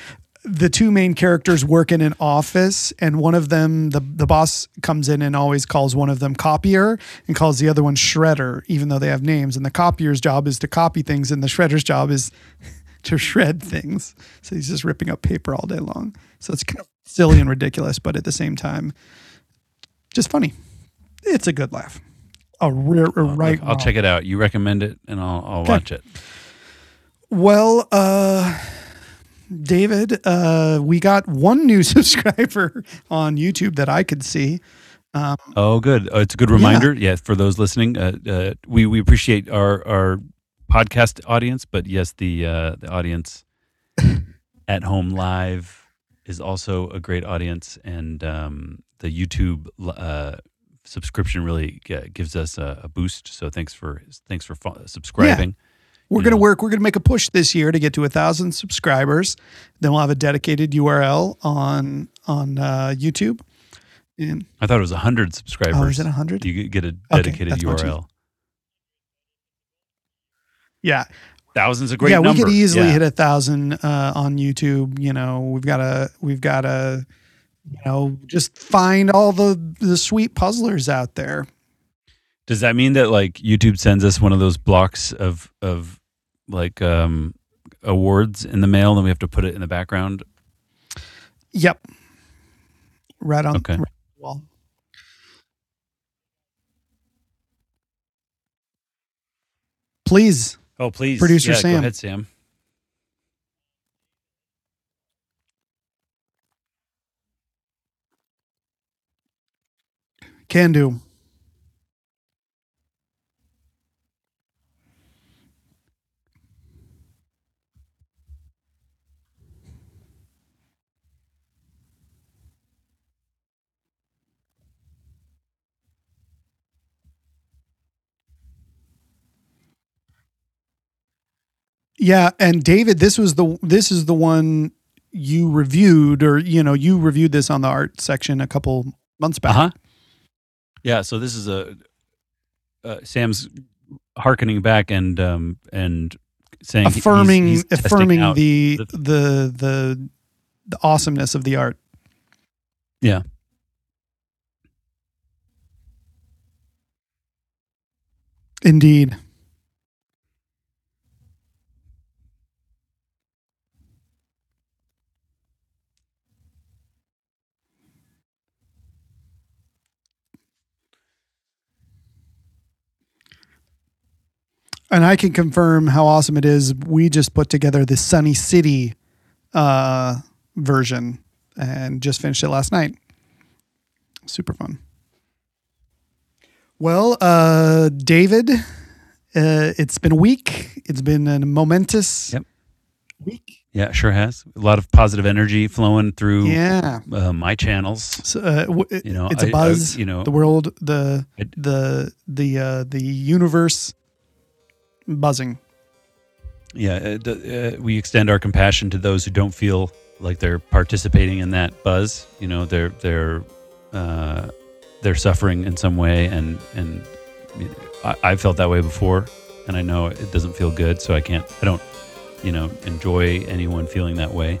Speaker 1: The two main characters work in an office, and one of them, the, the boss comes in and always calls one of them copier and calls the other one shredder, even though they have names. And the copier's job is to copy things, and the shredder's job is [LAUGHS] to shred things. So he's just ripping up paper all day long. So it's kind of silly and ridiculous, but at the same time, just funny. It's a good laugh. A rare, a right.
Speaker 2: I'll check it out. You recommend it, and I'll, I'll watch it.
Speaker 1: [LAUGHS] Well, uh, David, uh, we got one new [LAUGHS] subscriber on YouTube that I could see.
Speaker 2: Oh, good. Oh, it's a good reminder. Yeah, for those listening, uh, uh, we we appreciate our our podcast audience, but yes, the uh, the audience
Speaker 1: [COUGHS]
Speaker 2: at home live is also a great audience, and um, the YouTube uh, subscription really g- gives us a, a boost. So thanks for thanks for fo- subscribing.
Speaker 1: We're going to work. We're going to make a push this year to get to a thousand subscribers. Then we'll have a dedicated URL on on uh, YouTube. And
Speaker 2: I thought it was hundred subscribers.
Speaker 1: oh, is it hundred?
Speaker 2: Do you get a dedicated
Speaker 1: that's much
Speaker 2: URL?
Speaker 1: Yeah,
Speaker 2: Thousands a great
Speaker 1: yeah,
Speaker 2: number.
Speaker 1: we could easily
Speaker 2: Yeah.
Speaker 1: hit a thousand uh, on YouTube. You know, we've got a we've got a you know just find all the the sweet puzzlers out there.
Speaker 2: Does that mean that like YouTube sends us one of those blocks of of like um awards in the mail and we have to put it in the background?
Speaker 1: Yep, right on,
Speaker 2: Okay.
Speaker 1: right on the wall. Please,
Speaker 2: Oh, please.
Speaker 1: Producer
Speaker 2: yeah, Go
Speaker 1: Sam.
Speaker 2: ahead, Sam.
Speaker 1: can do. Yeah, and David, this was the this is the one you reviewed, or you know, you reviewed this on the art section a couple months back.
Speaker 2: Uh-huh. Yeah, so this is a uh, Sam's hearkening back and um and saying he's-
Speaker 1: affirming
Speaker 2: he's testing
Speaker 1: affirming
Speaker 2: out-
Speaker 1: the, the
Speaker 2: the-
Speaker 1: the the awesomeness of the art. Indeed. and I can confirm how awesome it is. We just put together the Sunny City uh, version and just finished it last night. Super fun. Well, uh, David, uh, it's been a week. It's been a momentous
Speaker 2: Yep.
Speaker 1: week.
Speaker 2: Yeah, sure has. A lot of positive energy flowing through
Speaker 1: Yeah.
Speaker 2: uh, my channels.
Speaker 1: So, uh, w-
Speaker 2: You know,
Speaker 1: it's a
Speaker 2: I- I-
Speaker 1: buzz.
Speaker 2: you know,
Speaker 1: the world, the
Speaker 2: It-
Speaker 1: the the uh, the universe buzzing.
Speaker 2: Yeah, uh, d- uh, we extend our compassion to those who don't feel like they're participating in that buzz. You know, they're they're uh, they're suffering in some way, and and you know, I, I felt that way before, and I know it doesn't feel good, so I can't. I don't, you know, enjoy anyone feeling that way,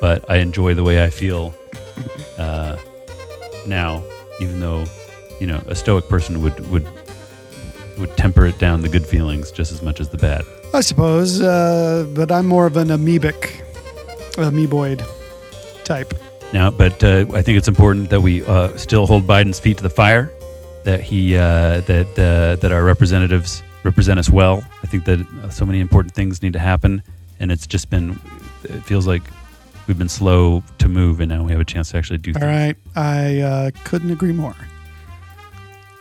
Speaker 2: but I enjoy the way I feel uh, now, even though you know a stoic person would would would temper it down the good feelings just as much as the bad.
Speaker 1: I suppose, uh, but I'm more of an amoebic, amoeboid type.
Speaker 2: now, but uh, I think it's important that we uh, still hold Biden's feet to the fire. That he uh, that uh, that our representatives represent us well. I think that uh, so many important things need to happen, and it's just been it feels like we've been slow to move, and now we have a chance to actually do
Speaker 1: All
Speaker 2: things.
Speaker 1: right, I uh, couldn't agree more.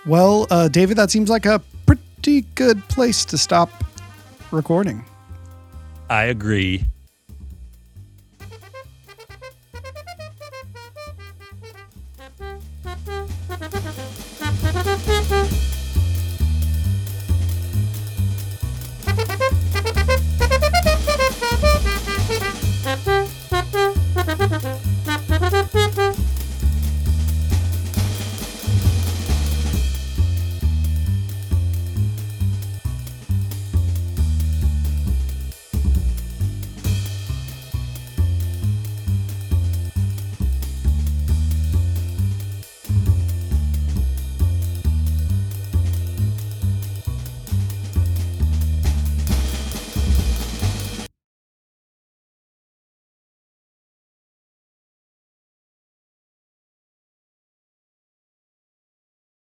Speaker 1: Well, uh, David, that seems like a pretty good place to stop recording.
Speaker 2: I agree.